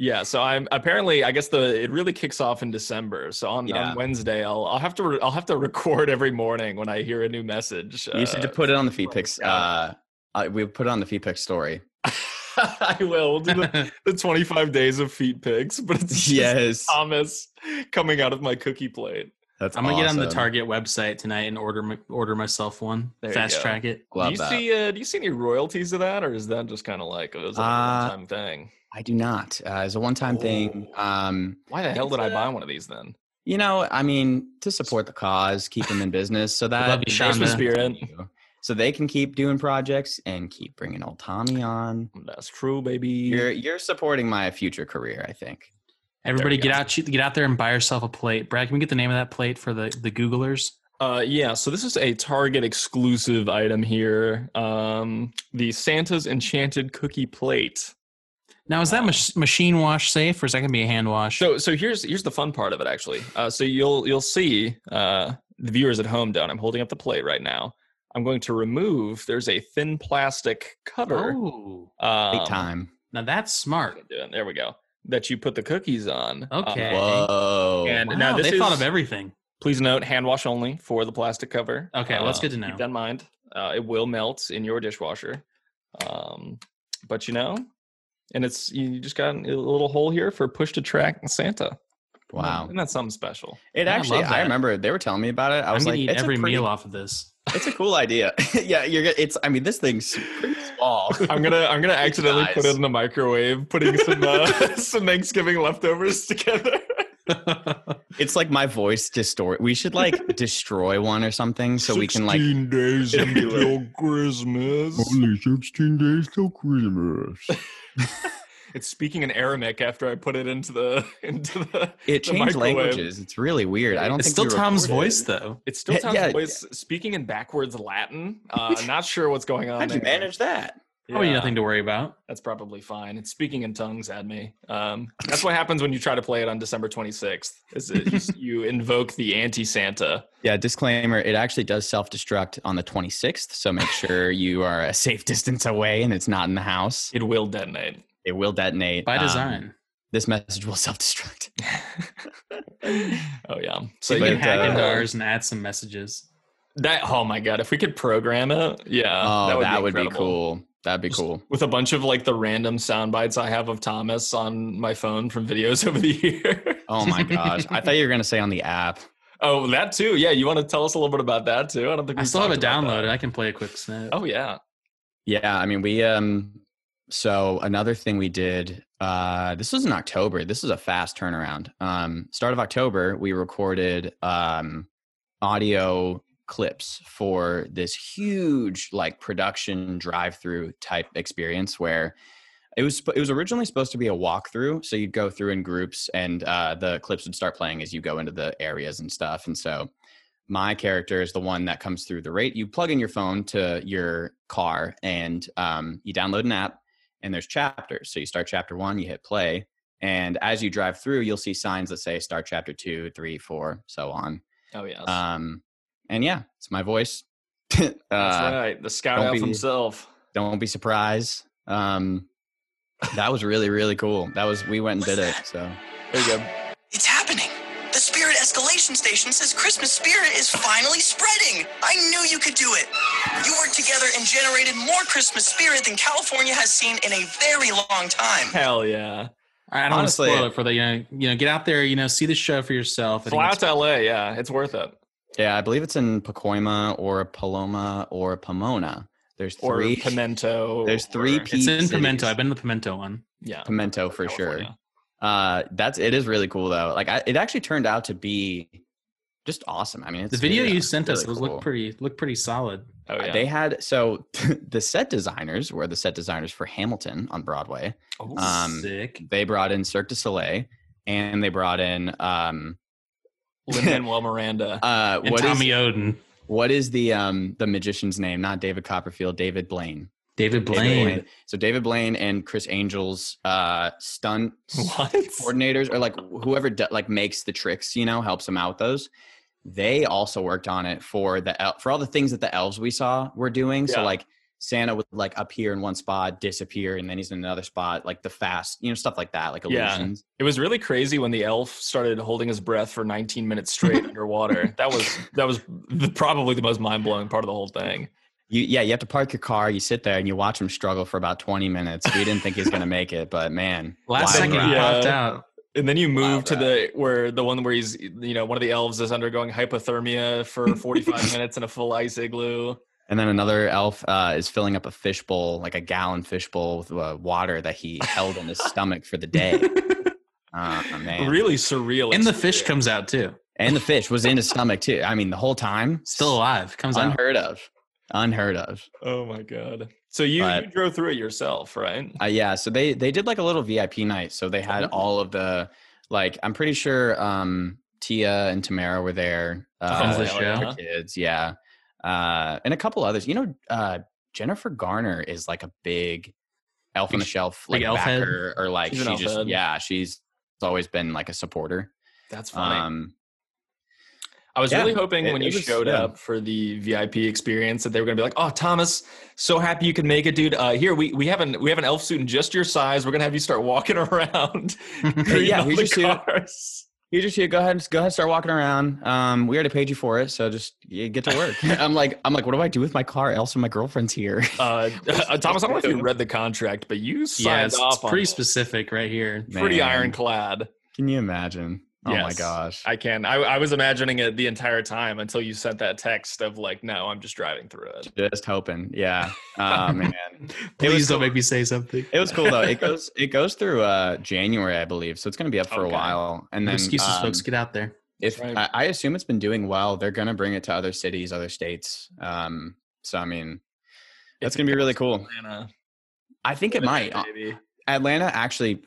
[SPEAKER 1] yeah, so I'm apparently I guess the it really kicks off in December. So on,
[SPEAKER 2] Yeah.
[SPEAKER 1] on Wednesday I'll I'll have to re- I'll have to record every morning when I hear a new message.
[SPEAKER 2] you should
[SPEAKER 1] Uh,
[SPEAKER 2] just put it on the
[SPEAKER 4] oh
[SPEAKER 2] feed
[SPEAKER 1] my
[SPEAKER 2] picks. Uh,
[SPEAKER 1] God.
[SPEAKER 2] uh, we put it on the feed picks story.
[SPEAKER 1] I will We'll do the, the 25 days of feet pics, but it's just
[SPEAKER 2] Yes,
[SPEAKER 1] Thomas coming out of my cookie plate.
[SPEAKER 2] that's.
[SPEAKER 4] I'm gonna get on the
[SPEAKER 2] awesome.
[SPEAKER 4] Target website tonight and order my, order myself one.
[SPEAKER 1] There you
[SPEAKER 4] Fast
[SPEAKER 1] go.
[SPEAKER 4] track it.
[SPEAKER 2] Love
[SPEAKER 1] do you
[SPEAKER 2] that.
[SPEAKER 1] see uh, do you see any royalties to that or is that just kind of like it was like a
[SPEAKER 2] Uh,
[SPEAKER 1] one time thing?
[SPEAKER 2] I do not. Uh, it's a one-time thing.
[SPEAKER 4] Oh.
[SPEAKER 1] Ooh.
[SPEAKER 2] Um,
[SPEAKER 1] Why the hell
[SPEAKER 2] it's,
[SPEAKER 1] did I
[SPEAKER 2] uh,
[SPEAKER 1] buy one of these then?
[SPEAKER 2] You know, I mean, to support the cause, keep them in business, so that
[SPEAKER 4] love you,
[SPEAKER 2] they can
[SPEAKER 4] Shonda.
[SPEAKER 1] Spirit.
[SPEAKER 2] continue. So they can keep doing projects and keep bringing old Tommy on.
[SPEAKER 1] That's true, baby.
[SPEAKER 2] You're you're supporting my future career, I think.
[SPEAKER 4] Everybody,
[SPEAKER 1] we
[SPEAKER 4] get
[SPEAKER 1] go.
[SPEAKER 4] out, shoot- get out there and buy yourself a plate. Brad, can we get the name of that plate for the the Googlers?
[SPEAKER 1] Uh, yeah, so this is a Target exclusive item here. Um, the Santa's Enchanted Cookie Plate.
[SPEAKER 4] Now, is that mach- machine wash safe, or is that gonna be a hand wash?
[SPEAKER 1] So, so here's here's the fun part of it actually. Uh, so you'll you'll see uh, the viewers at home. Down, I'm holding up the plate right now. I'm going to remove. There's a thin plastic cover.
[SPEAKER 4] oh,
[SPEAKER 1] um,
[SPEAKER 2] Big time.
[SPEAKER 4] now that's smart.
[SPEAKER 1] There we go. That you put the cookies on. Um,
[SPEAKER 4] Okay.
[SPEAKER 2] Whoa.
[SPEAKER 1] and
[SPEAKER 4] Wow,
[SPEAKER 1] now this
[SPEAKER 4] they thought
[SPEAKER 1] is-
[SPEAKER 4] of everything.
[SPEAKER 1] Please note, hand wash only for the plastic cover. Um,
[SPEAKER 4] Okay, well, that's good to know.
[SPEAKER 1] Keep that in mind. Uh, it will melt in your dishwasher, um, but you know, and it's you you just got a little hole here for push to track Santa.
[SPEAKER 2] wow.
[SPEAKER 1] and that's something special.
[SPEAKER 2] It
[SPEAKER 4] Yeah, I
[SPEAKER 2] actually,
[SPEAKER 4] love
[SPEAKER 2] I,
[SPEAKER 4] that.
[SPEAKER 2] remember they were telling me about it. I
[SPEAKER 4] I'm
[SPEAKER 2] was
[SPEAKER 4] gonna
[SPEAKER 2] like,
[SPEAKER 4] eat
[SPEAKER 2] it's
[SPEAKER 4] every
[SPEAKER 2] a pretty,
[SPEAKER 4] meal off of this.
[SPEAKER 2] It's a cool idea. yeah, you're. go- It's. I mean, this thing's pretty small.
[SPEAKER 1] I'm gonna I'm gonna accidentally put it
[SPEAKER 2] nice.
[SPEAKER 1] in the microwave, putting some uh, some Thanksgiving leftovers together.
[SPEAKER 2] It's like my voice distort. We should like destroy one or something so we can like.
[SPEAKER 1] days
[SPEAKER 2] It'd be like-
[SPEAKER 1] Christmas.
[SPEAKER 3] Only 16 days till Christmas.
[SPEAKER 1] It's speaking in Aramaic after I put it into the into the.
[SPEAKER 2] It
[SPEAKER 1] the
[SPEAKER 2] changed
[SPEAKER 1] microwave.
[SPEAKER 2] languages. It's really weird. I don't
[SPEAKER 4] It's
[SPEAKER 2] think
[SPEAKER 4] still
[SPEAKER 2] we
[SPEAKER 4] Tom's
[SPEAKER 2] recorded.
[SPEAKER 4] voice, though.
[SPEAKER 1] It's still
[SPEAKER 2] Yeah,
[SPEAKER 1] Tom's
[SPEAKER 2] yeah.
[SPEAKER 1] voice speaking in backwards Latin. Uh, not sure what's going on.
[SPEAKER 2] How'd you
[SPEAKER 1] there.
[SPEAKER 2] manage that?
[SPEAKER 4] Probably
[SPEAKER 1] Yeah.
[SPEAKER 4] nothing to worry about.
[SPEAKER 1] That's probably fine. It's speaking in tongues had me. Um, that's what happens when you try to play it on December 26th. Is it just, you invoke the anti Santa?
[SPEAKER 2] Yeah, disclaimer, it actually does self-destruct on the 26th, so make sure you are a safe distance away and it's not in the house.
[SPEAKER 1] It will detonate.
[SPEAKER 2] It will detonate.
[SPEAKER 4] By
[SPEAKER 2] Um,
[SPEAKER 4] design.
[SPEAKER 2] this message will self-destruct.
[SPEAKER 1] oh yeah.
[SPEAKER 4] so
[SPEAKER 1] So
[SPEAKER 4] you
[SPEAKER 2] but,
[SPEAKER 4] can hack
[SPEAKER 2] uh,
[SPEAKER 4] into ours and add some messages.
[SPEAKER 1] that. Oh my god! If we could program it, yeah.
[SPEAKER 2] oh, that would, be,
[SPEAKER 1] incredible.
[SPEAKER 2] cool. That'd be cool.
[SPEAKER 1] With a bunch of like the random sound bites I have of Thomas on my phone from videos over the year.
[SPEAKER 2] Oh my gosh. I thought you were going to say on the app.
[SPEAKER 1] oh, that too. Yeah, you want to tell us a little bit about that too? I don't think
[SPEAKER 4] I
[SPEAKER 1] we
[SPEAKER 4] still have it
[SPEAKER 1] talked about that.
[SPEAKER 4] downloaded. I can play a quick snip.
[SPEAKER 1] Oh yeah.
[SPEAKER 2] Yeah, I mean, we um so another thing we did uh this was in October. This is a fast turnaround. Um start of October, we recorded um audio clips for this huge like production drive-through type experience where it was sp- it was originally supposed to be a walkthrough, so you'd go through in groups, and uh, the clips would start playing as you go into the areas and stuff. And so, my character is the one that comes through the rate. You plug in your phone to your car, and um, you download an app, and there's chapters. So you start chapter one, you hit play, and as you drive through, you'll see signs that say start chapter two, three, four, so on.
[SPEAKER 1] Oh yes.
[SPEAKER 2] Um, and yeah, it's my voice.
[SPEAKER 1] That's
[SPEAKER 2] Uh,
[SPEAKER 1] right. The scout
[SPEAKER 2] don't
[SPEAKER 1] elf
[SPEAKER 2] be-
[SPEAKER 1] himself.
[SPEAKER 2] don't be surprised. Um, that was really really cool. That was we went and did it. So
[SPEAKER 1] There you go.
[SPEAKER 6] It's happening. The spirit escalation station says Christmas spirit is finally spreading. I knew you could do it. You worked together and generated more Christmas spirit than California has seen in a very long time.
[SPEAKER 1] Hell yeah.
[SPEAKER 4] I I don't want to
[SPEAKER 2] honestly-
[SPEAKER 4] spoil it for the you know, you know get out there you know see the show for yourself. I think
[SPEAKER 1] Fly
[SPEAKER 4] it's-
[SPEAKER 1] out to LA. Yeah, it's worth it.
[SPEAKER 2] yeah, I believe it's in Pacoima or Paloma or Pomona. There's
[SPEAKER 1] Or
[SPEAKER 2] three.
[SPEAKER 1] pimento.
[SPEAKER 2] there's three
[SPEAKER 1] or-
[SPEAKER 2] pe-
[SPEAKER 4] It's in
[SPEAKER 2] Peak
[SPEAKER 4] Pimento.
[SPEAKER 2] Cities.
[SPEAKER 4] I've been to the Pimento one.
[SPEAKER 1] yeah.
[SPEAKER 2] Pimento for sure.
[SPEAKER 1] California.
[SPEAKER 2] Uh, that's it is really cool though. Like I, it actually turned out to be just awesome. I mean, it's
[SPEAKER 4] The video
[SPEAKER 2] really-
[SPEAKER 4] you sent us
[SPEAKER 2] really
[SPEAKER 4] was
[SPEAKER 2] cool. Uh,
[SPEAKER 4] looked pretty looked pretty solid.
[SPEAKER 1] Oh, yeah.
[SPEAKER 2] They had so the set designers were the set designers for Hamilton on Broadway.
[SPEAKER 1] Ooh.
[SPEAKER 2] Um,
[SPEAKER 4] Sick.
[SPEAKER 2] They brought in Cirque du Soleil, and they brought in um
[SPEAKER 1] Lin-Manuel Miranda.
[SPEAKER 2] uh
[SPEAKER 4] And
[SPEAKER 2] what is-
[SPEAKER 4] Tommy Oden,
[SPEAKER 2] What is the um the magician's name? Not David Copperfield, David Blaine. David
[SPEAKER 4] David Blaine.
[SPEAKER 2] So David Blaine and Chris Angel's uh stunt
[SPEAKER 1] what?
[SPEAKER 2] coordinators or like whoever do, like makes the tricks, you know, helps them out with those. They also worked on it for the el- for all the things that the elves we saw were doing. So
[SPEAKER 1] Yeah.
[SPEAKER 2] like Santa would like appear in one spot, disappear, and then he's in another spot, like the fast, you know, stuff like that, like
[SPEAKER 1] Yeah.
[SPEAKER 2] illusions.
[SPEAKER 1] It was really crazy when the elf started holding his breath for 19 minutes straight underwater. That was that was the, probably the most mind blowing part of the whole thing.
[SPEAKER 2] You, yeah, you have to park your car, you sit there, and you watch him struggle for about twenty minutes. We didn't think he's gonna make it, but man,
[SPEAKER 4] Last
[SPEAKER 2] wild
[SPEAKER 4] second
[SPEAKER 2] ride.
[SPEAKER 4] he
[SPEAKER 1] ride.
[SPEAKER 4] popped
[SPEAKER 1] Yeah.
[SPEAKER 4] out.
[SPEAKER 1] And then you move
[SPEAKER 2] Wild
[SPEAKER 1] to the where the one where he's you know one of the elves is undergoing hypothermia for 45 minutes in a full ice igloo.
[SPEAKER 2] And then another elf uh, is filling up a fishbowl, like a gallon fishbowl with uh, water that he held in his stomach for the day. Uh, man.
[SPEAKER 1] Really surreal.
[SPEAKER 4] And the fish
[SPEAKER 1] experience.
[SPEAKER 4] comes out too.
[SPEAKER 2] And the fish was in his stomach too. I mean, the whole time.
[SPEAKER 4] Still alive. Comes out.
[SPEAKER 2] unheard of. Unheard of.
[SPEAKER 1] Oh my god. So you, you
[SPEAKER 2] But-
[SPEAKER 1] drove through it yourself, right?
[SPEAKER 2] Uh, yeah. So they they did like a little VIP night. So they had all of the like I'm pretty sure um, Tia and Tamara were there.
[SPEAKER 4] Friends
[SPEAKER 2] Uh,
[SPEAKER 4] of the
[SPEAKER 1] hell
[SPEAKER 4] show.
[SPEAKER 2] their kids, yeah. Uh, and a couple others. You know, uh, Jennifer Garner is like a big elf on the shelf, like
[SPEAKER 4] big elf head.
[SPEAKER 2] backer, or like
[SPEAKER 1] She's an
[SPEAKER 2] she
[SPEAKER 1] elf
[SPEAKER 2] just
[SPEAKER 1] head.
[SPEAKER 2] yeah, she's always been like a supporter.
[SPEAKER 1] That's funny.
[SPEAKER 2] Um,
[SPEAKER 1] I was
[SPEAKER 2] yeah,
[SPEAKER 1] really hoping
[SPEAKER 2] it-
[SPEAKER 1] when
[SPEAKER 2] it
[SPEAKER 1] you
[SPEAKER 2] was-
[SPEAKER 1] showed
[SPEAKER 2] yeah.
[SPEAKER 1] up for the VIP experience that they were going to be like, "Oh, Thomas, so happy you could make it, dude. Uh, here we we have an we have an elf suit in just your size. We're going to have you start walking around. greeting
[SPEAKER 2] yeah,
[SPEAKER 1] all
[SPEAKER 2] here's
[SPEAKER 1] the
[SPEAKER 2] your suit.
[SPEAKER 1] cars."
[SPEAKER 2] here's your shoe. Go ahead, and go ahead, and start walking around. Um, we already paid you for it, so just yeah, get to work. I'm like, I'm like, what do I do with my car? Elsa, my girlfriend's here.
[SPEAKER 1] Uh, uh, Thomas, I don't know if you read the contract, but you signed
[SPEAKER 4] Yeah, it's, it's
[SPEAKER 1] off on
[SPEAKER 4] pretty
[SPEAKER 1] it.
[SPEAKER 4] specific right here.
[SPEAKER 1] pretty
[SPEAKER 2] Man,
[SPEAKER 1] ironclad.
[SPEAKER 2] Can you imagine? Oh my
[SPEAKER 1] Yes.
[SPEAKER 2] gosh.
[SPEAKER 1] I can. I, I was imagining it the entire time until you sent that text of like, "No, I'm just driving through it."
[SPEAKER 2] just hoping. Yeah. Oh man.
[SPEAKER 4] Please
[SPEAKER 2] was
[SPEAKER 4] don't
[SPEAKER 2] cool.
[SPEAKER 4] make me say something.
[SPEAKER 2] It was cool though. It goes it goes through uh January, I believe. So it's gonna be up for a
[SPEAKER 1] Okay.
[SPEAKER 2] while. And
[SPEAKER 4] No
[SPEAKER 2] then
[SPEAKER 4] excuses,
[SPEAKER 2] um,
[SPEAKER 4] folks. Get out there.
[SPEAKER 2] if
[SPEAKER 1] Right.
[SPEAKER 2] I, I assume it's been doing well, they're gonna bring it to other cities, other states. Um, so I mean, that's
[SPEAKER 1] It's
[SPEAKER 2] gonna be really cool.
[SPEAKER 1] Atlanta.
[SPEAKER 2] I think it might. Uh,
[SPEAKER 1] Baby.
[SPEAKER 2] Atlanta actually,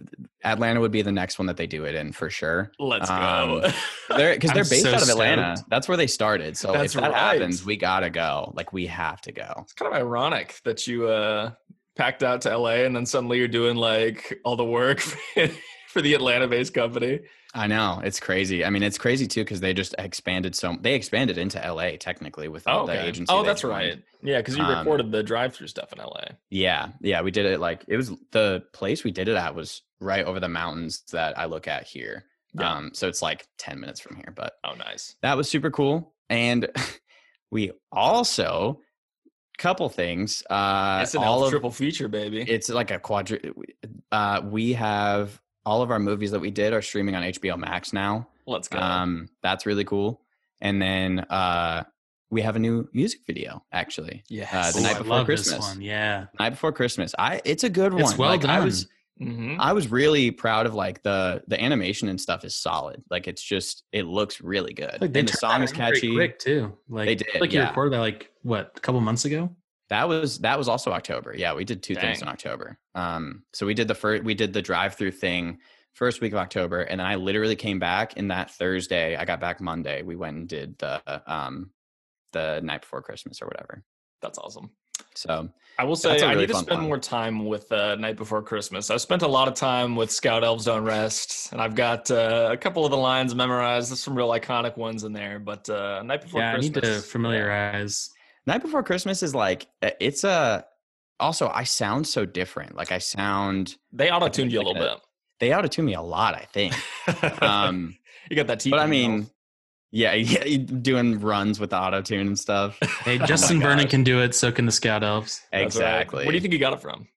[SPEAKER 2] Atlanta would be the next one that they do it in for sure.
[SPEAKER 1] Let's
[SPEAKER 2] Um,
[SPEAKER 1] go.
[SPEAKER 2] They're because
[SPEAKER 4] I'm
[SPEAKER 2] they're based
[SPEAKER 4] so
[SPEAKER 2] out of Atlanta.
[SPEAKER 4] stoked.
[SPEAKER 2] That's where they started. So
[SPEAKER 1] That's
[SPEAKER 2] if that
[SPEAKER 1] right.
[SPEAKER 2] happens, we gotta go. Like we have to go.
[SPEAKER 1] It's kind of ironic that you uh packed out to LA, and then suddenly you're doing like all the work for the Atlanta-based company.
[SPEAKER 2] I know it's crazy. I mean, it's crazy too because they just expanded so they expanded into LA technically with all the agency.
[SPEAKER 1] Oh,
[SPEAKER 2] they
[SPEAKER 1] that's
[SPEAKER 2] joined.
[SPEAKER 1] right. Yeah, because you
[SPEAKER 2] Um,
[SPEAKER 1] recorded the drive-through stuff in LA.
[SPEAKER 2] Yeah, yeah, we did it like it was the place we did it at was right over the mountains that I look at here.
[SPEAKER 1] Yeah.
[SPEAKER 2] Um, so it's like ten minutes from here, but
[SPEAKER 1] Oh, nice.
[SPEAKER 2] that was super cool. And we also couple things. Uh,
[SPEAKER 1] SNL
[SPEAKER 2] all of
[SPEAKER 1] triple feature, baby.
[SPEAKER 2] it's like a quadri. Uh, we have all of our movies that we did are streaming on HBO Max now.
[SPEAKER 1] Let's go.
[SPEAKER 2] Um, that's really cool. And then uh, we have a new music video actually.
[SPEAKER 1] yes.
[SPEAKER 2] uh, the
[SPEAKER 4] Ooh,
[SPEAKER 2] night
[SPEAKER 4] I
[SPEAKER 2] before
[SPEAKER 4] love this
[SPEAKER 2] Christmas.
[SPEAKER 4] one, Yeah.
[SPEAKER 2] Night before Christmas. I it's a good one.
[SPEAKER 4] It's well
[SPEAKER 2] like, I
[SPEAKER 4] done.
[SPEAKER 2] was
[SPEAKER 1] Mhm.
[SPEAKER 2] I was really proud of like the the animation and stuff is solid. Like it's just it looks really good.
[SPEAKER 4] Like they
[SPEAKER 2] and the
[SPEAKER 4] turned
[SPEAKER 2] song
[SPEAKER 4] that
[SPEAKER 2] is
[SPEAKER 4] around pretty
[SPEAKER 2] catchy.
[SPEAKER 4] quick too. Like
[SPEAKER 2] They did,
[SPEAKER 4] Like you
[SPEAKER 2] yeah.
[SPEAKER 4] recorded that like what a couple months ago.
[SPEAKER 2] That was that was also October. Yeah, we did two things
[SPEAKER 1] Dang.
[SPEAKER 2] in October. Um, so we did the first we did the drive through thing first week of October, and then I literally came back and that Thursday. I got back Monday. We went and did the um the night before Christmas or whatever.
[SPEAKER 1] That's awesome.
[SPEAKER 2] So
[SPEAKER 1] I will
[SPEAKER 2] That's
[SPEAKER 1] say
[SPEAKER 2] a
[SPEAKER 1] I
[SPEAKER 2] really
[SPEAKER 1] need to
[SPEAKER 2] fun
[SPEAKER 1] spend
[SPEAKER 2] one.
[SPEAKER 1] more time with uh, Night Before Christmas. I've spent a lot of time with Scout Elves Don't Rest, and I've got uh, a couple of the lines memorized. There's some real iconic ones in there, but uh, Night Before
[SPEAKER 4] yeah,
[SPEAKER 1] Christmas.
[SPEAKER 4] I need to familiarize.
[SPEAKER 2] night before Christmas is like it's a also I sound so different. Like I sound
[SPEAKER 1] They auto tuned you a
[SPEAKER 2] Like
[SPEAKER 1] little
[SPEAKER 2] they ought to tune me a lot. I think.
[SPEAKER 1] bit.
[SPEAKER 2] Um,
[SPEAKER 1] you got that teeth.
[SPEAKER 2] but I
[SPEAKER 1] in your
[SPEAKER 2] mean,
[SPEAKER 1] mouth.
[SPEAKER 2] yeah, yeah, you doing runs with the auto tune and stuff.
[SPEAKER 4] Hey,
[SPEAKER 2] my
[SPEAKER 4] Justin Vernon
[SPEAKER 2] God.
[SPEAKER 4] can do it. So can the Scout Elves.
[SPEAKER 1] That's all right.
[SPEAKER 2] exactly.
[SPEAKER 1] Where do you think you got it from?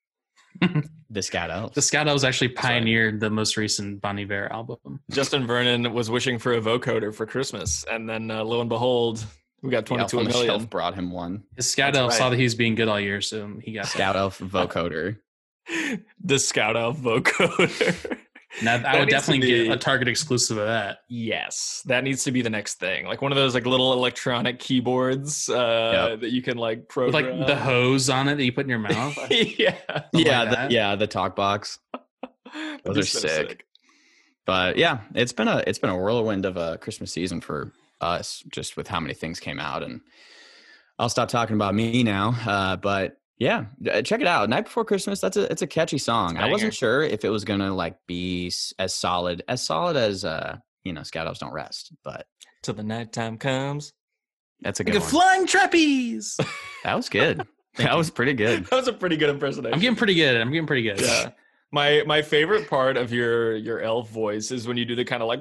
[SPEAKER 2] the scout elves?
[SPEAKER 4] The Scout Elves actually
[SPEAKER 1] right.
[SPEAKER 4] pioneered the most recent Bon Iver album.
[SPEAKER 1] Justin Vernon was wishing for a vocoder for Christmas, and then uh, lo and behold, we got
[SPEAKER 2] The elf
[SPEAKER 1] 22
[SPEAKER 2] on the shelf
[SPEAKER 1] million.
[SPEAKER 2] brought him one.
[SPEAKER 4] His Scout
[SPEAKER 1] That's
[SPEAKER 4] Elf
[SPEAKER 1] right.
[SPEAKER 4] saw that he was being good all year, so he got
[SPEAKER 2] Scout elf vocoder.
[SPEAKER 1] The Scout Elf vocoder.
[SPEAKER 4] Now,
[SPEAKER 1] That
[SPEAKER 4] I would
[SPEAKER 1] needs to
[SPEAKER 4] definitely
[SPEAKER 1] be-
[SPEAKER 4] get a Target exclusive of that.
[SPEAKER 1] Yes, that needs to be the next thing. Like one of those like little electronic keyboards uh, that you can like
[SPEAKER 4] With
[SPEAKER 1] program.
[SPEAKER 4] like the hose on it that you put in your mouth.
[SPEAKER 1] yeah,
[SPEAKER 4] Something
[SPEAKER 2] yeah,
[SPEAKER 4] like
[SPEAKER 2] the,
[SPEAKER 4] that.
[SPEAKER 2] yeah, the talk box.
[SPEAKER 1] That'd
[SPEAKER 2] Those
[SPEAKER 1] be
[SPEAKER 2] are sick. But yeah, it's been a it's been a whirlwind of a Christmas season for us, just with how many things came out. And I'll stop talking about me now. Uh, but yeah, uh, check it out. Night before Christmas. That's a it's a catchy song. I
[SPEAKER 1] banger.
[SPEAKER 2] wasn't sure if it was gonna like be s- as solid as solid as uh you know Scout Elves Don't Rest, but
[SPEAKER 1] Till the nighttime comes.
[SPEAKER 2] that's a
[SPEAKER 4] Like
[SPEAKER 2] good
[SPEAKER 4] a
[SPEAKER 2] one.
[SPEAKER 4] flying trapeze.
[SPEAKER 2] that was good. that was pretty good.
[SPEAKER 1] That was a pretty good impersonation.
[SPEAKER 4] I'm getting pretty good. I'm getting pretty good.
[SPEAKER 1] yeah. My my favorite part of your your elf voice is when you do the kind of like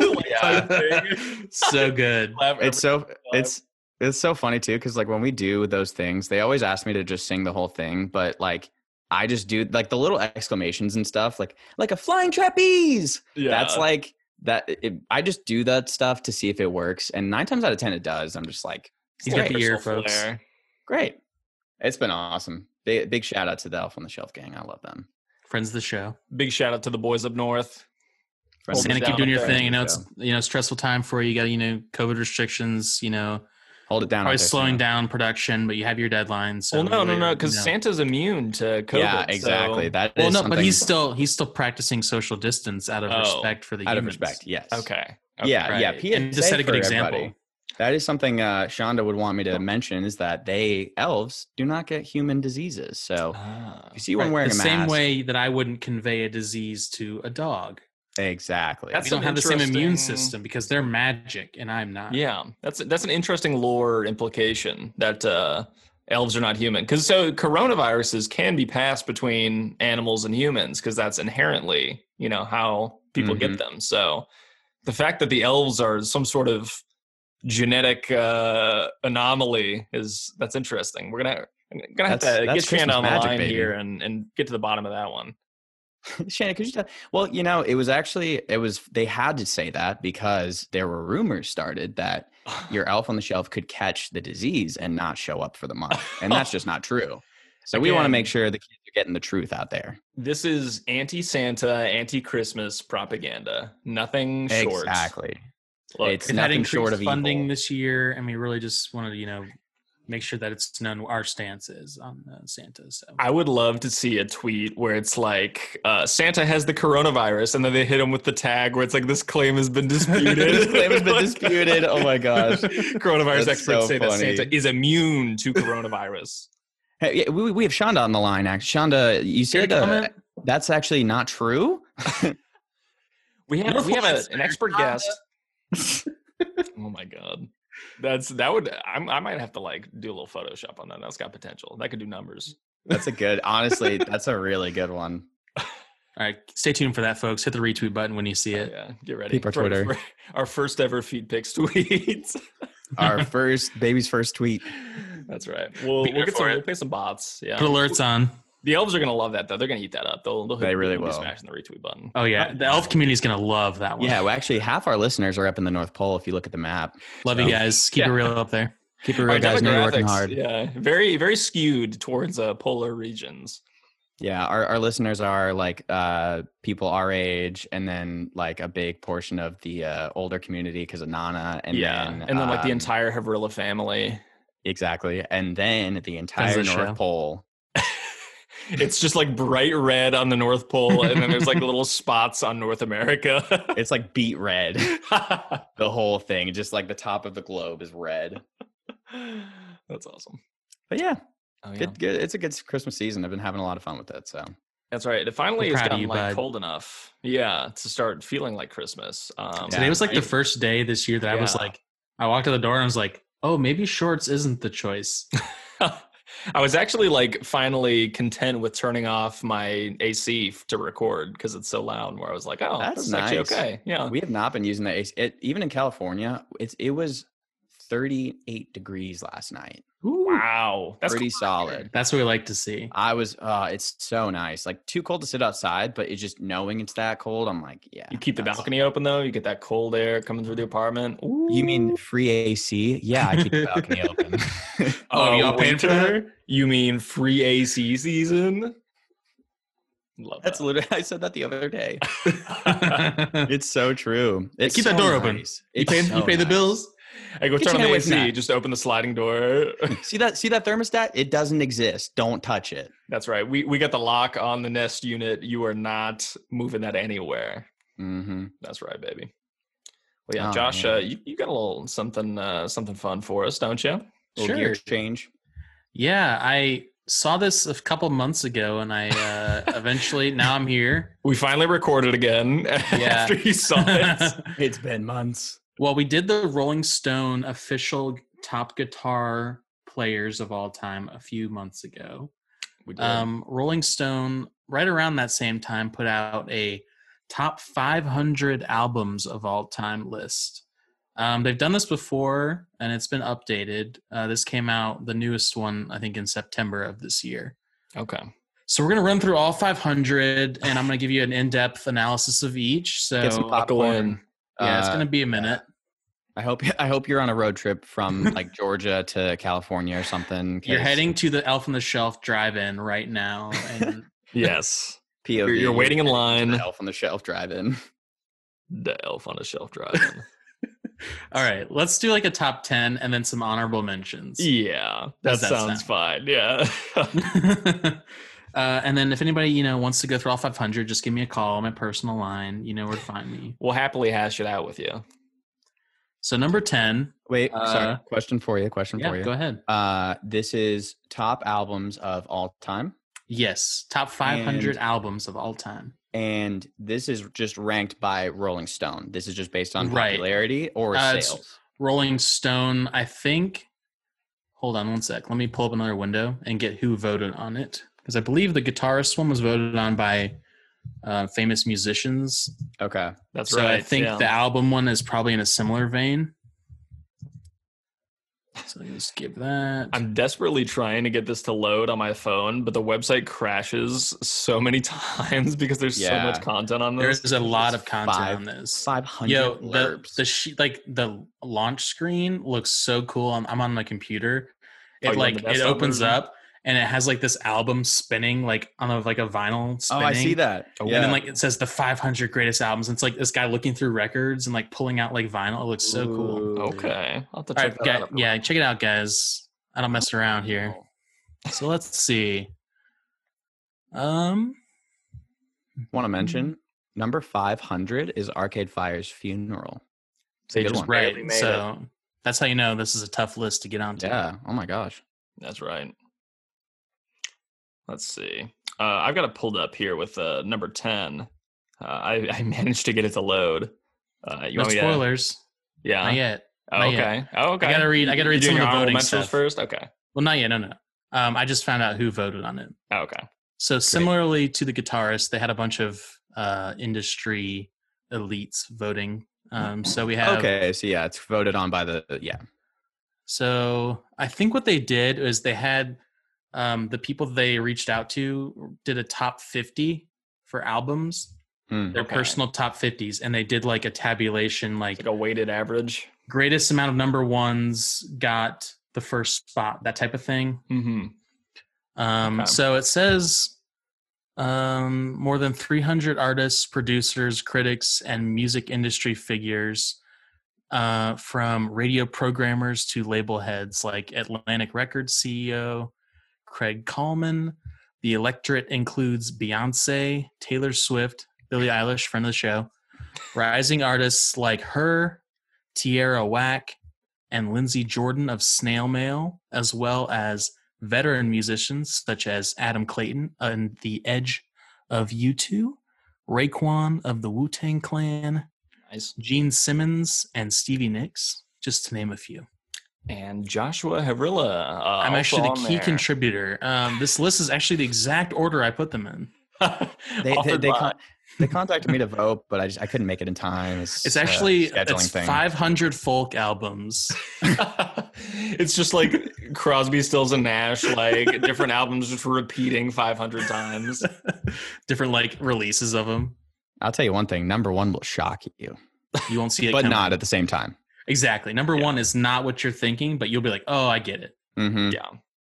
[SPEAKER 1] like, type thing.
[SPEAKER 4] so good.
[SPEAKER 1] Laugh every-
[SPEAKER 2] it's uh, so it's it's so funny too because like when we do those things they always ask me to just sing the whole thing but like i just do like the little exclamations and stuff like like a flying trapeze
[SPEAKER 1] yeah.
[SPEAKER 2] that's like that it, i just do that stuff to see if it works and nine times out of ten it does i'm just like
[SPEAKER 4] He's got
[SPEAKER 2] Great.
[SPEAKER 4] the ear,
[SPEAKER 1] Personal
[SPEAKER 4] folks.
[SPEAKER 1] flair.
[SPEAKER 2] great it's been awesome big, big shout out to the elf on the shelf gang i love them
[SPEAKER 4] Friends of the show.
[SPEAKER 1] Big shout out to the boys up north.
[SPEAKER 2] Friends of
[SPEAKER 1] Hold
[SPEAKER 2] the
[SPEAKER 4] Santa,
[SPEAKER 1] it
[SPEAKER 2] show.
[SPEAKER 4] keep
[SPEAKER 1] down
[SPEAKER 4] doing your
[SPEAKER 1] up there.
[SPEAKER 4] thing. You know, it's you know stressful time for you. You got you know COVID restrictions. You know,
[SPEAKER 2] hold it down out
[SPEAKER 4] probably
[SPEAKER 2] there,
[SPEAKER 4] slowing
[SPEAKER 2] Santa.
[SPEAKER 4] down production, but you have your deadlines. So
[SPEAKER 1] well, no, no,
[SPEAKER 4] you're-
[SPEAKER 1] no, because
[SPEAKER 4] you know.
[SPEAKER 1] Santa's immune to COVID.
[SPEAKER 2] yeah exactly
[SPEAKER 1] so-
[SPEAKER 2] That is
[SPEAKER 4] Well, no,
[SPEAKER 2] something
[SPEAKER 4] but he's still he's still practicing social distance out of
[SPEAKER 1] Oh,
[SPEAKER 4] respect for the
[SPEAKER 2] out of
[SPEAKER 4] humans.
[SPEAKER 2] respect yes
[SPEAKER 1] Okay.
[SPEAKER 2] Yeah,
[SPEAKER 4] Right.
[SPEAKER 2] yeah.
[SPEAKER 4] And
[SPEAKER 2] PSA
[SPEAKER 4] just set a good
[SPEAKER 2] for
[SPEAKER 4] example.
[SPEAKER 2] everybody. That is something uh, Shonda would want me to mention is that they elves do not get human diseases. So
[SPEAKER 1] Ah.
[SPEAKER 2] if you see one
[SPEAKER 4] Uh, Right,
[SPEAKER 2] wearing
[SPEAKER 4] the
[SPEAKER 2] a
[SPEAKER 4] same
[SPEAKER 2] mask,
[SPEAKER 4] way that I wouldn't convey a disease to a dog.
[SPEAKER 2] exactly.
[SPEAKER 1] That's
[SPEAKER 4] we don't
[SPEAKER 1] an
[SPEAKER 4] have the same immune
[SPEAKER 1] interesting-
[SPEAKER 4] system because they're magic and I'm not.
[SPEAKER 1] Yeah, that's that's an interesting lore implication that uh, elves are not human. Because so coronaviruses can be passed between animals and humans because that's inherently you know how people
[SPEAKER 2] Mm-hmm.
[SPEAKER 1] get them. So the fact that the elves are some sort of genetic uh, anomaly is that's interesting. We're gonna. I'm gonna have
[SPEAKER 2] That's-
[SPEAKER 1] to get
[SPEAKER 2] that's
[SPEAKER 1] Shannon
[SPEAKER 2] Christmas
[SPEAKER 1] on the
[SPEAKER 2] magic,
[SPEAKER 1] line
[SPEAKER 2] baby.
[SPEAKER 1] here and, and get to the bottom of that one.
[SPEAKER 2] Shannon, could you tell? Well, you know, it was actually it was they had to say that because there were rumors started that your elf on the shelf could catch the disease and not show up for the month, and that's just not true. So we want to
[SPEAKER 1] Again.
[SPEAKER 2] make sure the kids are getting the truth out there.
[SPEAKER 1] This is anti-Santa, anti-Christmas propaganda. Nothing short.
[SPEAKER 2] Exactly.
[SPEAKER 1] Look,
[SPEAKER 2] It's
[SPEAKER 4] If that
[SPEAKER 2] nothing short
[SPEAKER 4] increased
[SPEAKER 2] of evil.
[SPEAKER 4] funding this year, and we really just want to, you know, make sure that it's known what our stance is on uh, Santa. So
[SPEAKER 1] I would love to see a tweet where it's like uh, Santa has the coronavirus, and then they hit him with the tag where it's like this claim has been disputed.
[SPEAKER 2] This claim has been
[SPEAKER 1] Like-
[SPEAKER 2] disputed. Oh my gosh.
[SPEAKER 1] Coronavirus
[SPEAKER 2] That's
[SPEAKER 1] experts
[SPEAKER 2] so
[SPEAKER 1] say that
[SPEAKER 2] funny.
[SPEAKER 1] Santa is immune to coronavirus.
[SPEAKER 2] Hey, yeah, we, we have Shonda on the line. Actually, Shonda, you
[SPEAKER 4] Here,
[SPEAKER 2] said uh,
[SPEAKER 4] comment.
[SPEAKER 2] that's actually not true.
[SPEAKER 1] We have
[SPEAKER 4] No,
[SPEAKER 1] we have a,
[SPEAKER 4] it's
[SPEAKER 1] an expert guest. oh my god, that's that would I'm, I might have to like do a little Photoshop on that. That's got potential. That could do numbers.
[SPEAKER 2] That's a good. Honestly, that's a really good one.
[SPEAKER 4] All right, stay tuned for that, folks. Hit the retweet button when you see it.
[SPEAKER 1] Oh, Yeah, get ready
[SPEAKER 2] Peep our
[SPEAKER 1] for-
[SPEAKER 2] Twitter.
[SPEAKER 1] for our first ever feed picks tweets.
[SPEAKER 2] Our first baby's first tweet.
[SPEAKER 1] That's right. We'll,
[SPEAKER 4] Be
[SPEAKER 1] we'll
[SPEAKER 4] there
[SPEAKER 1] get some
[SPEAKER 4] for it.
[SPEAKER 1] we'll pay some bots. Yeah,
[SPEAKER 4] Put alerts on.
[SPEAKER 1] the elves are gonna love that though. They're gonna eat that up. They'll, they'll
[SPEAKER 2] They really
[SPEAKER 1] they'll be
[SPEAKER 2] will.
[SPEAKER 1] smashing the retweet button.
[SPEAKER 4] Oh yeah, the elf community is gonna love that one.
[SPEAKER 2] Yeah, well, actually, half our listeners are up in the North Pole. If you look at the map,
[SPEAKER 4] love you guys. Keep it real up there.
[SPEAKER 2] keep it
[SPEAKER 1] Our
[SPEAKER 2] real, guys. Know you're working
[SPEAKER 1] Oh, demographics,
[SPEAKER 2] hard. Yeah,
[SPEAKER 1] Yeah, very very skewed towards uh, polar regions.
[SPEAKER 2] our, our listeners are like uh, people our age, and then like a big portion of the uh, older community because of Nana, and
[SPEAKER 1] yeah,
[SPEAKER 2] then,
[SPEAKER 1] and then like the
[SPEAKER 2] um,
[SPEAKER 1] entire Havrilla family.
[SPEAKER 2] exactly, and then the entire North
[SPEAKER 4] show.
[SPEAKER 2] Pole.
[SPEAKER 1] It's just like bright red on the North Pole, and then there's like little spots on North America.
[SPEAKER 2] It's like beat red. the whole thing, just like the top of the globe is red.
[SPEAKER 1] That's awesome.
[SPEAKER 2] But yeah,
[SPEAKER 1] Oh, yeah.
[SPEAKER 2] good, good. It's a good Christmas season. I've been having a lot of fun with it. So
[SPEAKER 1] That's right. It finally
[SPEAKER 4] I'm
[SPEAKER 1] has
[SPEAKER 4] proud of
[SPEAKER 1] gotten
[SPEAKER 4] you,
[SPEAKER 1] like
[SPEAKER 4] bud.
[SPEAKER 1] cold enough, yeah, to start feeling like Christmas. Um,
[SPEAKER 2] Yeah,
[SPEAKER 4] Today was like the
[SPEAKER 1] right?
[SPEAKER 4] first day this year that I was
[SPEAKER 1] Yeah.
[SPEAKER 4] like, I walked out the door and I was like, oh, maybe shorts isn't the choice.
[SPEAKER 1] I was actually like finally content with turning off my AC f- to record because it's so loud. Where I was like, oh,
[SPEAKER 2] That's
[SPEAKER 1] this is actually
[SPEAKER 2] nice.
[SPEAKER 1] okay. Yeah,
[SPEAKER 2] we have not been using the AC. It, even in California, it's it was 38 degrees last night.
[SPEAKER 1] wow, that's
[SPEAKER 2] pretty
[SPEAKER 1] cool.
[SPEAKER 2] solid.
[SPEAKER 4] That's what we like to see.
[SPEAKER 2] I was. uh It's so nice. Like too cold to sit outside, but it's just knowing it's that cold. I'm like, yeah.
[SPEAKER 1] You keep the
[SPEAKER 2] that's-
[SPEAKER 1] balcony open though. You get that cold air coming through the apartment.
[SPEAKER 2] You mean free AC? Yeah, I keep the balcony open.
[SPEAKER 4] Oh, you
[SPEAKER 1] Uh,
[SPEAKER 4] all paying for
[SPEAKER 1] winter?
[SPEAKER 4] that?
[SPEAKER 1] You mean free AC season? Love
[SPEAKER 2] That's
[SPEAKER 1] that.
[SPEAKER 2] literally. I said that the other day. It's so true. It's
[SPEAKER 4] Keep that
[SPEAKER 2] so
[SPEAKER 4] door open.
[SPEAKER 2] nice.
[SPEAKER 4] you
[SPEAKER 2] It's
[SPEAKER 4] pay,
[SPEAKER 2] so
[SPEAKER 4] you pay the
[SPEAKER 2] nice.
[SPEAKER 4] bills.
[SPEAKER 1] I go
[SPEAKER 2] Get your
[SPEAKER 1] turn on the
[SPEAKER 2] hand away from
[SPEAKER 1] AC.
[SPEAKER 2] that.
[SPEAKER 1] Just open the sliding door.
[SPEAKER 2] See that? See that thermostat? It doesn't exist. Don't touch it.
[SPEAKER 1] That's right. We we got the lock on the Nest unit. You are not moving that anywhere.
[SPEAKER 2] Mm-hmm.
[SPEAKER 1] That's right, baby. Well, yeah,
[SPEAKER 2] Oh,
[SPEAKER 1] Josh,
[SPEAKER 2] man.
[SPEAKER 1] uh, you, you got a little something uh, something fun for us, don't you?
[SPEAKER 2] Little gear change.
[SPEAKER 4] Yeah, I saw this a couple months ago, and I uh, eventually now I'm here.
[SPEAKER 1] We finally recorded again after you saw it.
[SPEAKER 2] It's been months.
[SPEAKER 4] well, we did the Rolling Stone official top guitar players of all time a few months ago.
[SPEAKER 1] We did.
[SPEAKER 4] Um, Rolling Stone, right around that same time, put out a top 500 albums of all time list. Um, they've done this before, and it's been updated. Uh, this came out the newest one, I think, in September of this year.
[SPEAKER 1] okay.
[SPEAKER 4] So we're gonna run through all 500, and I'm gonna give you an in-depth analysis of each. So
[SPEAKER 2] Get some popcorn.
[SPEAKER 1] Buckle in.
[SPEAKER 4] yeah, it's
[SPEAKER 2] Uh,
[SPEAKER 4] gonna be a minute.
[SPEAKER 2] I hope I hope you're on a road trip from like Georgia to California or something.
[SPEAKER 4] You're
[SPEAKER 2] 'cause
[SPEAKER 4] heading to the Elf on the Shelf drive-in right now, and
[SPEAKER 1] Yes.
[SPEAKER 2] POV.
[SPEAKER 1] You're, you're waiting in
[SPEAKER 2] for
[SPEAKER 1] line.
[SPEAKER 2] the Elf on the Shelf drive-in.
[SPEAKER 1] The elf on a shelf driving.
[SPEAKER 4] All right, let's do like a top ten and then some honorable mentions.
[SPEAKER 1] yeah, that
[SPEAKER 4] How's that
[SPEAKER 1] sounds
[SPEAKER 4] sound?
[SPEAKER 1] fine. Yeah.
[SPEAKER 4] uh, and then if anybody you know wants to go through all 500, just give me a call. My personal line, you know where to find me.
[SPEAKER 1] we'll happily hash it out with you.
[SPEAKER 4] So number ten.
[SPEAKER 2] Wait,
[SPEAKER 4] Uh,
[SPEAKER 2] sorry. Question for you. Question for
[SPEAKER 4] Yeah,
[SPEAKER 2] you.
[SPEAKER 4] go ahead.
[SPEAKER 2] Uh, this is top albums of all time,
[SPEAKER 4] Yes, top 500
[SPEAKER 2] And-
[SPEAKER 4] albums of all time.
[SPEAKER 2] and this is just ranked by Rolling Stone. This is just based on
[SPEAKER 4] Right.
[SPEAKER 2] popularity or
[SPEAKER 4] Uh, it's-
[SPEAKER 2] sales.
[SPEAKER 4] Rolling Stone, I think. Hold on one sec. Let me pull up another window and get who voted on it. Because I believe the guitarist one was voted on by uh, famous musicians.
[SPEAKER 2] Okay.
[SPEAKER 1] That's
[SPEAKER 4] so
[SPEAKER 1] right.
[SPEAKER 4] I think
[SPEAKER 1] yeah.
[SPEAKER 4] the album one is probably in a similar vein. So let me just give that.
[SPEAKER 1] I'm desperately trying to get this to load on my phone, but the website crashes so many times because there's so
[SPEAKER 2] Yeah.
[SPEAKER 1] much content on this.
[SPEAKER 4] There's a lot of content
[SPEAKER 2] five-
[SPEAKER 4] on this.
[SPEAKER 2] Five hundred
[SPEAKER 4] Yo, the,
[SPEAKER 2] blurbs.
[SPEAKER 4] the she, like the launch screen looks so cool. I'm, I'm on my computer.
[SPEAKER 1] Oh,
[SPEAKER 4] It
[SPEAKER 1] you're on
[SPEAKER 4] like
[SPEAKER 1] the
[SPEAKER 4] it
[SPEAKER 1] desktop
[SPEAKER 4] opens
[SPEAKER 1] version?
[SPEAKER 4] up and it has like this album spinning like on a, like a vinyl
[SPEAKER 2] oh,
[SPEAKER 4] spinning.
[SPEAKER 2] I see that.
[SPEAKER 1] Oh,
[SPEAKER 2] yeah.
[SPEAKER 4] And then like it says the 500 greatest albums. It's like this guy looking through records and like pulling out like vinyl. It looks so cool.
[SPEAKER 2] Ooh.
[SPEAKER 1] okay. I'll have to
[SPEAKER 4] All
[SPEAKER 1] check
[SPEAKER 4] right,
[SPEAKER 1] that
[SPEAKER 4] guy,
[SPEAKER 1] out. after
[SPEAKER 4] yeah, check it out, guys. I don't mess around
[SPEAKER 2] Oh.
[SPEAKER 4] here. So let's see. Um,
[SPEAKER 2] Want to mention number five hundred is Arcade Fire's funeral. It's a
[SPEAKER 1] They
[SPEAKER 2] good
[SPEAKER 1] just
[SPEAKER 2] one.
[SPEAKER 4] right.
[SPEAKER 1] barely made
[SPEAKER 4] So that's how you know this is a tough list to get onto.
[SPEAKER 2] Yeah. Oh my gosh.
[SPEAKER 1] That's right. Let's see. Uh, I've got it pulled up here with uh, number 10. Uh, I, I managed to get it to load. Uh, you
[SPEAKER 4] no
[SPEAKER 1] want me to?
[SPEAKER 4] spoilers.
[SPEAKER 1] Yeah.
[SPEAKER 4] Not yet.
[SPEAKER 1] Oh,
[SPEAKER 4] not
[SPEAKER 1] okay.
[SPEAKER 4] yet.
[SPEAKER 1] Oh, okay.
[SPEAKER 4] I gotta read. I gotta
[SPEAKER 1] You
[SPEAKER 4] read some
[SPEAKER 1] doing
[SPEAKER 4] of the
[SPEAKER 1] your honorable
[SPEAKER 4] voting
[SPEAKER 1] mentions
[SPEAKER 4] stuff
[SPEAKER 1] first. Okay.
[SPEAKER 4] Well, not yet. No, no. Um, I just found out who voted on it.
[SPEAKER 1] Oh, okay.
[SPEAKER 4] So similarly to the guitarist, they had a bunch of uh, industry elites voting. Um, so we have.
[SPEAKER 2] Mm. Okay, so yeah, it's voted on by the yeah.
[SPEAKER 4] So I think what they did is they had um, the people they reached out to did a top fifty for albums,
[SPEAKER 2] Hmm.
[SPEAKER 4] their
[SPEAKER 1] Okay.
[SPEAKER 4] personal top fifties, and they did like a tabulation, like,
[SPEAKER 1] Like a weighted average.
[SPEAKER 4] greatest amount of number ones got the first spot, that type of thing.
[SPEAKER 1] Mm-hmm.
[SPEAKER 4] Um,
[SPEAKER 1] Okay.
[SPEAKER 4] So it says um, more than 300 artists, producers, critics, and music industry figures uh, from radio programmers to label heads like Atlantic Records CEO Craig Coleman. The electorate includes Beyonce, Taylor Swift, Billie Eilish, friend of the show, rising artists like her, Tierra Whack, and Lindsey Jordan of Snail Mail, as well as veteran musicians such as Adam Clayton and The Edge of U2, Raekwon of the Wu Tang Clan,
[SPEAKER 1] Nice.
[SPEAKER 4] Gene Simmons, and Stevie Nicks, just to name a few.
[SPEAKER 1] And Joshua Havrilla. Uh,
[SPEAKER 4] I'm
[SPEAKER 1] also
[SPEAKER 4] actually the
[SPEAKER 1] on
[SPEAKER 4] key
[SPEAKER 1] there.
[SPEAKER 4] contributor. Um, this list is actually the exact order I put them in.
[SPEAKER 2] They they,
[SPEAKER 1] Offered
[SPEAKER 2] they,
[SPEAKER 1] by-
[SPEAKER 2] con- they contacted me to vote, but I just I couldn't make it in time. It's,
[SPEAKER 4] It's
[SPEAKER 2] a
[SPEAKER 4] actually
[SPEAKER 2] scheduling
[SPEAKER 4] it's
[SPEAKER 2] thing.
[SPEAKER 4] 500 folk albums.
[SPEAKER 1] it's just like Crosby, Stills, and Nash, like different albums just repeating 500 times.
[SPEAKER 4] different like releases of them.
[SPEAKER 2] I'll tell you one thing: number one will shock you,
[SPEAKER 4] You won't see it,
[SPEAKER 2] but
[SPEAKER 4] coming.
[SPEAKER 2] not at the same time.
[SPEAKER 4] exactly. Number one is not what you're thinking, but you'll be like, oh, I get it.
[SPEAKER 2] hmm
[SPEAKER 1] Yeah.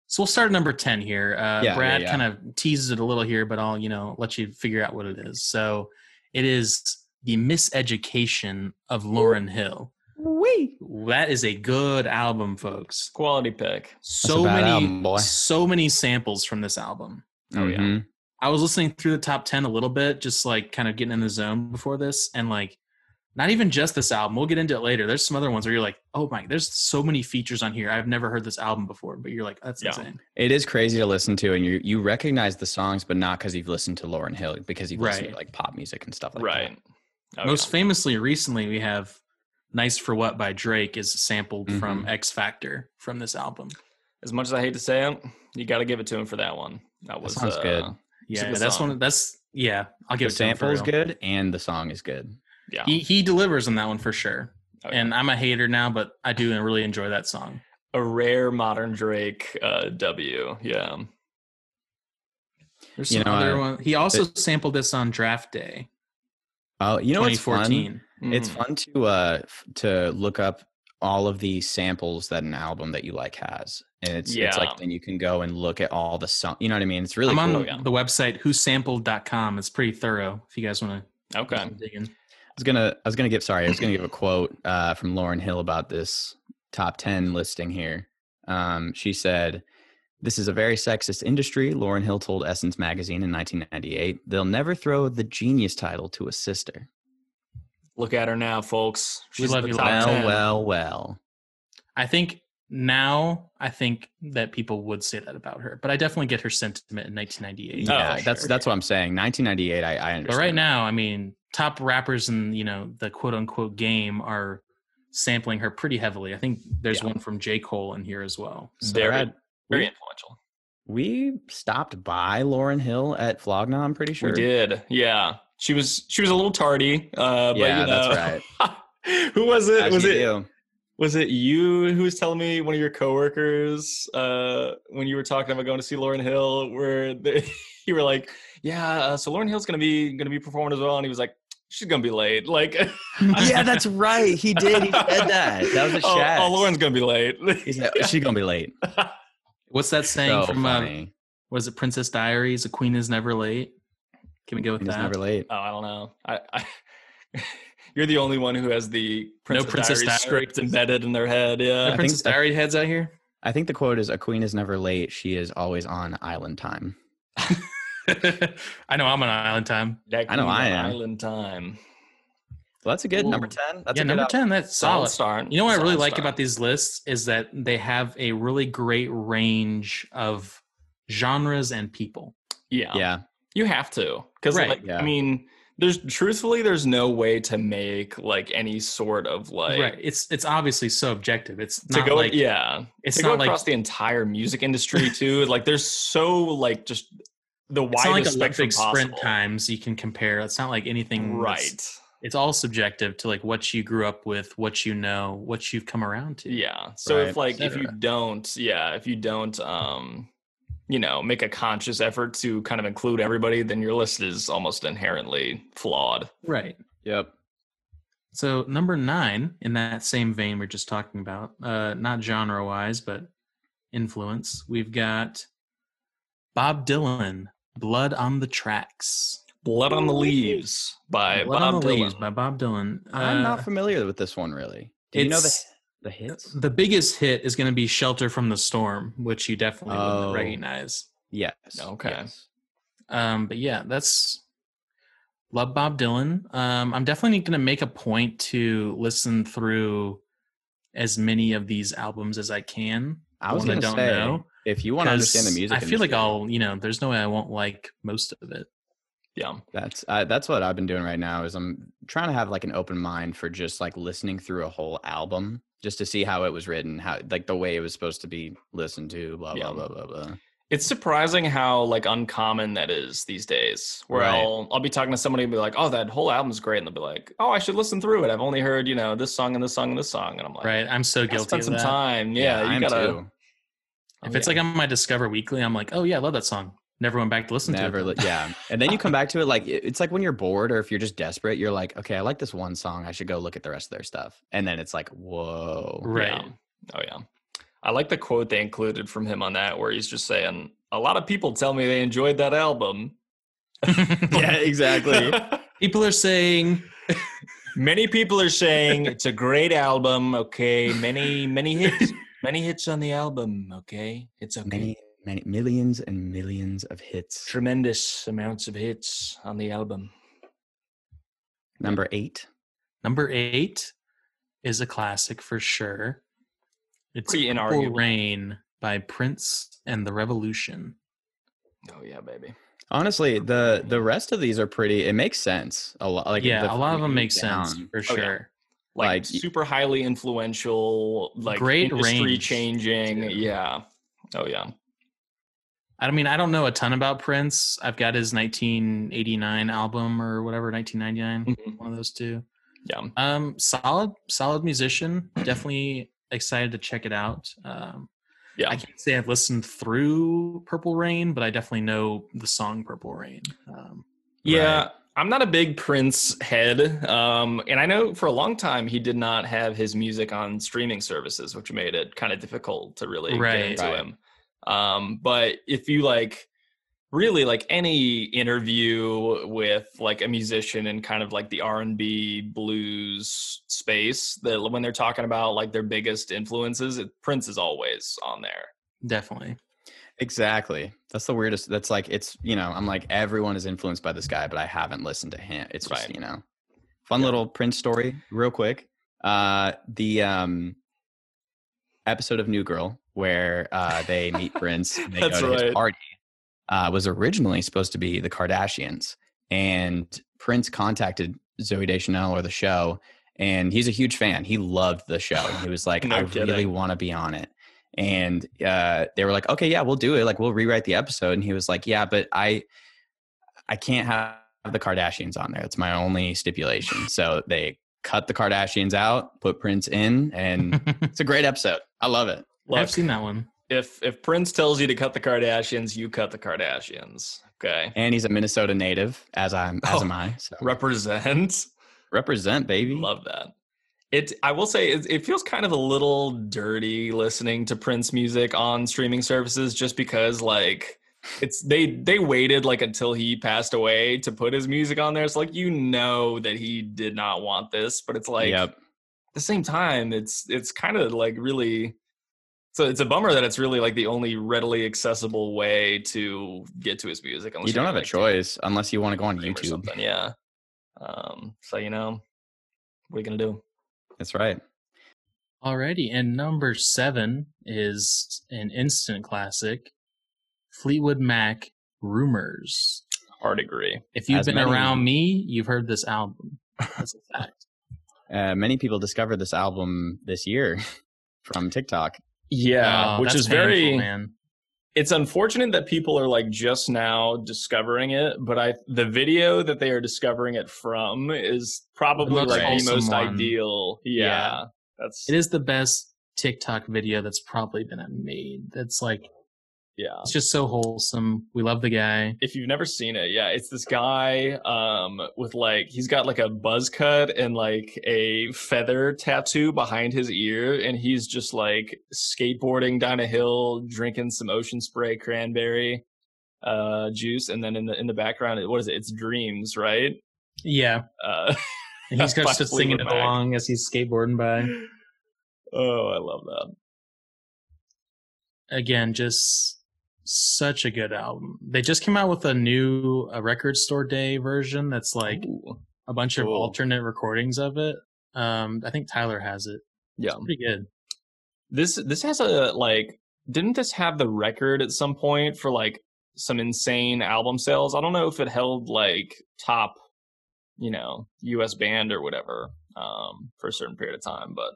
[SPEAKER 4] So we'll start at number 10 here. Uh,
[SPEAKER 2] Yeah,
[SPEAKER 4] Brad
[SPEAKER 2] yeah, yeah.
[SPEAKER 4] kind of teases it a little here, but I'll, you know, let you figure out what it is. So it is The Miseducation of Lauren Hill.
[SPEAKER 2] Wee.
[SPEAKER 4] That is a good album, folks.
[SPEAKER 1] Quality pick.
[SPEAKER 4] So
[SPEAKER 2] bad
[SPEAKER 4] many
[SPEAKER 2] album, oh, boy.
[SPEAKER 4] so many samples from this album.
[SPEAKER 1] Oh, yeah.
[SPEAKER 2] Mhm.
[SPEAKER 4] I was listening through the top 10 a little bit, just like kind of getting in the zone before this. And like, not even just this album, we'll get into it later. There's some other ones where you're like, oh my, there's so many features on here. I've never heard this album before, but you're like, that's
[SPEAKER 1] Yeah.
[SPEAKER 4] insane.
[SPEAKER 2] It is crazy to listen to, and you you recognize the songs, but not because you've listened to Lauren Hill, because you've listened to
[SPEAKER 4] Right.
[SPEAKER 2] like pop music and stuff like that.
[SPEAKER 1] right. Oh,
[SPEAKER 4] Most famously, recently, we have Nice for What by Drake is sampled
[SPEAKER 2] Mm-hmm.
[SPEAKER 4] from X Factor from this album.
[SPEAKER 1] As much as I hate to say it, you got to give it to him for that one. That was
[SPEAKER 2] sounds
[SPEAKER 1] uh,
[SPEAKER 2] good.
[SPEAKER 1] It's a
[SPEAKER 4] Yeah,
[SPEAKER 1] good
[SPEAKER 4] that's
[SPEAKER 1] song.
[SPEAKER 4] one. That's, yeah, I'll give
[SPEAKER 2] The
[SPEAKER 4] it to him for
[SPEAKER 2] sample is
[SPEAKER 4] real.
[SPEAKER 2] good, and the song is good.
[SPEAKER 1] Yeah.
[SPEAKER 2] E
[SPEAKER 4] He, he delivers on that one for sure.
[SPEAKER 1] Oh, yeah.
[SPEAKER 4] And I'm a hater now, but I do really enjoy that song.
[SPEAKER 1] a rare modern Drake uh, W. Yeah.
[SPEAKER 4] There's some
[SPEAKER 2] You know,
[SPEAKER 4] other
[SPEAKER 2] uh,
[SPEAKER 4] one. He also sampled this on Draft Day,
[SPEAKER 2] Oh, you know what's fun?
[SPEAKER 4] 2014.
[SPEAKER 2] It's
[SPEAKER 1] Mm.
[SPEAKER 2] fun to uh f- to look up all of the samples that an album that you like has, and it's it's
[SPEAKER 1] Yeah.
[SPEAKER 2] like then you can go and look at all the song. You know what I mean? It's really
[SPEAKER 4] I'm on
[SPEAKER 2] cool.
[SPEAKER 1] Oh, yeah.
[SPEAKER 4] the website whosampled.com. It's pretty thorough. If you guys want to
[SPEAKER 1] Okay.
[SPEAKER 4] dig in,
[SPEAKER 2] I was gonna I was gonna give sorry I was gonna give a quote uh, from Lauren Hill about this top ten listing here. Um, she said, "This is a very sexist industry." Lauren Hill told Essence magazine in 1998, "They'll never throw the genius title to a sister."
[SPEAKER 1] Look at her now, folks.
[SPEAKER 4] We
[SPEAKER 1] She's
[SPEAKER 4] love
[SPEAKER 1] in the
[SPEAKER 4] you,
[SPEAKER 1] top
[SPEAKER 4] Lauren.
[SPEAKER 2] well,
[SPEAKER 1] 10.
[SPEAKER 2] well, well.
[SPEAKER 4] I think now I think that people would say that about her, but I definitely get her sentiment in 1998.
[SPEAKER 1] Oh,
[SPEAKER 2] yeah, that's
[SPEAKER 1] sure.
[SPEAKER 2] that's what I'm saying. 1998, I, I understand.
[SPEAKER 4] But right now, I mean, top rappers in you know the quote unquote game are sampling her pretty heavily. I think there's
[SPEAKER 2] Yeah.
[SPEAKER 4] one from J Cole in here as well. So
[SPEAKER 1] Very,
[SPEAKER 2] Brad,
[SPEAKER 1] very
[SPEAKER 2] we-
[SPEAKER 1] influential.
[SPEAKER 2] we stopped by Lauren Hill at Flogna. I'm pretty sure
[SPEAKER 1] We did. Yeah. She was she was a little tardy. Uh,
[SPEAKER 2] Yeah,
[SPEAKER 1] but, you know,
[SPEAKER 2] that's
[SPEAKER 1] right. who was it?
[SPEAKER 2] As
[SPEAKER 1] was
[SPEAKER 2] you
[SPEAKER 1] it
[SPEAKER 2] do.
[SPEAKER 1] was it you who was telling me one of your coworkers uh, when you were talking about going to see Lauren Hill, where the, you were like, "Yeah, uh, so Lauren Hill's gonna be gonna be performing as well," and he was like, "She's gonna be late." Like,
[SPEAKER 2] yeah, that's right. He did. He said that. That was a
[SPEAKER 1] oh,
[SPEAKER 2] chat.
[SPEAKER 1] oh, Lauren's gonna be late.
[SPEAKER 2] He's like, she's gonna be late.
[SPEAKER 4] what's that saying
[SPEAKER 2] so
[SPEAKER 1] um,
[SPEAKER 4] from? Uh,
[SPEAKER 2] funny.
[SPEAKER 4] was it Princess Diaries? A queen is never late. Can we go with
[SPEAKER 2] He's
[SPEAKER 4] that?
[SPEAKER 2] never late.
[SPEAKER 1] oh, I don't know. I, I you're the only one who has the Princess,
[SPEAKER 4] Princess
[SPEAKER 1] Diaries script
[SPEAKER 4] Diaries.
[SPEAKER 1] embedded in their head.
[SPEAKER 4] No
[SPEAKER 1] Yeah,
[SPEAKER 2] think
[SPEAKER 4] Princess
[SPEAKER 2] that-
[SPEAKER 4] Diary heads out here.
[SPEAKER 2] I think the quote is: "A queen is never late. She is always on island time."
[SPEAKER 4] I know I'm on island time.
[SPEAKER 1] That
[SPEAKER 2] I know
[SPEAKER 1] Queen
[SPEAKER 2] I
[SPEAKER 1] of
[SPEAKER 2] am.
[SPEAKER 1] Island time.
[SPEAKER 2] Well, that's a good number
[SPEAKER 4] Ooh.
[SPEAKER 2] ten. That's
[SPEAKER 4] yeah,
[SPEAKER 2] a good
[SPEAKER 4] number
[SPEAKER 2] album.
[SPEAKER 4] ten. That's
[SPEAKER 1] Solid
[SPEAKER 4] solid.
[SPEAKER 1] start.
[SPEAKER 4] You know what I
[SPEAKER 1] Solid
[SPEAKER 4] really like
[SPEAKER 1] start.
[SPEAKER 4] about these lists is that they have a really great range of genres and people.
[SPEAKER 1] Yeah.
[SPEAKER 2] yeah.
[SPEAKER 1] You have to. Because,
[SPEAKER 4] Right,
[SPEAKER 1] like,
[SPEAKER 2] yeah.
[SPEAKER 1] I mean, there's truthfully, there's no way to make like any sort of like.
[SPEAKER 4] right. It's it's obviously so objective. It's
[SPEAKER 1] To
[SPEAKER 4] not
[SPEAKER 1] go,
[SPEAKER 4] like
[SPEAKER 1] yeah,
[SPEAKER 4] it's
[SPEAKER 1] to go
[SPEAKER 4] not like
[SPEAKER 1] across the entire music industry too. like, there's so like just the
[SPEAKER 4] it's not like
[SPEAKER 1] widest spectrum
[SPEAKER 4] Olympic sprint
[SPEAKER 1] possible.
[SPEAKER 4] times you can compare. It's not like anything that's-
[SPEAKER 1] right?
[SPEAKER 4] it's all subjective to like what you grew up with, what you know, what you've come around to.
[SPEAKER 1] yeah so
[SPEAKER 2] Right,
[SPEAKER 1] if like
[SPEAKER 2] et
[SPEAKER 1] if you
[SPEAKER 2] cetera.
[SPEAKER 1] don't yeah if you don't um you know make a conscious effort to kind of include everybody then your list is almost inherently flawed
[SPEAKER 4] Right.
[SPEAKER 2] Yep.
[SPEAKER 4] So number nine in that same vein we're just talking about, uh, not genre wise, but influence. We've got Bob Dylan, "Blood on the Tracks."
[SPEAKER 1] blood on the leaves by
[SPEAKER 4] Blood
[SPEAKER 1] bob
[SPEAKER 4] on the
[SPEAKER 1] dylan
[SPEAKER 4] Leaves by Bob Dylan.
[SPEAKER 2] I'm
[SPEAKER 4] Uh,
[SPEAKER 2] not familiar with this one really. Do you know the
[SPEAKER 4] it's-
[SPEAKER 2] the hits?
[SPEAKER 4] the biggest hit is going to be "Shelter from the Storm," which you definitely
[SPEAKER 2] Oh.
[SPEAKER 4] would recognize.
[SPEAKER 2] Yes.
[SPEAKER 1] Okay.
[SPEAKER 2] yes.
[SPEAKER 4] Um, but yeah, that's love Bob Dylan. Um, I'm definitely going to make a point to listen through as many of these albums as I can.
[SPEAKER 2] I was
[SPEAKER 4] One
[SPEAKER 2] gonna
[SPEAKER 4] don't
[SPEAKER 2] say
[SPEAKER 4] know,
[SPEAKER 2] if you want to understand the
[SPEAKER 4] 'cause
[SPEAKER 2] music,
[SPEAKER 4] I feel like
[SPEAKER 2] industry,
[SPEAKER 4] I'll, you know, there's no way I won't like most of it.
[SPEAKER 1] yeah
[SPEAKER 2] That's uh, that's what I've been doing right now is I'm trying to have like an open mind for just like listening through a whole album just to see how it was written, how like the way it was supposed to be listened to, blah
[SPEAKER 1] Yeah.
[SPEAKER 2] blah blah blah blah.
[SPEAKER 1] it's surprising how like uncommon that is these days where
[SPEAKER 2] Right.
[SPEAKER 1] i'll i'll be talking to somebody and be like oh that whole album's great and they'll be like oh i should listen through it i've only heard you know this song and this song and this song and i'm like
[SPEAKER 4] Right? I'm so
[SPEAKER 1] I
[SPEAKER 4] guilty
[SPEAKER 1] spend
[SPEAKER 4] of
[SPEAKER 1] some
[SPEAKER 4] that.
[SPEAKER 1] time yeah, you
[SPEAKER 2] I am
[SPEAKER 1] gotta
[SPEAKER 2] too.
[SPEAKER 4] If it's like on my Discover Weekly, I'm like, oh yeah, I love that song. Never went back to listen
[SPEAKER 2] Never,
[SPEAKER 4] to
[SPEAKER 2] li-
[SPEAKER 4] it.
[SPEAKER 2] yeah. And then you come back to it like it- it's like when you're bored or if you're just desperate, you're like, okay, I like this one song, I should go look at the rest of their stuff, and then it's like, whoa,
[SPEAKER 4] Right.
[SPEAKER 1] Yeah. Oh yeah. I like the quote they included from him on that where he's just saying, A lot of people tell me they enjoyed that album.
[SPEAKER 2] yeah, exactly.
[SPEAKER 4] People are saying
[SPEAKER 1] many people are saying it's a great album, okay. Many, many hits. Many hits on the album, okay. It's okay.
[SPEAKER 2] many many millions and millions of hits.
[SPEAKER 1] Tremendous amounts of hits on the album.
[SPEAKER 2] Number eight.
[SPEAKER 4] Number eight is a classic for sure. It's
[SPEAKER 1] Pretty
[SPEAKER 4] Purple
[SPEAKER 1] inarguable.
[SPEAKER 4] Rain by Prince and the Revolution.
[SPEAKER 1] Oh yeah, baby.
[SPEAKER 2] Honestly, the the rest of these are pretty. It makes sense a lot. Like
[SPEAKER 4] yeah,
[SPEAKER 2] the
[SPEAKER 4] a lot of them
[SPEAKER 2] three
[SPEAKER 4] make sense
[SPEAKER 2] down.
[SPEAKER 4] for
[SPEAKER 1] Oh, yeah.
[SPEAKER 4] sure.
[SPEAKER 1] Like,
[SPEAKER 2] Like, y-
[SPEAKER 1] super highly influential, like
[SPEAKER 4] Great
[SPEAKER 1] industry
[SPEAKER 4] range,
[SPEAKER 1] changing.
[SPEAKER 4] too.
[SPEAKER 1] Yeah. Oh yeah.
[SPEAKER 4] I mean, I don't know a ton about Prince. I've got his 1989 album or whatever, 1999,
[SPEAKER 1] Mhm.
[SPEAKER 4] one of those two.
[SPEAKER 1] Yeah.
[SPEAKER 4] Um, solid, solid musician. Definitely excited to check it out. Um,
[SPEAKER 1] Yeah.
[SPEAKER 4] I can't say I've listened through Purple Rain, but I definitely know the song Purple Rain. Um,
[SPEAKER 1] Yeah, I'm not a big Prince head, um, and I know for a long time he did not have his music on streaming services, which made it kind of difficult to really
[SPEAKER 4] Right.
[SPEAKER 1] get into
[SPEAKER 2] Right.
[SPEAKER 1] him. Um, but if you like, really like any interview with like a musician in kind of like the R and B blues space, that when they're talking about like their biggest influences, it, Prince is always on there.
[SPEAKER 4] definitely.
[SPEAKER 2] Exactly. That's the weirdest. That's like it's you know I'm like everyone is influenced by this guy, but I haven't listened to him. It's just
[SPEAKER 1] Right.
[SPEAKER 2] you know, fun little Prince story, real quick. Uh, the um episode of New Girl where uh they meet Prince, and they
[SPEAKER 1] That's
[SPEAKER 2] go to
[SPEAKER 1] right.
[SPEAKER 2] his party, uh, was originally supposed to be the Kardashians, and Prince contacted Zoe Deschanel or the show, and he's a huge fan. He loved the show. and He was like,
[SPEAKER 1] No
[SPEAKER 2] I really
[SPEAKER 1] kidding.
[SPEAKER 2] want to be on it and uh, they were like, "Okay, yeah, we'll do it. Like, we'll rewrite the episode." And he was like, "Yeah, but I, I can't have the Kardashians on there. That's my only stipulation." So they cut the Kardashians out, put Prince in, and it's a great episode. I love it.
[SPEAKER 4] I've seen that one.
[SPEAKER 1] if if Prince tells you to cut the Kardashians, you cut the Kardashians. Okay.
[SPEAKER 2] And he's a Minnesota native, as I'm, as
[SPEAKER 1] Oh.
[SPEAKER 2] am I. So
[SPEAKER 1] Represent.
[SPEAKER 2] represent, baby.
[SPEAKER 1] Love that. It I will say it, it feels kind of a little dirty listening to Prince music on streaming services just because like it's they they waited like until he passed away to put his music on there. It's like you know that he did not want this, but it's like
[SPEAKER 2] yep.
[SPEAKER 1] at the same time, it's it's kind of like really. So it's a bummer that it's really like the only readily accessible way to get to his music. Unless
[SPEAKER 2] You don't have
[SPEAKER 1] got,
[SPEAKER 2] a
[SPEAKER 1] like,
[SPEAKER 2] choice unless you want to go on
[SPEAKER 1] Stream or
[SPEAKER 2] YouTube.
[SPEAKER 1] something, Yeah. Um, so you know, what are you gonna do?
[SPEAKER 2] That's right.
[SPEAKER 4] Alrighty, and number seven is an instant classic Fleetwood Mac rumors.
[SPEAKER 1] Hard agree.
[SPEAKER 4] If you've
[SPEAKER 2] As
[SPEAKER 4] been
[SPEAKER 2] many-
[SPEAKER 4] around me, you've heard this album. That's a fact.
[SPEAKER 2] Uh, many people discovered this album this year from TikTok.
[SPEAKER 1] Yeah,
[SPEAKER 4] Oh,
[SPEAKER 1] which
[SPEAKER 4] that's
[SPEAKER 1] is very
[SPEAKER 4] painful, man.
[SPEAKER 1] it's unfortunate that people are like just now discovering it, but I the video that they are discovering it from is probably
[SPEAKER 4] most
[SPEAKER 1] like the
[SPEAKER 4] wholesome
[SPEAKER 1] most
[SPEAKER 4] one.
[SPEAKER 1] ideal. Yeah.
[SPEAKER 4] Yeah.
[SPEAKER 1] That's
[SPEAKER 4] It is the best TikTok video that's probably been made. That's like
[SPEAKER 1] yeah.
[SPEAKER 4] it's just so wholesome. We love the guy.
[SPEAKER 1] If you've never seen it, yeah, it's this guy um with like he's got like a buzz cut and like a feather tattoo behind his ear and he's just like skateboarding down a hill drinking some ocean spray cranberry uh juice and then in the in the background it, what is it? It's dreams, right?
[SPEAKER 4] Yeah,
[SPEAKER 1] Uh
[SPEAKER 4] and he's got
[SPEAKER 1] By
[SPEAKER 4] just singing it
[SPEAKER 1] Fleetwood Mac.
[SPEAKER 4] along as he's skateboarding by.
[SPEAKER 1] Oh, I love that.
[SPEAKER 4] again just such a good album they just came out with a new a record store day version that's like a bunch of
[SPEAKER 1] Cool.
[SPEAKER 4] alternate recordings of it um i think tyler has it
[SPEAKER 1] Yeah.
[SPEAKER 4] pretty good
[SPEAKER 1] This this has a like didn't this have the record at some point for like some insane album sales? I don't know if it held like top, you know, US band or whatever um for a certain period of time, but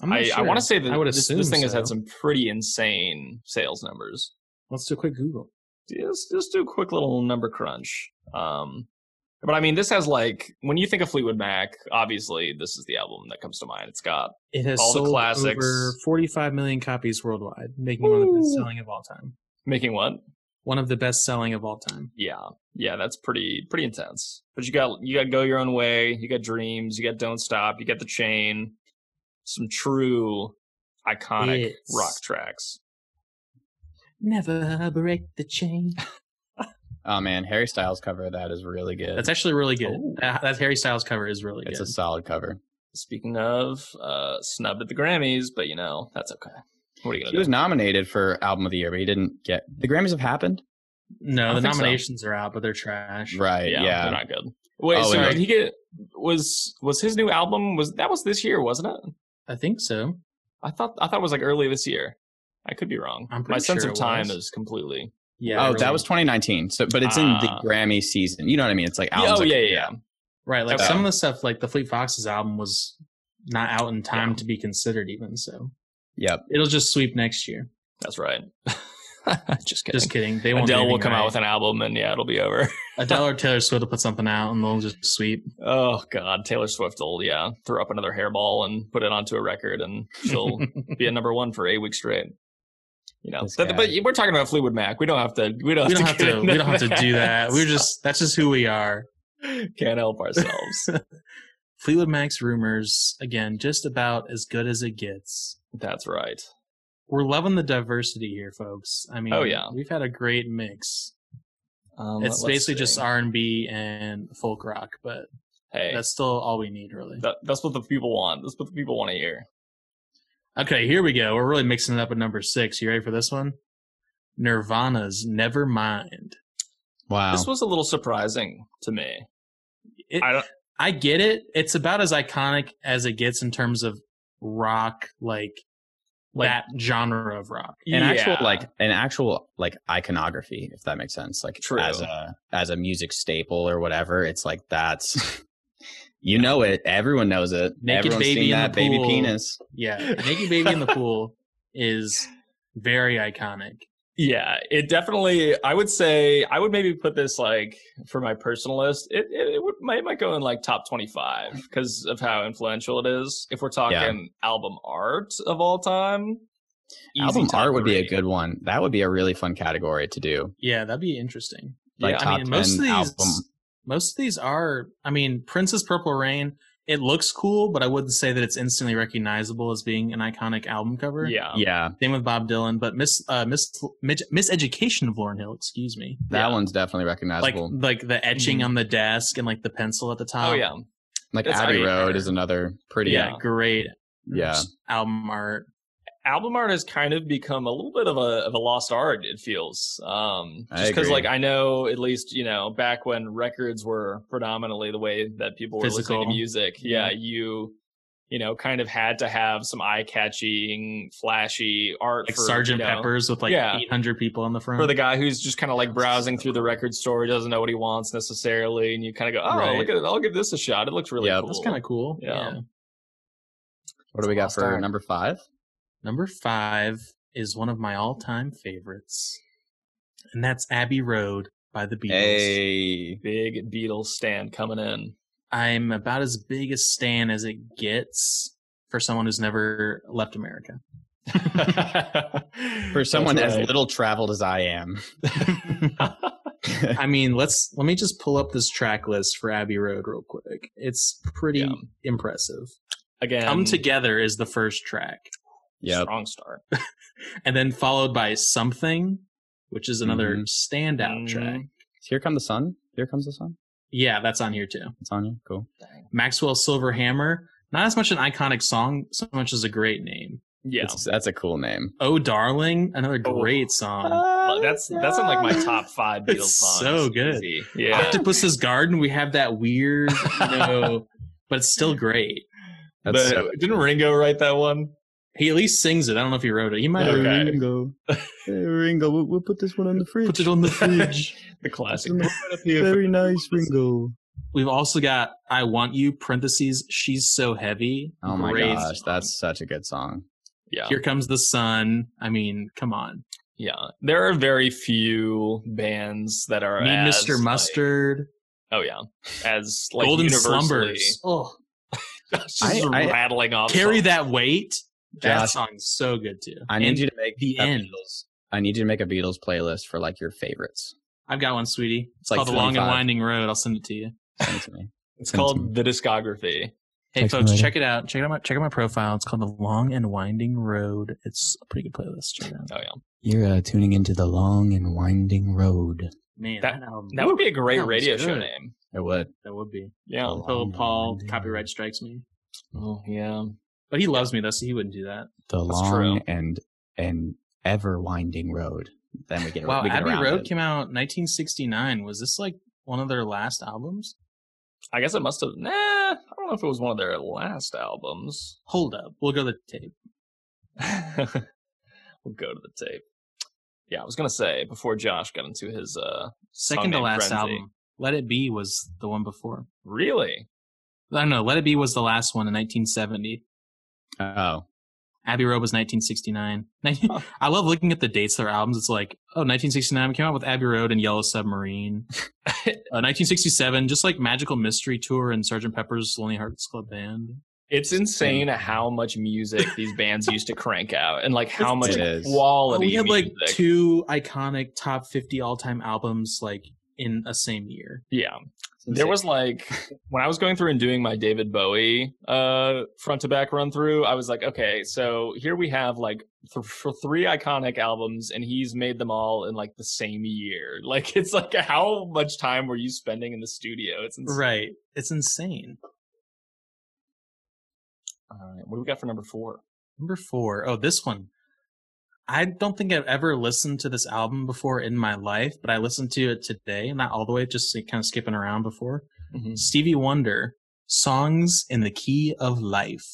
[SPEAKER 4] I'm not
[SPEAKER 1] I, I
[SPEAKER 4] sure.
[SPEAKER 1] want to say that
[SPEAKER 4] I would
[SPEAKER 1] this,
[SPEAKER 4] assume
[SPEAKER 1] this thing has had
[SPEAKER 4] so.
[SPEAKER 1] some pretty insane sales numbers.
[SPEAKER 4] let's do a quick google
[SPEAKER 1] Just just do a quick little number crunch. Um but I mean this has like when you think of Fleetwood Mac, obviously this is the album that comes to mind. It's got
[SPEAKER 4] it has
[SPEAKER 1] All the
[SPEAKER 4] sold
[SPEAKER 1] classics.
[SPEAKER 4] over 45 million copies worldwide making it one of the best selling of all time
[SPEAKER 1] making what?
[SPEAKER 4] one of the best selling of all time
[SPEAKER 1] yeah yeah that's pretty pretty intense but you got you got go your own way you got dreams you got don't stop you got the chain some true iconic
[SPEAKER 4] It's-
[SPEAKER 1] rock tracks
[SPEAKER 4] never break the chain
[SPEAKER 2] Oh man, Harry Styles cover of that is really good.
[SPEAKER 4] that's actually really good
[SPEAKER 1] Ooh.
[SPEAKER 4] that, that harry styles cover is really
[SPEAKER 2] it's a
[SPEAKER 4] good
[SPEAKER 2] solid cover.
[SPEAKER 1] speaking of uh snubbed at the grammys but you know that's okay what are you gonna
[SPEAKER 2] He
[SPEAKER 1] do
[SPEAKER 2] was nominated for album of the year, but he didn't get. The Grammys have happened,
[SPEAKER 4] no
[SPEAKER 1] I
[SPEAKER 4] the
[SPEAKER 1] think so.
[SPEAKER 4] nominations are out but they're trash
[SPEAKER 2] right?
[SPEAKER 1] yeah,
[SPEAKER 2] Yeah,
[SPEAKER 1] they're not good wait
[SPEAKER 2] Oh,
[SPEAKER 1] so
[SPEAKER 2] and-
[SPEAKER 1] did he get was was his new album was that was this year wasn't it
[SPEAKER 4] i think so
[SPEAKER 1] i thought i thought it was like early this year i could be wrong
[SPEAKER 4] I'm
[SPEAKER 1] my
[SPEAKER 4] pretty
[SPEAKER 1] sense
[SPEAKER 4] sure
[SPEAKER 1] of
[SPEAKER 4] it
[SPEAKER 1] time
[SPEAKER 4] was.
[SPEAKER 1] is completely
[SPEAKER 4] Yeah.
[SPEAKER 2] Oh,
[SPEAKER 4] really.
[SPEAKER 2] that was 2019. So, but it's in
[SPEAKER 1] Ah.
[SPEAKER 2] the Grammy season. You know what I mean? It's like
[SPEAKER 1] oh
[SPEAKER 2] albums. like-
[SPEAKER 1] yeah, yeah yeah
[SPEAKER 4] right. Like
[SPEAKER 1] Okay.
[SPEAKER 4] some of the stuff, like the Fleet Foxes album, was not out in time
[SPEAKER 1] Yeah.
[SPEAKER 4] to be considered, even so.
[SPEAKER 2] Yep.
[SPEAKER 4] It'll just sweep next year.
[SPEAKER 1] that's right just kidding
[SPEAKER 4] Just kidding. They won't. do
[SPEAKER 1] Adele will
[SPEAKER 4] anything
[SPEAKER 1] come
[SPEAKER 4] right.
[SPEAKER 1] out with an album, and yeah, it'll be over.
[SPEAKER 4] Adele or Taylor Swift will put something out, and they'll just sweep.
[SPEAKER 1] Oh God, Taylor Swift will yeah throw up another hairball and put it onto a record, and she'll be at number one for eight weeks straight. You know,
[SPEAKER 2] This
[SPEAKER 1] Th- but we're talking about Fleetwood Mac. We don't have to. We don't.
[SPEAKER 4] we don't
[SPEAKER 1] have
[SPEAKER 4] have
[SPEAKER 1] get
[SPEAKER 4] to.
[SPEAKER 1] into
[SPEAKER 4] We don't have to do that. We're just. That's just who we are.
[SPEAKER 1] can't help ourselves.
[SPEAKER 4] Fleetwood Mac's rumors again, just about as good as it gets.
[SPEAKER 1] That's right.
[SPEAKER 4] We're loving the diversity here, folks. I mean,
[SPEAKER 1] Oh, yeah.
[SPEAKER 4] we've had a great mix.
[SPEAKER 1] Um,
[SPEAKER 4] it's
[SPEAKER 1] let's
[SPEAKER 4] basically just
[SPEAKER 1] see.
[SPEAKER 4] R and B and folk rock, but
[SPEAKER 1] Hey, that's
[SPEAKER 4] that's still all we need, really.
[SPEAKER 1] that, that's what the people want. That's what the people want to hear.
[SPEAKER 4] Okay, here we go. We're really mixing it up at number six. You ready for this one? Nirvana's Nevermind.
[SPEAKER 2] Wow.
[SPEAKER 1] This was a little surprising to me.
[SPEAKER 4] It,
[SPEAKER 1] I
[SPEAKER 4] I,
[SPEAKER 1] don't.
[SPEAKER 4] get it. It's about as iconic as it gets in terms of rock, like,
[SPEAKER 1] Like-
[SPEAKER 4] that genre of rock.
[SPEAKER 2] an actual
[SPEAKER 1] Yeah.
[SPEAKER 2] like an actual like iconography, if that makes sense. Like
[SPEAKER 1] True.
[SPEAKER 2] as a as a music staple or whatever. It's like that's. You know it. Everyone knows it.
[SPEAKER 4] Naked
[SPEAKER 2] Everyone's
[SPEAKER 4] baby
[SPEAKER 2] seen
[SPEAKER 4] in the
[SPEAKER 2] that baby
[SPEAKER 4] pool.
[SPEAKER 2] penis.
[SPEAKER 4] Yeah, Naked Baby in the Pool is very iconic.
[SPEAKER 1] Yeah, it definitely. I would say I would maybe put this like for my personal list. It it, it would might, might go in like top twenty five
[SPEAKER 2] Mm.
[SPEAKER 1] because of how influential it is. If we're talking album art of all time, easy
[SPEAKER 2] Album
[SPEAKER 1] top
[SPEAKER 2] art would be a
[SPEAKER 1] three.
[SPEAKER 2] good one. That would be a really fun category to do.
[SPEAKER 4] Yeah, that'd be interesting.
[SPEAKER 2] Like
[SPEAKER 4] yeah,
[SPEAKER 2] top
[SPEAKER 4] I mean, most
[SPEAKER 2] 10
[SPEAKER 4] of these,
[SPEAKER 2] album.
[SPEAKER 4] most of these are. I mean, Prince's Purple Rain. It looks cool, but I wouldn't say that it's instantly recognizable as being an iconic album cover.
[SPEAKER 1] Yeah,
[SPEAKER 2] Yeah,
[SPEAKER 4] Same with Bob Dylan, but Miss uh, Miss Mis- Miseducation of Lauren Hill. Excuse me.
[SPEAKER 2] that
[SPEAKER 1] Yeah.
[SPEAKER 2] one's definitely
[SPEAKER 4] Like
[SPEAKER 2] recognizable.
[SPEAKER 4] like the etching
[SPEAKER 1] Mhm.
[SPEAKER 4] on the desk and like the pencil at the top.
[SPEAKER 1] Oh yeah,
[SPEAKER 2] Like,
[SPEAKER 1] that's
[SPEAKER 2] Abbey
[SPEAKER 1] Abbey
[SPEAKER 2] Road
[SPEAKER 1] Road.
[SPEAKER 2] is another pretty.
[SPEAKER 4] yeah,
[SPEAKER 1] Yeah.
[SPEAKER 4] great.
[SPEAKER 2] Yeah.
[SPEAKER 4] album art.
[SPEAKER 1] album art has kind of become a little bit of a of a lost art. It feels um,
[SPEAKER 2] I
[SPEAKER 1] just because
[SPEAKER 2] agree.
[SPEAKER 1] like I know at least you know back when records were predominantly the way that people were listening
[SPEAKER 4] Physical.
[SPEAKER 1] to music. Yeah,
[SPEAKER 4] Yeah.
[SPEAKER 1] you you know, kind of had to have some eye catching, flashy art
[SPEAKER 4] like
[SPEAKER 1] for,
[SPEAKER 4] Sergeant
[SPEAKER 1] you know,
[SPEAKER 4] Peppers with like
[SPEAKER 1] Yeah.
[SPEAKER 4] 800 people on the front.
[SPEAKER 1] for the guy who's just kind of like browsing through the record store, he doesn't know what he wants necessarily, and you kind of go, "Oh,
[SPEAKER 4] Right.
[SPEAKER 1] look at it! I'll give this a shot. It looks really
[SPEAKER 2] Yeah,
[SPEAKER 1] cool."
[SPEAKER 4] That's kind of cool.
[SPEAKER 1] Yeah.
[SPEAKER 2] What do we got
[SPEAKER 4] Lost
[SPEAKER 2] for
[SPEAKER 4] Ark.
[SPEAKER 2] number five?
[SPEAKER 4] Number five is one of my all-time favorites, and that's Abbey Road by the Beatles.
[SPEAKER 2] Hey,
[SPEAKER 1] big Beatles stand coming in.
[SPEAKER 4] I'm about as big a stan as it gets for someone who's never left America.
[SPEAKER 2] for someone
[SPEAKER 1] That's
[SPEAKER 2] as
[SPEAKER 1] right.
[SPEAKER 2] little traveled as I am,
[SPEAKER 4] I mean, let's let me just pull up this track list for Abbey Road real quick. It's pretty
[SPEAKER 1] Yeah.
[SPEAKER 4] impressive.
[SPEAKER 1] again,
[SPEAKER 4] Come Together is the first track,
[SPEAKER 2] Yep.
[SPEAKER 1] strong start.
[SPEAKER 4] and then followed by Something, which is another
[SPEAKER 2] Mhm.
[SPEAKER 4] standout
[SPEAKER 1] Mhm.
[SPEAKER 2] Mm-hmm.
[SPEAKER 4] track.
[SPEAKER 2] here come the sun. Here comes the sun.
[SPEAKER 4] Yeah, that's on here too.
[SPEAKER 2] It's on you. Cool.
[SPEAKER 4] Maxwell Silverhammer, not as much an iconic song, so much as a great name.
[SPEAKER 1] Yeah,
[SPEAKER 2] It's- that's a cool name.
[SPEAKER 4] Oh, Darling, another
[SPEAKER 1] Oh.
[SPEAKER 4] great song.
[SPEAKER 1] Well, that's that's in like my top five Beatles
[SPEAKER 4] It's
[SPEAKER 1] songs.
[SPEAKER 4] so good.
[SPEAKER 1] Easy. Yeah,
[SPEAKER 4] Octopus's Garden, we have that weird, you know, but it's still great.
[SPEAKER 2] That's
[SPEAKER 1] The-
[SPEAKER 2] so-
[SPEAKER 1] didn't Ringo write that one?
[SPEAKER 4] He at least sings it. I don't know if he wrote it. He might have
[SPEAKER 1] Okay.
[SPEAKER 2] Ringo. Hey, Ringo, we'll, we'll put this one on the fridge.
[SPEAKER 4] put it on the fridge.
[SPEAKER 1] The classic.
[SPEAKER 2] Very nice, Ringo.
[SPEAKER 4] We've also got I Want You, parentheses, She's So Heavy.
[SPEAKER 2] Oh my
[SPEAKER 4] Great
[SPEAKER 2] gosh,
[SPEAKER 4] song.
[SPEAKER 2] that's such a good song.
[SPEAKER 1] Yeah,
[SPEAKER 4] Here Comes the Sun. I mean, come on.
[SPEAKER 1] yeah. There are very few bands that are
[SPEAKER 4] Mean
[SPEAKER 1] as,
[SPEAKER 4] Mr.
[SPEAKER 1] like-
[SPEAKER 4] Mustard.
[SPEAKER 1] oh yeah, as like
[SPEAKER 4] Golden
[SPEAKER 1] universally-
[SPEAKER 4] Slumbers. Oh,
[SPEAKER 1] Just
[SPEAKER 2] I- I-
[SPEAKER 1] rattling off.
[SPEAKER 4] Carry
[SPEAKER 1] songs.
[SPEAKER 4] that weight. That
[SPEAKER 2] Josh.
[SPEAKER 4] song's so good too.
[SPEAKER 2] I need
[SPEAKER 4] And
[SPEAKER 2] you to make
[SPEAKER 4] the
[SPEAKER 2] a
[SPEAKER 4] end.
[SPEAKER 2] Beatles- I need you to make a Beatles playlist for like your favorites.
[SPEAKER 4] I've got one, sweetie. It's,
[SPEAKER 2] It's like
[SPEAKER 4] called The Long and
[SPEAKER 2] 25.
[SPEAKER 4] Winding Road. I'll send it to you.
[SPEAKER 2] Send it to me. Send it
[SPEAKER 1] It's
[SPEAKER 2] to
[SPEAKER 1] called the discography.
[SPEAKER 4] Hey
[SPEAKER 2] Thanks,
[SPEAKER 4] folks,
[SPEAKER 2] Maria.
[SPEAKER 4] check it out. Uh, Check out my check out my profile. It's called The Long and Winding Road. It's a pretty good playlist. Check it out.
[SPEAKER 1] Oh yeah,
[SPEAKER 2] You're uh, tuning into the long and winding road.
[SPEAKER 4] Man,
[SPEAKER 1] That-
[SPEAKER 4] album-
[SPEAKER 1] that would be a great
[SPEAKER 4] That was
[SPEAKER 1] radio show
[SPEAKER 4] good.
[SPEAKER 1] name.
[SPEAKER 2] It would.
[SPEAKER 4] that would be.
[SPEAKER 1] Yeah.
[SPEAKER 2] The
[SPEAKER 4] Until
[SPEAKER 2] long
[SPEAKER 4] Paul
[SPEAKER 2] and Mm-hmm.
[SPEAKER 4] copyright strikes me.
[SPEAKER 1] Oh yeah.
[SPEAKER 4] But he loves me though, so he wouldn't do that.
[SPEAKER 2] The
[SPEAKER 1] That's
[SPEAKER 2] long
[SPEAKER 1] true.
[SPEAKER 2] and and ever winding road. Then we get
[SPEAKER 4] Wow,
[SPEAKER 2] we get
[SPEAKER 4] Abbey
[SPEAKER 2] around
[SPEAKER 4] Road
[SPEAKER 2] it.
[SPEAKER 4] came out 1969. Was this like one of their last albums?
[SPEAKER 1] I guess it must have. Nah, I don't know if it was one of their last albums.
[SPEAKER 4] Hold up, we'll go to the tape.
[SPEAKER 1] we'll go to the tape. Yeah, I was gonna say before Josh got into his. uh
[SPEAKER 4] Second to
[SPEAKER 1] named
[SPEAKER 4] last
[SPEAKER 1] Frenzy.
[SPEAKER 4] album, Let It Be was the one before.
[SPEAKER 1] Really?
[SPEAKER 4] I don't know. Let It Be was the last one in 1970.
[SPEAKER 2] Oh,
[SPEAKER 4] Abbey Road was 1969. I love looking at the dates of their albums. It's like, oh, 1969, we came out with Abbey Road and Yellow Submarine. uh, 1967, just like Magical Mystery Tour and Sgt. Pepper's Lonely Hearts Club Band.
[SPEAKER 1] It's insane how much music these bands used to crank out, and like how much
[SPEAKER 2] It is.
[SPEAKER 1] quality.
[SPEAKER 4] we had like
[SPEAKER 1] music.
[SPEAKER 4] two iconic top 50 all-time albums like in a same year.
[SPEAKER 1] Yeah, there was like when I was going through and doing my David Bowie uh front to back run through, I was like, okay, so here we have like th- for three iconic albums, and he's made them all in like the same year. Like it's like how much time were you spending in the studio? It's insane.
[SPEAKER 4] Right. It's insane.
[SPEAKER 1] All right, what do we got for number four?
[SPEAKER 4] Number four. Oh, this one. I don't think I've ever listened to this album before in my life, but I listened to it today, not all the way, just kind of skipping around before.
[SPEAKER 2] Hmm.
[SPEAKER 4] Stevie Wonder, Songs in the Key of Life.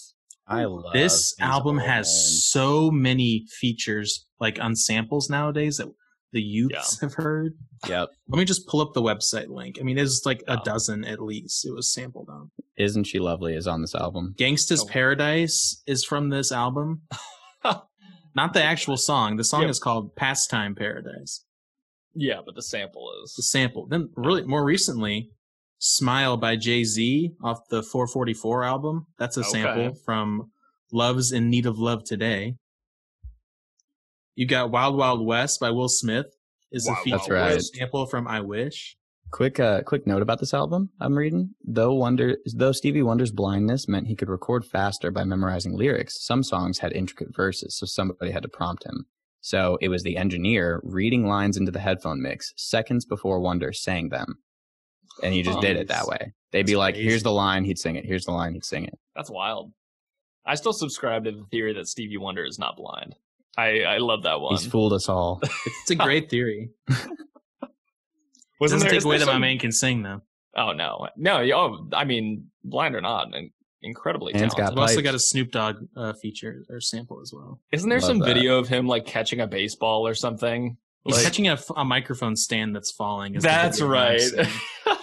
[SPEAKER 2] I love these
[SPEAKER 4] this album
[SPEAKER 2] old
[SPEAKER 4] has
[SPEAKER 2] names.
[SPEAKER 4] so many features, like on samples nowadays, that the youths have heard.
[SPEAKER 2] Yep.
[SPEAKER 4] Let me just pull up the website link. I mean, it's like a
[SPEAKER 1] Wow.
[SPEAKER 4] dozen at least. It was sampled on.
[SPEAKER 2] Isn't she lovely? Is on this album.
[SPEAKER 4] Gangsta's
[SPEAKER 1] Oh.
[SPEAKER 4] Paradise is from this album. Not the actual song. The song
[SPEAKER 1] Yeah.
[SPEAKER 4] is called Pastime Paradise.
[SPEAKER 1] Yeah, but the sample
[SPEAKER 4] The
[SPEAKER 1] is
[SPEAKER 4] sample. Then, really, more recently, Smile by Jay Z off the 444 album. That's a
[SPEAKER 1] Okay.
[SPEAKER 4] sample from Love's in Need of Love Today. You got Wild Wild West by Will Smith is a
[SPEAKER 1] Wild
[SPEAKER 4] feature
[SPEAKER 2] That's Wild right.
[SPEAKER 1] West.
[SPEAKER 4] sample from I Wish.
[SPEAKER 2] Quick, uh, quick note about this album. I'm reading. Though Wonder, though Stevie Wonder's blindness meant he could record faster by memorizing lyrics. Some songs had intricate verses, so somebody had to prompt him. So it was the engineer reading lines into the headphone mix seconds before Wonder sang them, and he just did it that way. They'd be
[SPEAKER 4] That's
[SPEAKER 2] like, "Here's
[SPEAKER 4] crazy.
[SPEAKER 2] the line," he'd sing it. "Here's the line," he'd sing it.
[SPEAKER 1] that's wild. I still subscribe to the theory that Stevie Wonder is not blind. I I love that one.
[SPEAKER 2] He's fooled us all.
[SPEAKER 4] It's a great theory.
[SPEAKER 1] Wasn't
[SPEAKER 4] Doesn't
[SPEAKER 1] there-
[SPEAKER 4] take
[SPEAKER 1] is
[SPEAKER 4] away
[SPEAKER 1] there
[SPEAKER 4] that my
[SPEAKER 1] some-
[SPEAKER 4] man can sing though.
[SPEAKER 1] Oh no, no. y- Oh, I mean, blind or not, and incredibly
[SPEAKER 2] And it's
[SPEAKER 1] talented.
[SPEAKER 2] got
[SPEAKER 4] I've also
[SPEAKER 2] pipes.
[SPEAKER 4] got a Snoop Dogg uh, feature or sample as well.
[SPEAKER 1] Isn't there
[SPEAKER 2] Love
[SPEAKER 1] some
[SPEAKER 2] that.
[SPEAKER 1] video of him like catching a baseball or something?
[SPEAKER 4] He's
[SPEAKER 1] Like-
[SPEAKER 4] catching a, f- a microphone stand that's falling. is the
[SPEAKER 1] That's
[SPEAKER 4] video I've
[SPEAKER 1] right.
[SPEAKER 4] seen.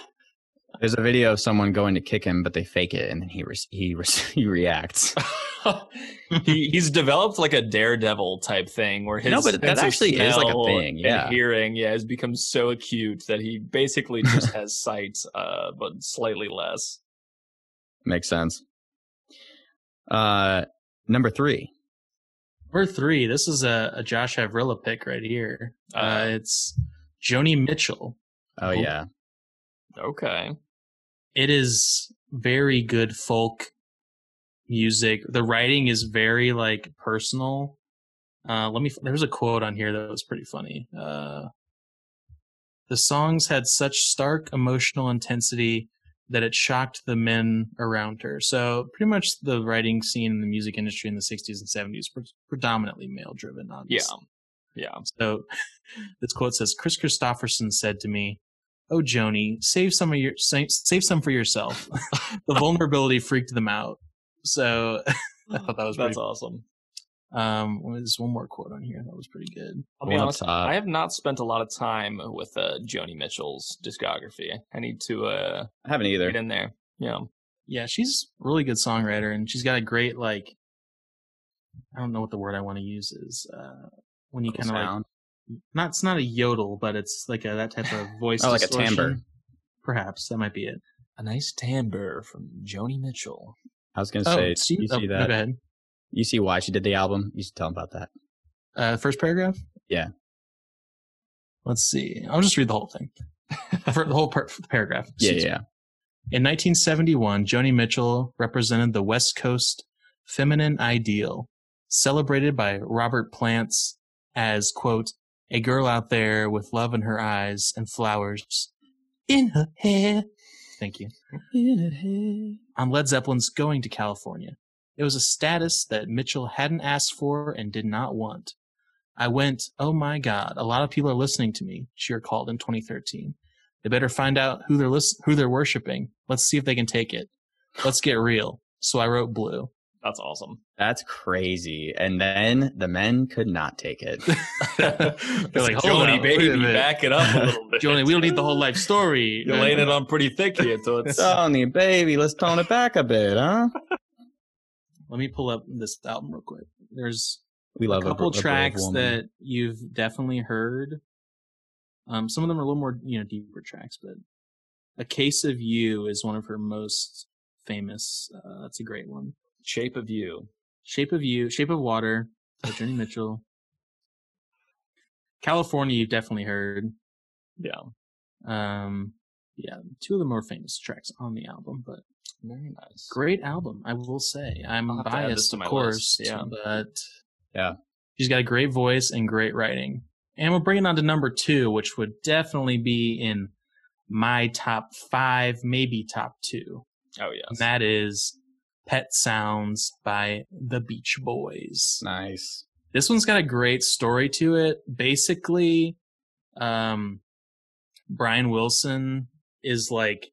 [SPEAKER 2] There's a video of someone going to kick him, but they fake it, and then he re- he re- he reacts.
[SPEAKER 1] he he's developed like a daredevil type thing where his
[SPEAKER 2] No, but that
[SPEAKER 1] sense of
[SPEAKER 2] actually is like a
[SPEAKER 1] smell
[SPEAKER 2] thing, yeah.
[SPEAKER 1] and hearing yeah has become so acute that he basically just has sight, uh, but slightly less.
[SPEAKER 2] Makes sense. Uh, number three.
[SPEAKER 4] Number three, this is a, a Josh Avrilla pick right here. Uh,
[SPEAKER 1] Uh.
[SPEAKER 4] it's Joni Mitchell.
[SPEAKER 2] Oh
[SPEAKER 4] Cool.
[SPEAKER 2] yeah,
[SPEAKER 1] Okay,
[SPEAKER 4] It is very good folk music. The writing is very like personal. Uh, let me. There's a quote on here that was pretty funny. Uh, the songs had such stark emotional intensity that it shocked the men around her. So pretty much the writing scene in the music industry in the 60s and 70s pre- predominantly male driven. Obviously.
[SPEAKER 1] yeah, yeah.
[SPEAKER 4] So this quote says Chris Christopherson said to me, "Oh Joni, save some of your save, save some for yourself." the vulnerability freaked them out. So I thought that was
[SPEAKER 1] that's
[SPEAKER 4] pretty.
[SPEAKER 1] awesome.
[SPEAKER 4] Um, well, there's one more quote on here that was pretty good.
[SPEAKER 1] I'll be
[SPEAKER 2] One up
[SPEAKER 1] honest,
[SPEAKER 2] top.
[SPEAKER 1] I have not spent a lot of time with uh, Joni Mitchell's discography. I need to uh,
[SPEAKER 2] I haven't
[SPEAKER 1] get
[SPEAKER 2] either.
[SPEAKER 1] in there. Yeah,
[SPEAKER 4] Yeah, she's a really good songwriter, and she's got a great like. I don't know what the word I want to use is. Uh, when you kind of like
[SPEAKER 2] Sound.
[SPEAKER 4] not it's not a yodel, but it's like a, that type of voice.
[SPEAKER 2] Oh, like a
[SPEAKER 4] distortion.
[SPEAKER 2] timbre.
[SPEAKER 4] Perhaps that might be it.
[SPEAKER 1] a nice timbre from Joni Mitchell.
[SPEAKER 2] I was gonna
[SPEAKER 4] Oh,
[SPEAKER 2] say,
[SPEAKER 4] see-
[SPEAKER 2] you
[SPEAKER 4] oh,
[SPEAKER 2] see
[SPEAKER 4] no,
[SPEAKER 2] that?
[SPEAKER 4] go ahead.
[SPEAKER 2] You see why she did the album? You should tell them about that.
[SPEAKER 4] Uh, first paragraph?
[SPEAKER 2] Yeah.
[SPEAKER 4] Let's see. I'll just read the whole thing. For the whole par- paragraph.
[SPEAKER 2] Yeah,
[SPEAKER 4] Excuse
[SPEAKER 2] yeah.
[SPEAKER 4] me. In 1971, Joni Mitchell represented the West Coast feminine ideal, celebrated by Robert Plants as, quote, a girl out there with love in her eyes and flowers in her hair. Thank you on Led Zeppelin's Going to California. It was a status that Mitchell hadn't asked for and did not want. I went, oh my God, a lot of people are listening to me, she recalled in 2013. They better find out who they're lis- who they're worshiping. Let's see if they can take it. Let's get real. So I wrote blue.
[SPEAKER 1] That's awesome.
[SPEAKER 2] That's crazy. And then the men could not take it.
[SPEAKER 1] They're like,
[SPEAKER 4] "Hold
[SPEAKER 1] Joni,
[SPEAKER 4] up, wait a
[SPEAKER 1] baby,
[SPEAKER 4] minute."
[SPEAKER 1] back it up a little bit.
[SPEAKER 4] Joni, we don't need the whole life story.
[SPEAKER 1] You're laying it on pretty thick here, so it's
[SPEAKER 2] Tony, baby, let's tone it back a bit, huh?
[SPEAKER 4] Let me pull up this album real quick. There's
[SPEAKER 2] We love
[SPEAKER 4] a
[SPEAKER 2] bra-
[SPEAKER 4] couple
[SPEAKER 2] brave
[SPEAKER 4] tracks
[SPEAKER 2] woman.
[SPEAKER 4] that you've definitely heard. Um, some of them are a little more, you know, deeper tracks, but "A Case of You" is one of her most famous. Uh, that's a great one.
[SPEAKER 1] shape of you.
[SPEAKER 4] "Shape of You," "Shape of Water," by Joni Mitchell. "California," you've definitely heard.
[SPEAKER 1] Yeah.
[SPEAKER 4] Um, yeah, two of the more famous tracks on the album, but
[SPEAKER 1] Very nice.
[SPEAKER 4] great album, I will say. I'm
[SPEAKER 1] I'll have to add this
[SPEAKER 4] biased,
[SPEAKER 1] to
[SPEAKER 4] of
[SPEAKER 1] my
[SPEAKER 4] course,
[SPEAKER 1] list, yeah.
[SPEAKER 4] but
[SPEAKER 2] Yeah.
[SPEAKER 4] she's got a great voice and great writing. And we'll bring it on to number two, which would definitely be in my top five, maybe top two,
[SPEAKER 1] Oh
[SPEAKER 4] and
[SPEAKER 1] yes.
[SPEAKER 4] that is "Pet Sounds" by the Beach Boys
[SPEAKER 2] Nice.
[SPEAKER 4] this one's got a great story to it basically um brian wilson is like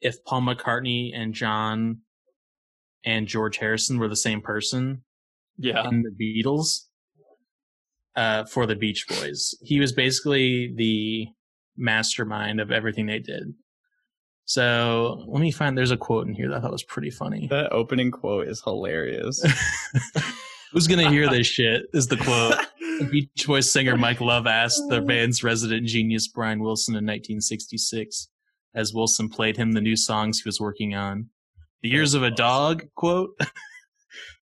[SPEAKER 4] if paul mccartney and john and george harrison were the same person
[SPEAKER 1] Yeah.
[SPEAKER 4] in the beatles uh for the beach boys he was basically the mastermind of everything they did so let me find there's a quote in here that i thought was pretty funny
[SPEAKER 2] That opening quote is hilarious.
[SPEAKER 4] who's gonna hear this shit is the quote The Beach Boys singer Mike Love asked the band's resident genius Brian Wilson in 1966 as Wilson played him the new songs he was working on. The Years of a Dog, quote.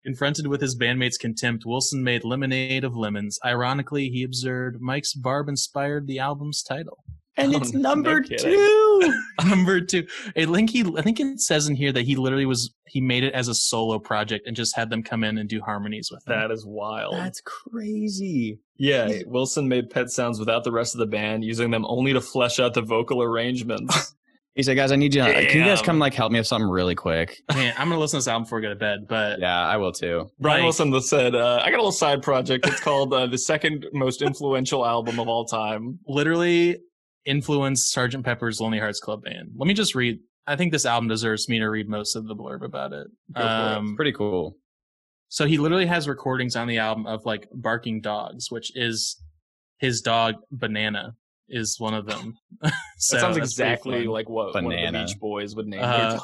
[SPEAKER 4] Confronted with his bandmates' contempt, Wilson made Lemonade of Lemons. Ironically, he observed Mike's barb inspired the album's title.
[SPEAKER 2] and
[SPEAKER 1] Oh,
[SPEAKER 2] it's
[SPEAKER 1] no
[SPEAKER 2] number
[SPEAKER 1] kidding.
[SPEAKER 2] two.
[SPEAKER 4] Number two, I think he, I think it says in here that he literally was, he made it as a solo project and just had them come in and do harmonies with him.
[SPEAKER 1] That is wild.
[SPEAKER 2] That's crazy.
[SPEAKER 1] yeah, Wilson made pet sounds without the rest of the band, using them only to flesh out the vocal arrangements.
[SPEAKER 2] He said, guys, I need you. Can you guys
[SPEAKER 1] Damn.
[SPEAKER 2] come like help me with something really quick?
[SPEAKER 4] Man, I'm gonna listen to this album before I go to bed, but
[SPEAKER 2] Yeah, I will too.
[SPEAKER 1] Brian
[SPEAKER 4] Like-
[SPEAKER 1] Wilson that said, uh, "I got a little side project. It's called uh, the second most influential album of all time."
[SPEAKER 4] literally influenced Sergeant Pepper's Lonely Hearts Club Band. Let me just read. I think this album deserves me to read most of the blurb about it.
[SPEAKER 1] Go for it.
[SPEAKER 4] Um,
[SPEAKER 2] Pretty cool.
[SPEAKER 4] so he literally has recordings on the album of like barking dogs, which is his dog Banana is one of them. so
[SPEAKER 1] that sounds
[SPEAKER 4] that's pretty
[SPEAKER 1] exactly
[SPEAKER 4] fun.
[SPEAKER 1] like what one of
[SPEAKER 2] Banana.
[SPEAKER 1] the Beach Boys would name
[SPEAKER 4] Uh,
[SPEAKER 1] their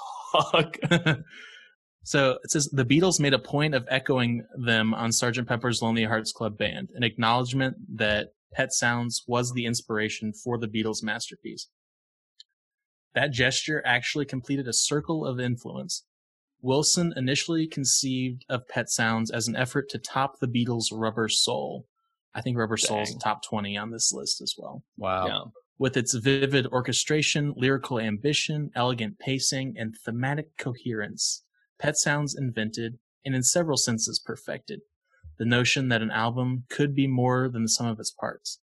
[SPEAKER 1] dog.
[SPEAKER 4] so it says the Beatles made a point of echoing them on Sgt. Pepper's Lonely Hearts Club Band, an acknowledgement that Pet Sounds was the inspiration for the Beatles' masterpiece. That gesture actually completed a circle of influence. Wilson initially conceived of Pet Sounds as an effort to top the Beatles' Rubber Soul. I think Rubber Soul is
[SPEAKER 1] Dang.
[SPEAKER 4] top 20 on this list as well
[SPEAKER 2] Wow.
[SPEAKER 1] Yeah.
[SPEAKER 4] with its vivid orchestration, lyrical ambition, elegant pacing, and thematic coherence. Pet Sounds invented, and in several senses perfected, the notion that an album could be more than the sum of its parts.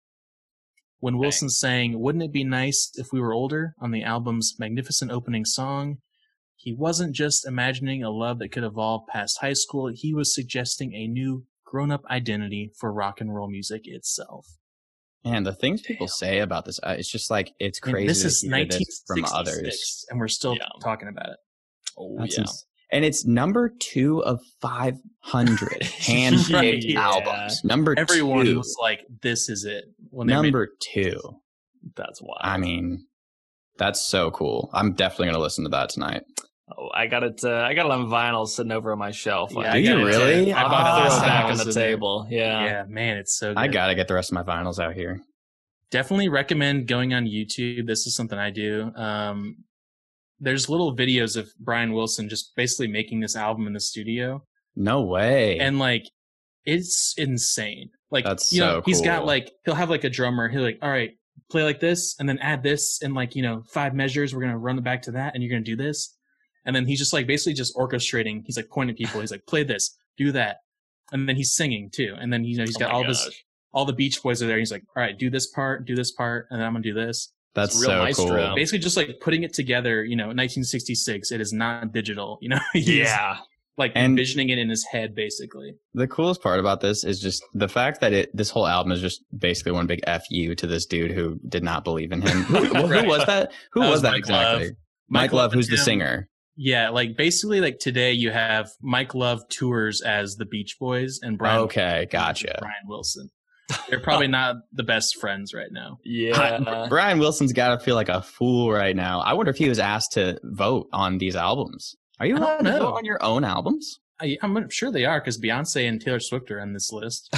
[SPEAKER 4] When Wilson sang, Wouldn't it be nice if we were older on the album's magnificent opening song, he wasn't just imagining a love that could evolve past high school, he was suggesting a new grown up identity for rock and roll music itself.
[SPEAKER 2] And the things people say about this, uh, it's just like it's
[SPEAKER 4] I mean,
[SPEAKER 2] crazy.
[SPEAKER 4] this
[SPEAKER 2] to
[SPEAKER 4] is
[SPEAKER 2] hear this
[SPEAKER 4] 1966,
[SPEAKER 2] from others.
[SPEAKER 4] and we're still
[SPEAKER 1] Yeah.
[SPEAKER 4] talking about it.
[SPEAKER 1] Oh
[SPEAKER 2] That's
[SPEAKER 1] yeah.
[SPEAKER 2] ins- and it's number two of 500 hand-picked
[SPEAKER 4] Right, yeah.
[SPEAKER 2] albums. Number
[SPEAKER 4] Everyone
[SPEAKER 2] two.
[SPEAKER 4] was like, "This is it." When they
[SPEAKER 2] Number two.
[SPEAKER 1] That's wild.
[SPEAKER 2] I mean, that's so cool. I'm definitely going to listen to that tonight.
[SPEAKER 1] oh, I got it. Uh, I got it on vinyl sitting over at my shelf.
[SPEAKER 4] made,
[SPEAKER 1] Like,
[SPEAKER 2] Do you
[SPEAKER 4] gotta
[SPEAKER 2] really?
[SPEAKER 4] tell
[SPEAKER 1] I bought
[SPEAKER 2] Ah.
[SPEAKER 1] it
[SPEAKER 4] last
[SPEAKER 1] last
[SPEAKER 4] time I
[SPEAKER 1] back on
[SPEAKER 4] was
[SPEAKER 1] the
[SPEAKER 4] in there.
[SPEAKER 1] table.
[SPEAKER 4] Yeah.
[SPEAKER 1] Yeah.
[SPEAKER 4] man, it's so. Good.
[SPEAKER 2] I got to get the rest of my vinyls out here.
[SPEAKER 4] Definitely recommend going on YouTube. This is something I do. Um, there's little videos of Brian Wilson just basically making this album in the studio,
[SPEAKER 2] No way.
[SPEAKER 4] and like, it's insane. Like,
[SPEAKER 2] That's
[SPEAKER 4] you know,
[SPEAKER 2] so
[SPEAKER 4] he's got
[SPEAKER 2] cool.
[SPEAKER 4] like he'll have like a drummer. He'll like, all right, play like this, and then add this, and like you know, five measures. We're gonna run it back to that, and you're gonna do this, and then he's just like basically just orchestrating. He's like pointing at people. He's like, play this, do that, and then he's singing too. And then you know he's
[SPEAKER 1] Oh
[SPEAKER 4] got
[SPEAKER 1] my
[SPEAKER 4] all this,
[SPEAKER 1] gosh.
[SPEAKER 4] all the Beach Boys are there. He's like, all right, do this part, do this part, and then I'm gonna do this.
[SPEAKER 2] that's
[SPEAKER 1] real
[SPEAKER 2] so
[SPEAKER 1] maestro.
[SPEAKER 2] cool.
[SPEAKER 4] Basically, just like putting it together. You know, 1966. It is not digital. You know, he's
[SPEAKER 1] Yeah.
[SPEAKER 4] like
[SPEAKER 2] And-
[SPEAKER 4] envisioning it in his head basically.
[SPEAKER 2] The coolest part about this is just the fact that it this whole album is just basically one big fu to this dude who did not believe in him. Who, who
[SPEAKER 4] Right.
[SPEAKER 2] was that? Who
[SPEAKER 4] That
[SPEAKER 2] was,
[SPEAKER 4] was
[SPEAKER 2] that
[SPEAKER 4] Mike
[SPEAKER 2] exactly?
[SPEAKER 4] Love.
[SPEAKER 2] Mike, Love, who's the
[SPEAKER 4] Jim.
[SPEAKER 2] singer.
[SPEAKER 4] Yeah, like basically, like today you have Mike Love tours as the Beach Boys and Brian.
[SPEAKER 2] okay, gotcha.
[SPEAKER 4] Brian Wilson. They're probably not the best friends right now.
[SPEAKER 1] Yeah.
[SPEAKER 2] Brian Wilson's got to feel like a fool right now. I wonder if he was asked to vote on these albums. Are you
[SPEAKER 4] I don't
[SPEAKER 2] allowed to
[SPEAKER 4] know.
[SPEAKER 2] vote on your own albums?
[SPEAKER 4] I, I'm sure they are because Beyonce and Taylor Swift are on this list.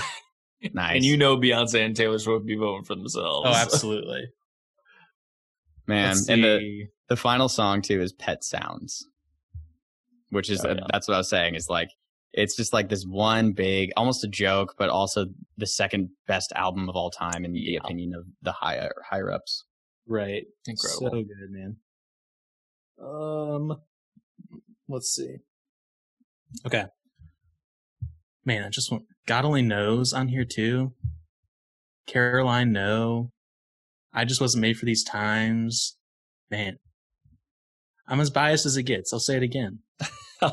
[SPEAKER 2] Nice.
[SPEAKER 1] And you know Beyonce and Taylor Swift be voting for themselves.
[SPEAKER 4] Oh, absolutely.
[SPEAKER 2] man,
[SPEAKER 4] Let's
[SPEAKER 2] and the,
[SPEAKER 4] see.
[SPEAKER 2] the final song too is Pet Sounds, which is
[SPEAKER 1] Oh, yeah.
[SPEAKER 2] that's what I was saying. Is like it's just like this one big, almost a joke, but also the second best album of all time in the opinion of the higher higher ups.
[SPEAKER 4] right.
[SPEAKER 1] Incredible.
[SPEAKER 4] So good, man. Um, let's see. Okay. Man, I just want God only knows on here too. Caroline, no. I just wasn't made for these times. Man, I'm as biased as it gets. I'll say it again. but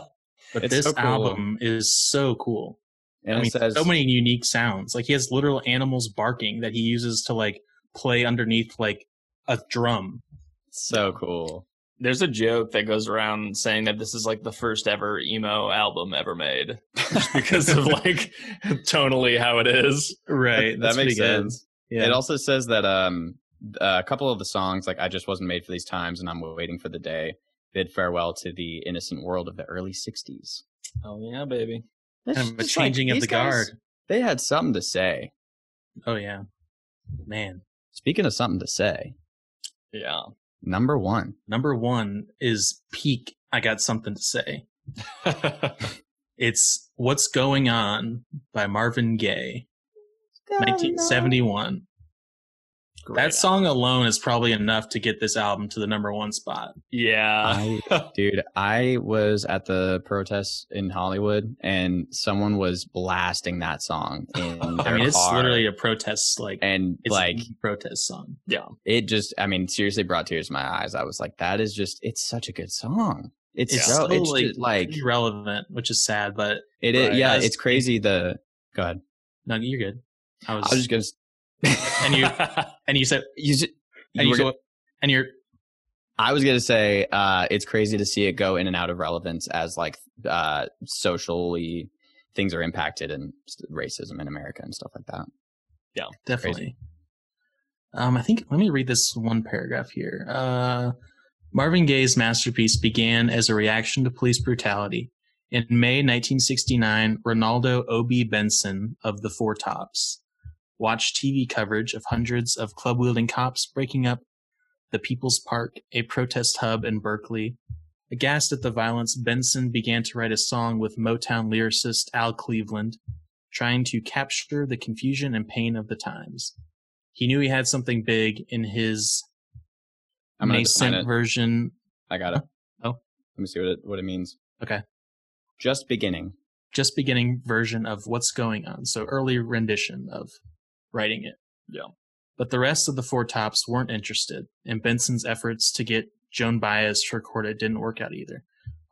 [SPEAKER 2] It's
[SPEAKER 4] this
[SPEAKER 2] so cool.
[SPEAKER 4] album is so cool.
[SPEAKER 2] And
[SPEAKER 4] I
[SPEAKER 2] it
[SPEAKER 4] mean,
[SPEAKER 2] says
[SPEAKER 4] so many unique sounds. Like he has literal animals barking that he uses to like play underneath like a drum.
[SPEAKER 2] so cool.
[SPEAKER 1] There's a joke that goes around saying that this is like the first ever emo album ever made just because of like tonally how it is.
[SPEAKER 4] Right.
[SPEAKER 2] That- that makes sense.
[SPEAKER 4] Yeah.
[SPEAKER 2] It also says that um, a couple of the songs, like I Just Wasn't Made for These Times and I'm Waiting for the Day, bid farewell to the innocent world of the early 60s.
[SPEAKER 1] Oh yeah, baby.
[SPEAKER 2] That's
[SPEAKER 4] kind of a
[SPEAKER 2] just like,
[SPEAKER 4] changing of
[SPEAKER 2] these
[SPEAKER 4] the
[SPEAKER 2] guys,
[SPEAKER 4] guard.
[SPEAKER 2] they had something to say.
[SPEAKER 4] Oh yeah. Man,
[SPEAKER 2] Speaking of something to say,
[SPEAKER 1] Yeah.
[SPEAKER 2] number one.
[SPEAKER 4] number 1 is peak. I got something to say. It's What's Going On by Marvin Gaye, 1971. That song alone is probably enough to get this album to the number 1 spot.
[SPEAKER 1] Yeah.
[SPEAKER 4] Uh.
[SPEAKER 2] I, dude, I was at the protest in Hollywood and someone was blasting that song in their
[SPEAKER 4] I mean, it's
[SPEAKER 2] car.
[SPEAKER 4] literally a protest like
[SPEAKER 2] and
[SPEAKER 4] it's
[SPEAKER 2] like
[SPEAKER 4] a protest song.
[SPEAKER 2] it just i mean seriously brought tears to my eyes i was like that is just it's such a good song it's
[SPEAKER 4] It's
[SPEAKER 2] so,
[SPEAKER 4] so,
[SPEAKER 2] it's
[SPEAKER 4] like,
[SPEAKER 2] like, like
[SPEAKER 4] Pretty relevant, which is sad, but
[SPEAKER 2] it is
[SPEAKER 1] right.
[SPEAKER 2] yeah
[SPEAKER 4] As-
[SPEAKER 2] it's crazy the go ahead
[SPEAKER 4] no, you're good. I was,
[SPEAKER 2] i was just gonna s-
[SPEAKER 4] and you and you said
[SPEAKER 2] you, just,
[SPEAKER 4] and
[SPEAKER 2] you
[SPEAKER 4] you,
[SPEAKER 2] were
[SPEAKER 4] said-
[SPEAKER 2] gonna-
[SPEAKER 4] and you're
[SPEAKER 2] I was gonna say uh, it's crazy to see it go in and out of relevance as like uh, socially things are impacted and s- racism in America and stuff like that.
[SPEAKER 4] definitely. Um, I think let me read this one paragraph here. Uh, Marvin Gaye's masterpiece began as a reaction to police brutality. In May 1969, Ronaldo O.B. Benson of the Four Tops watched TV coverage of hundreds of club wielding cops breaking up the People's Park, a protest hub in Berkeley. Aghast at the violence, Benson began to write a song with Motown lyricist Al Cleveland trying to capture the confusion and pain of the times. He knew he had something big in his
[SPEAKER 2] I'm gonna define
[SPEAKER 4] nascent
[SPEAKER 2] it.
[SPEAKER 4] version.
[SPEAKER 2] I got it.
[SPEAKER 4] Oh.
[SPEAKER 2] let me see what it what it means.
[SPEAKER 4] Okay.
[SPEAKER 2] Just beginning.
[SPEAKER 4] just beginning version of what's going on. So early rendition of writing it.
[SPEAKER 1] Yeah.
[SPEAKER 4] But the rest of the four tops weren't interested, and Benson's efforts to get Joan Baez to record it didn't work out either.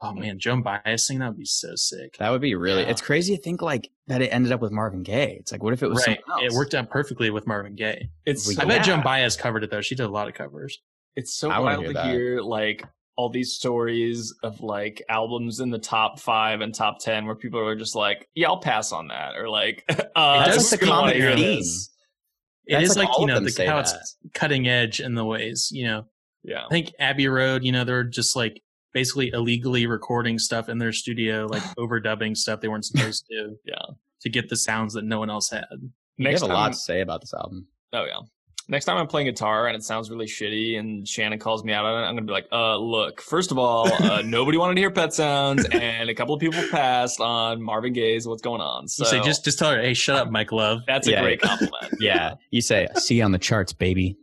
[SPEAKER 4] Oh man, Joan Baez singing that would be so sick.
[SPEAKER 2] That would be really.
[SPEAKER 4] Yeah.
[SPEAKER 2] It's crazy to think like that. It ended up with Marvin Gaye. It's like, what if it was
[SPEAKER 4] right.
[SPEAKER 2] someone
[SPEAKER 4] It
[SPEAKER 2] else?
[SPEAKER 4] worked out perfectly with Marvin Gaye.
[SPEAKER 1] It's
[SPEAKER 2] We-
[SPEAKER 1] so
[SPEAKER 4] I bet Joan
[SPEAKER 1] bad.
[SPEAKER 4] Baez covered it though. She did a lot of covers.
[SPEAKER 1] It's so
[SPEAKER 2] I wanna
[SPEAKER 1] wild
[SPEAKER 2] hear
[SPEAKER 1] to
[SPEAKER 2] that.
[SPEAKER 1] hear like all these stories of like albums in the top five and top ten where people are just like, "Yeah, I'll pass on that," or like, uh,
[SPEAKER 4] does
[SPEAKER 1] "That's
[SPEAKER 4] like
[SPEAKER 1] the
[SPEAKER 4] the
[SPEAKER 1] common
[SPEAKER 4] common
[SPEAKER 1] hear
[SPEAKER 4] theme.
[SPEAKER 1] this."
[SPEAKER 4] It
[SPEAKER 2] That's
[SPEAKER 4] is
[SPEAKER 2] like
[SPEAKER 4] like,
[SPEAKER 2] all
[SPEAKER 4] you
[SPEAKER 2] of
[SPEAKER 4] know
[SPEAKER 2] them
[SPEAKER 4] the,
[SPEAKER 2] say
[SPEAKER 4] how
[SPEAKER 2] that.
[SPEAKER 4] it's cutting edge in the ways you know
[SPEAKER 1] Yeah,
[SPEAKER 4] I think Abbey Road, you know, they were just like basically illegally recording stuff in their studio, like overdubbing stuff they weren't supposed to.
[SPEAKER 1] Yeah.
[SPEAKER 4] To get the sounds that no one else had.
[SPEAKER 2] They
[SPEAKER 1] next
[SPEAKER 2] have a
[SPEAKER 1] time,
[SPEAKER 2] lot to say about this album.
[SPEAKER 1] oh yeah, next time I'm playing guitar and it sounds really shitty and Shannon calls me out on it, I'm gonna be like, "Uh, look, first of all, uh, nobody wanted to hear Pet Sounds, and a couple of people passed on Marvin Gaye's What's Going On." So
[SPEAKER 4] you say just just tell her, hey, shut up, Mike Love.
[SPEAKER 1] that's a
[SPEAKER 2] Yeah.
[SPEAKER 1] great compliment.
[SPEAKER 2] Yeah, you say, see you on the charts, baby.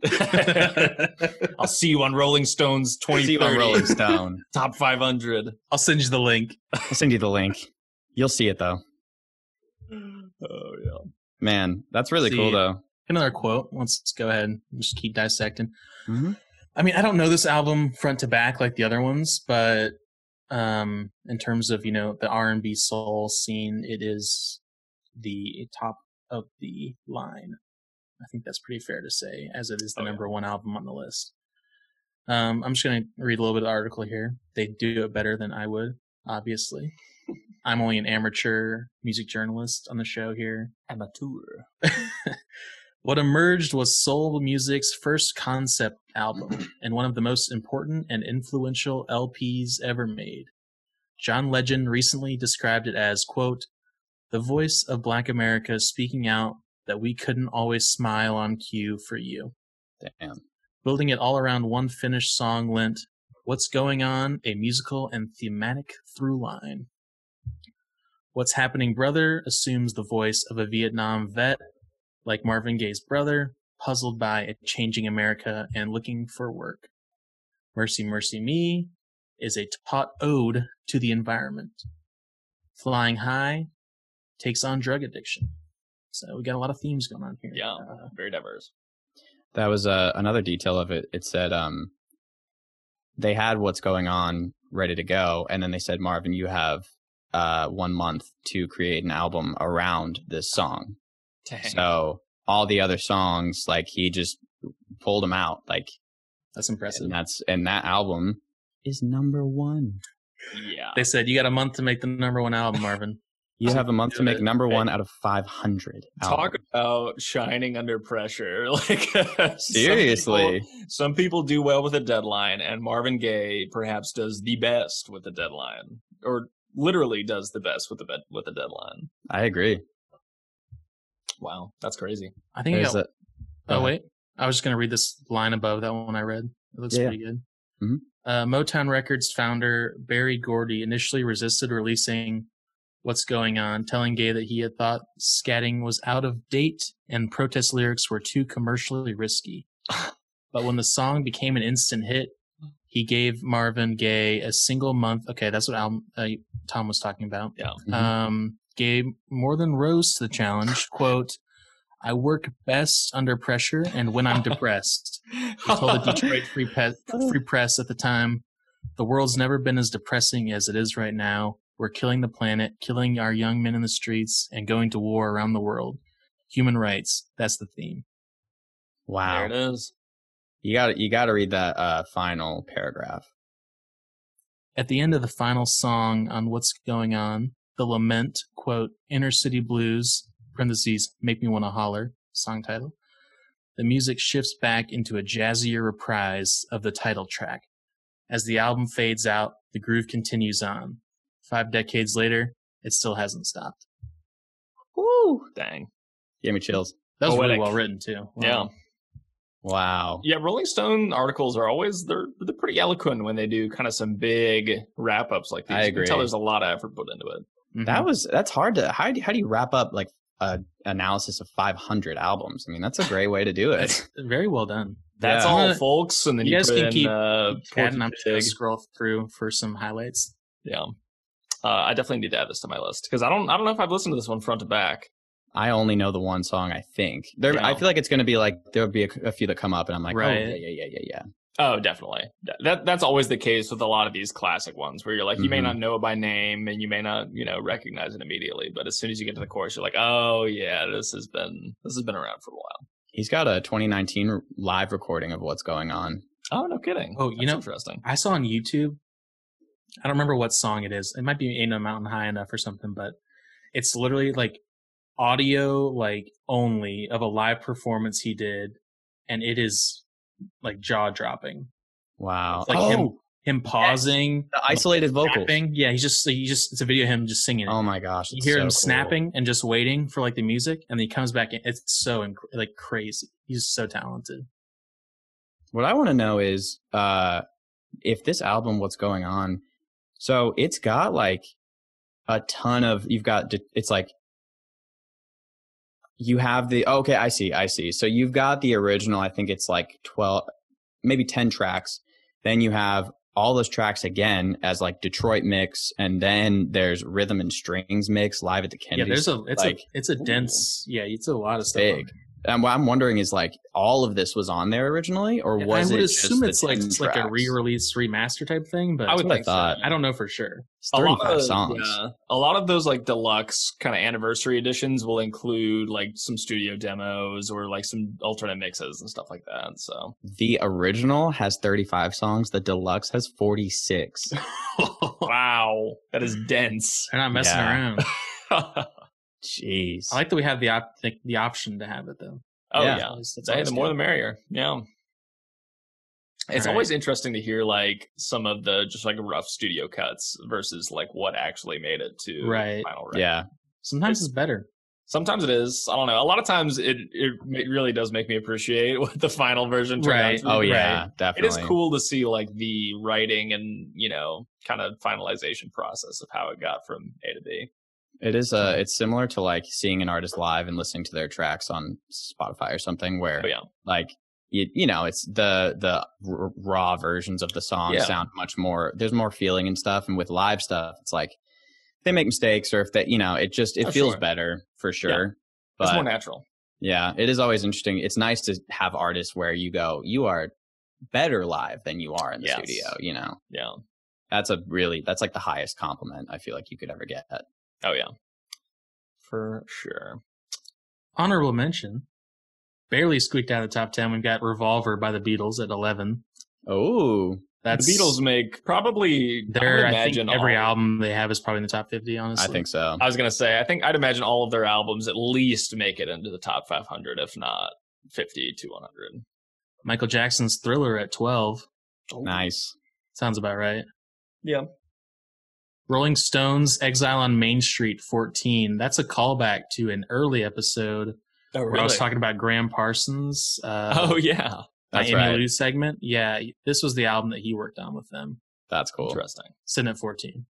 [SPEAKER 1] I'll see you on Rolling Stones
[SPEAKER 2] See you on
[SPEAKER 1] 2030
[SPEAKER 2] Rolling Stone.
[SPEAKER 1] top 500.
[SPEAKER 4] I'll send you the link.
[SPEAKER 2] I'll send you the link. You'll see it though.
[SPEAKER 1] Oh yeah.
[SPEAKER 2] Man, that's really
[SPEAKER 4] See
[SPEAKER 2] cool
[SPEAKER 4] it.
[SPEAKER 2] though.
[SPEAKER 4] Another quote. Let's, let's go ahead and just keep dissecting.
[SPEAKER 1] Mm-hmm.
[SPEAKER 2] Mhm.
[SPEAKER 4] I mean, I don't know this album front to back like the other ones, but um in terms of, you know, the R and B soul scene, it is the top of the line. I think that's pretty fair to say, as it is the
[SPEAKER 1] Oh, yeah.
[SPEAKER 4] number one album on the list. Um, I'm just gonna read a little bit of the article here. They do it better than I would, obviously. I'm only an amateur music journalist on the show here.
[SPEAKER 1] Amateur.
[SPEAKER 4] What emerged was soul music's first concept album and one of the most important and influential LPs ever made. John Legend recently described it as, quote, the voice of black America speaking out that we couldn't always smile on cue for you
[SPEAKER 2] Damn.
[SPEAKER 4] building it all around one finished song lent What's Going On, a musical and thematic through line. What's Happening Brother assumes the voice of a Vietnam vet, like Marvin Gaye's brother, puzzled by a changing America and looking for work. Mercy Mercy Me is a taut ode to the environment. Flying High takes on drug addiction. So we got a lot of themes going on here.
[SPEAKER 1] Yeah.
[SPEAKER 4] Uh,
[SPEAKER 1] Very diverse.
[SPEAKER 2] That was uh, another detail of it. It said um, they had what's going on ready to go, and then they said, Marvin, you have uh, one month to create an album around this song. So all the other songs, like he just pulled them out, like
[SPEAKER 4] that's impressive.
[SPEAKER 2] and that's and that album is number one.
[SPEAKER 1] yeah.
[SPEAKER 4] They said you got a month to make the number one album, Marvin.
[SPEAKER 2] You
[SPEAKER 4] I'm
[SPEAKER 2] have a month to make
[SPEAKER 4] good.
[SPEAKER 2] number one out of five hundred.
[SPEAKER 1] Talk
[SPEAKER 4] Oh.
[SPEAKER 1] about shining under pressure. Like uh, some
[SPEAKER 2] seriously.
[SPEAKER 1] people- some people do well with a deadline, and Marvin Gaye perhaps does the best with a deadline, or literally does the best with a bed with a deadline.
[SPEAKER 2] I agree.
[SPEAKER 1] Wow, that's crazy.
[SPEAKER 4] I think. I
[SPEAKER 2] There's
[SPEAKER 4] got,
[SPEAKER 2] a- go
[SPEAKER 4] oh
[SPEAKER 2] ahead.
[SPEAKER 4] wait, I was just gonna read this line above that one I read. It looks
[SPEAKER 2] Yeah.
[SPEAKER 4] pretty good.
[SPEAKER 2] Mhm.
[SPEAKER 4] Uh, Motown Records founder Barry Gordy initially resisted releasing "What's Going On," telling Gay that he had thought scatting was out of date and protest lyrics were too commercially risky. but when the song became an instant hit, he gave Marvin Gaye a single month. Okay, that's what Al, uh, Tom was talking about.
[SPEAKER 2] Mhm.
[SPEAKER 4] um, gave more than rose to the challenge. Quote, I work best under pressure and when I'm depressed. He told the Detroit Free, Pe- Free Press at the time, the world's never been as depressing as it is right now. We're killing the planet, killing our young men in the streets, and going to war around the world. Human rights, that's the theme.
[SPEAKER 2] wow.
[SPEAKER 1] There it is.
[SPEAKER 2] You got you got to read that uh, final paragraph.
[SPEAKER 4] At the end of the final song on What's Going On, the lament, quote, inner city blues, parentheses, make me wanna holler, song title. The music shifts back into a jazzier reprise of the title track. As the album fades out, the groove continues on. Five decades later, it still hasn't stopped.
[SPEAKER 1] Woo! Dang.
[SPEAKER 2] Gave me chills.
[SPEAKER 4] That was
[SPEAKER 1] Poetic.
[SPEAKER 4] really well written too.
[SPEAKER 1] Yeah.
[SPEAKER 2] Wow.
[SPEAKER 1] Yeah, Rolling Stone articles are always they're they're pretty eloquent when they do kind of some big wrap ups like these.
[SPEAKER 2] I
[SPEAKER 1] You
[SPEAKER 2] agree.
[SPEAKER 1] can tell there's a lot of effort put into it.
[SPEAKER 4] Mhm.
[SPEAKER 2] That was that's hard to how do, how do you wrap up like a analysis of 500 albums? I mean, that's a great way to do it.
[SPEAKER 4] That's very well done.
[SPEAKER 1] That's
[SPEAKER 4] Yeah.
[SPEAKER 1] all,
[SPEAKER 4] I'm gonna-
[SPEAKER 1] folks. And then
[SPEAKER 4] you
[SPEAKER 1] you,
[SPEAKER 4] guys
[SPEAKER 1] put
[SPEAKER 4] can
[SPEAKER 1] in,
[SPEAKER 4] keep-
[SPEAKER 1] uh,
[SPEAKER 4] Cat and I'm
[SPEAKER 1] Porky
[SPEAKER 4] just gonna
[SPEAKER 1] Pig.
[SPEAKER 4] scroll through for some highlights.
[SPEAKER 1] Yeah. Uh, I definitely need to add this to my list because I don't I don't know if I've listened to this one front to back.
[SPEAKER 2] I only know the one song. I think there.
[SPEAKER 1] Yeah.
[SPEAKER 2] I feel like it's going to be like there'll be a, a few that come up, and I'm like,
[SPEAKER 4] Right.
[SPEAKER 2] oh yeah, yeah, yeah, yeah, yeah.
[SPEAKER 1] Oh, definitely. Th- That that's always the case with a lot of these classic ones where you're like you may
[SPEAKER 4] Mm-hmm.
[SPEAKER 2] Mhm.
[SPEAKER 1] not know it by name and you may not you know recognize it immediately, but as soon as you get to the chorus, you're like, oh yeah, this has been this has been around for a while.
[SPEAKER 2] He's got a 2019 r- live recording of what's going on.
[SPEAKER 1] Oh no, kidding.
[SPEAKER 4] Oh, you
[SPEAKER 1] That's
[SPEAKER 4] know-
[SPEAKER 1] interesting.
[SPEAKER 4] I saw on YouTube. I don't remember what song it is. It might be "Ain't No Mountain High Enough" or something, but it's literally like audio, like only of a live performance he did, and it is like jaw dropping.
[SPEAKER 2] Wow.
[SPEAKER 4] It's like
[SPEAKER 2] oh,
[SPEAKER 4] him, him pausing,
[SPEAKER 2] the isolated vocals.
[SPEAKER 4] snapping. Yeah, he's just he just it's a video of him just singing. It.
[SPEAKER 2] Oh my gosh.
[SPEAKER 4] you
[SPEAKER 2] it's
[SPEAKER 4] hear
[SPEAKER 2] so
[SPEAKER 4] him
[SPEAKER 2] cool.
[SPEAKER 4] snapping and just waiting for like the music, and then he comes back in. It's so inc- like crazy. He's so talented.
[SPEAKER 2] What I want to know is uh if this album what's going on. So it's got like a ton of you've got de- it's like you have the oh, okay, I see, I see. So you've got the original, I think it's like 12 maybe 10 tracks. Then you have all those tracks again as like Detroit mix and then there's rhythm and strings mix live at the Kennedy.
[SPEAKER 4] yeah, there's a it's
[SPEAKER 2] like,
[SPEAKER 4] a it's a dense. Yeah, it's a lot of stuff. on
[SPEAKER 2] big. And what I'm wondering is like all of this was on there originally, or
[SPEAKER 4] Yeah,
[SPEAKER 2] was
[SPEAKER 4] I would
[SPEAKER 2] it
[SPEAKER 4] assume
[SPEAKER 2] just
[SPEAKER 4] it's
[SPEAKER 2] the
[SPEAKER 4] like
[SPEAKER 2] 10
[SPEAKER 4] it's like a
[SPEAKER 2] tracks?
[SPEAKER 4] re-release remaster type thing, but
[SPEAKER 1] I
[SPEAKER 4] I,
[SPEAKER 1] would
[SPEAKER 2] what I
[SPEAKER 1] think so.
[SPEAKER 2] thought.
[SPEAKER 4] don't know for sure.
[SPEAKER 2] It's
[SPEAKER 1] A lot
[SPEAKER 2] 35
[SPEAKER 1] of-
[SPEAKER 2] songs.
[SPEAKER 1] yeah. a lot of those like deluxe kind of anniversary editions will include like some studio demos or like some alternate mixes and stuff like that. So
[SPEAKER 2] The original has 35 songs. The deluxe has 46.
[SPEAKER 1] wow, that is dense.
[SPEAKER 4] They're not messing
[SPEAKER 2] Yeah.
[SPEAKER 4] around.
[SPEAKER 1] oh
[SPEAKER 2] Jeez.
[SPEAKER 4] I like that we have the op- the, the option to have it though.
[SPEAKER 2] Yeah.
[SPEAKER 1] yeah,
[SPEAKER 4] It's- it's
[SPEAKER 1] Hey,
[SPEAKER 4] always
[SPEAKER 1] the more
[SPEAKER 4] good.
[SPEAKER 1] the merrier. Yeah. It's
[SPEAKER 4] All right.
[SPEAKER 1] always interesting to hear like some of the just like rough studio cuts versus like what actually made it to
[SPEAKER 4] Right.
[SPEAKER 1] the final record.
[SPEAKER 2] yeah.
[SPEAKER 4] Sometimes it's better.
[SPEAKER 1] Sometimes it is. I don't know. A lot of times it it ma- really does make me appreciate what the final version turned out
[SPEAKER 4] Right.
[SPEAKER 1] to be.
[SPEAKER 2] Oh yeah,
[SPEAKER 1] It
[SPEAKER 2] definitely.
[SPEAKER 1] is cool to see like the writing and you know kind of finalization process of how it got from A to B.
[SPEAKER 2] It is. Uh, it's similar to like seeing an artist live and listening to their tracks on Spotify or something, where
[SPEAKER 1] Oh yeah,
[SPEAKER 2] like you, you know it's the the r- raw versions of the song
[SPEAKER 1] Yeah.
[SPEAKER 2] sound much more there's more feeling and stuff and with live stuff it's like if they make mistakes or if they you know it just it
[SPEAKER 1] Oh,
[SPEAKER 2] feels
[SPEAKER 1] sure.
[SPEAKER 2] better for sure
[SPEAKER 1] it's more
[SPEAKER 2] but
[SPEAKER 1] natural.
[SPEAKER 2] yeah it is always interesting it's nice to have artists where you go you are better live than you are in the
[SPEAKER 1] Yes.
[SPEAKER 2] studio you know
[SPEAKER 1] Yeah.
[SPEAKER 2] that's a really that's like the highest compliment i feel like you could ever get
[SPEAKER 1] Oh yeah, for sure.
[SPEAKER 4] Honorable mention. Barely squeaked out of the top ten. We've got Revolver by the Beatles at eleven.
[SPEAKER 2] oh
[SPEAKER 4] That's
[SPEAKER 1] the Beatles make probably I would
[SPEAKER 4] Their I think
[SPEAKER 1] imagine
[SPEAKER 4] every
[SPEAKER 1] all-
[SPEAKER 4] album they have is probably in the top fifty. Honestly,
[SPEAKER 2] i think so
[SPEAKER 1] I was gonna say I think I'd imagine all of their albums at least make it into the top 500, if not 50 to 100.
[SPEAKER 4] Michael Jackson's Thriller at twelve
[SPEAKER 2] Oh, nice
[SPEAKER 4] sounds about right.
[SPEAKER 1] Yeah.
[SPEAKER 4] Rolling Stones Exile on Main Street 14. That's a callback to an early episode
[SPEAKER 1] Oh,
[SPEAKER 4] where I was talking about Graham Parsons. Uh,
[SPEAKER 1] oh yeah,
[SPEAKER 4] my
[SPEAKER 2] that's
[SPEAKER 4] Amy
[SPEAKER 2] right
[SPEAKER 4] Lou segment. Yeah, this was the album that he worked on with them.
[SPEAKER 2] that's cool
[SPEAKER 1] interesting.
[SPEAKER 4] Sitting at 14.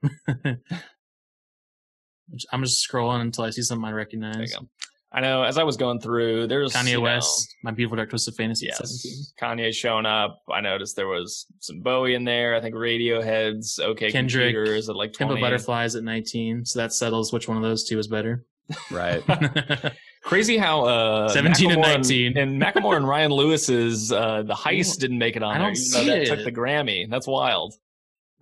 [SPEAKER 4] I'm just scrolling until I see something I
[SPEAKER 1] There
[SPEAKER 4] recognize.
[SPEAKER 1] you go. I know. As I was going through, there's
[SPEAKER 4] Kanye
[SPEAKER 1] you know,
[SPEAKER 4] West, My Beautiful Dark Twisted Fantasy at
[SPEAKER 1] Yes. Kanye's showing up. I noticed there was some Bowie in there. I think Radiohead's OK
[SPEAKER 4] Kendrick,
[SPEAKER 1] Computer is at like
[SPEAKER 4] 17. Pimp
[SPEAKER 1] 20.
[SPEAKER 4] a Butterflies at 19. So that settles which one of those two is better.
[SPEAKER 2] right
[SPEAKER 1] Crazy how uh,
[SPEAKER 4] 17 and
[SPEAKER 1] Macklemore
[SPEAKER 4] 19.
[SPEAKER 1] and Macklemore and Ryan Lewis's uh, the heist didn't make it on
[SPEAKER 4] I
[SPEAKER 1] there.
[SPEAKER 4] don't
[SPEAKER 1] even though
[SPEAKER 4] see
[SPEAKER 1] that
[SPEAKER 4] it.
[SPEAKER 1] took the Grammy. That's wild.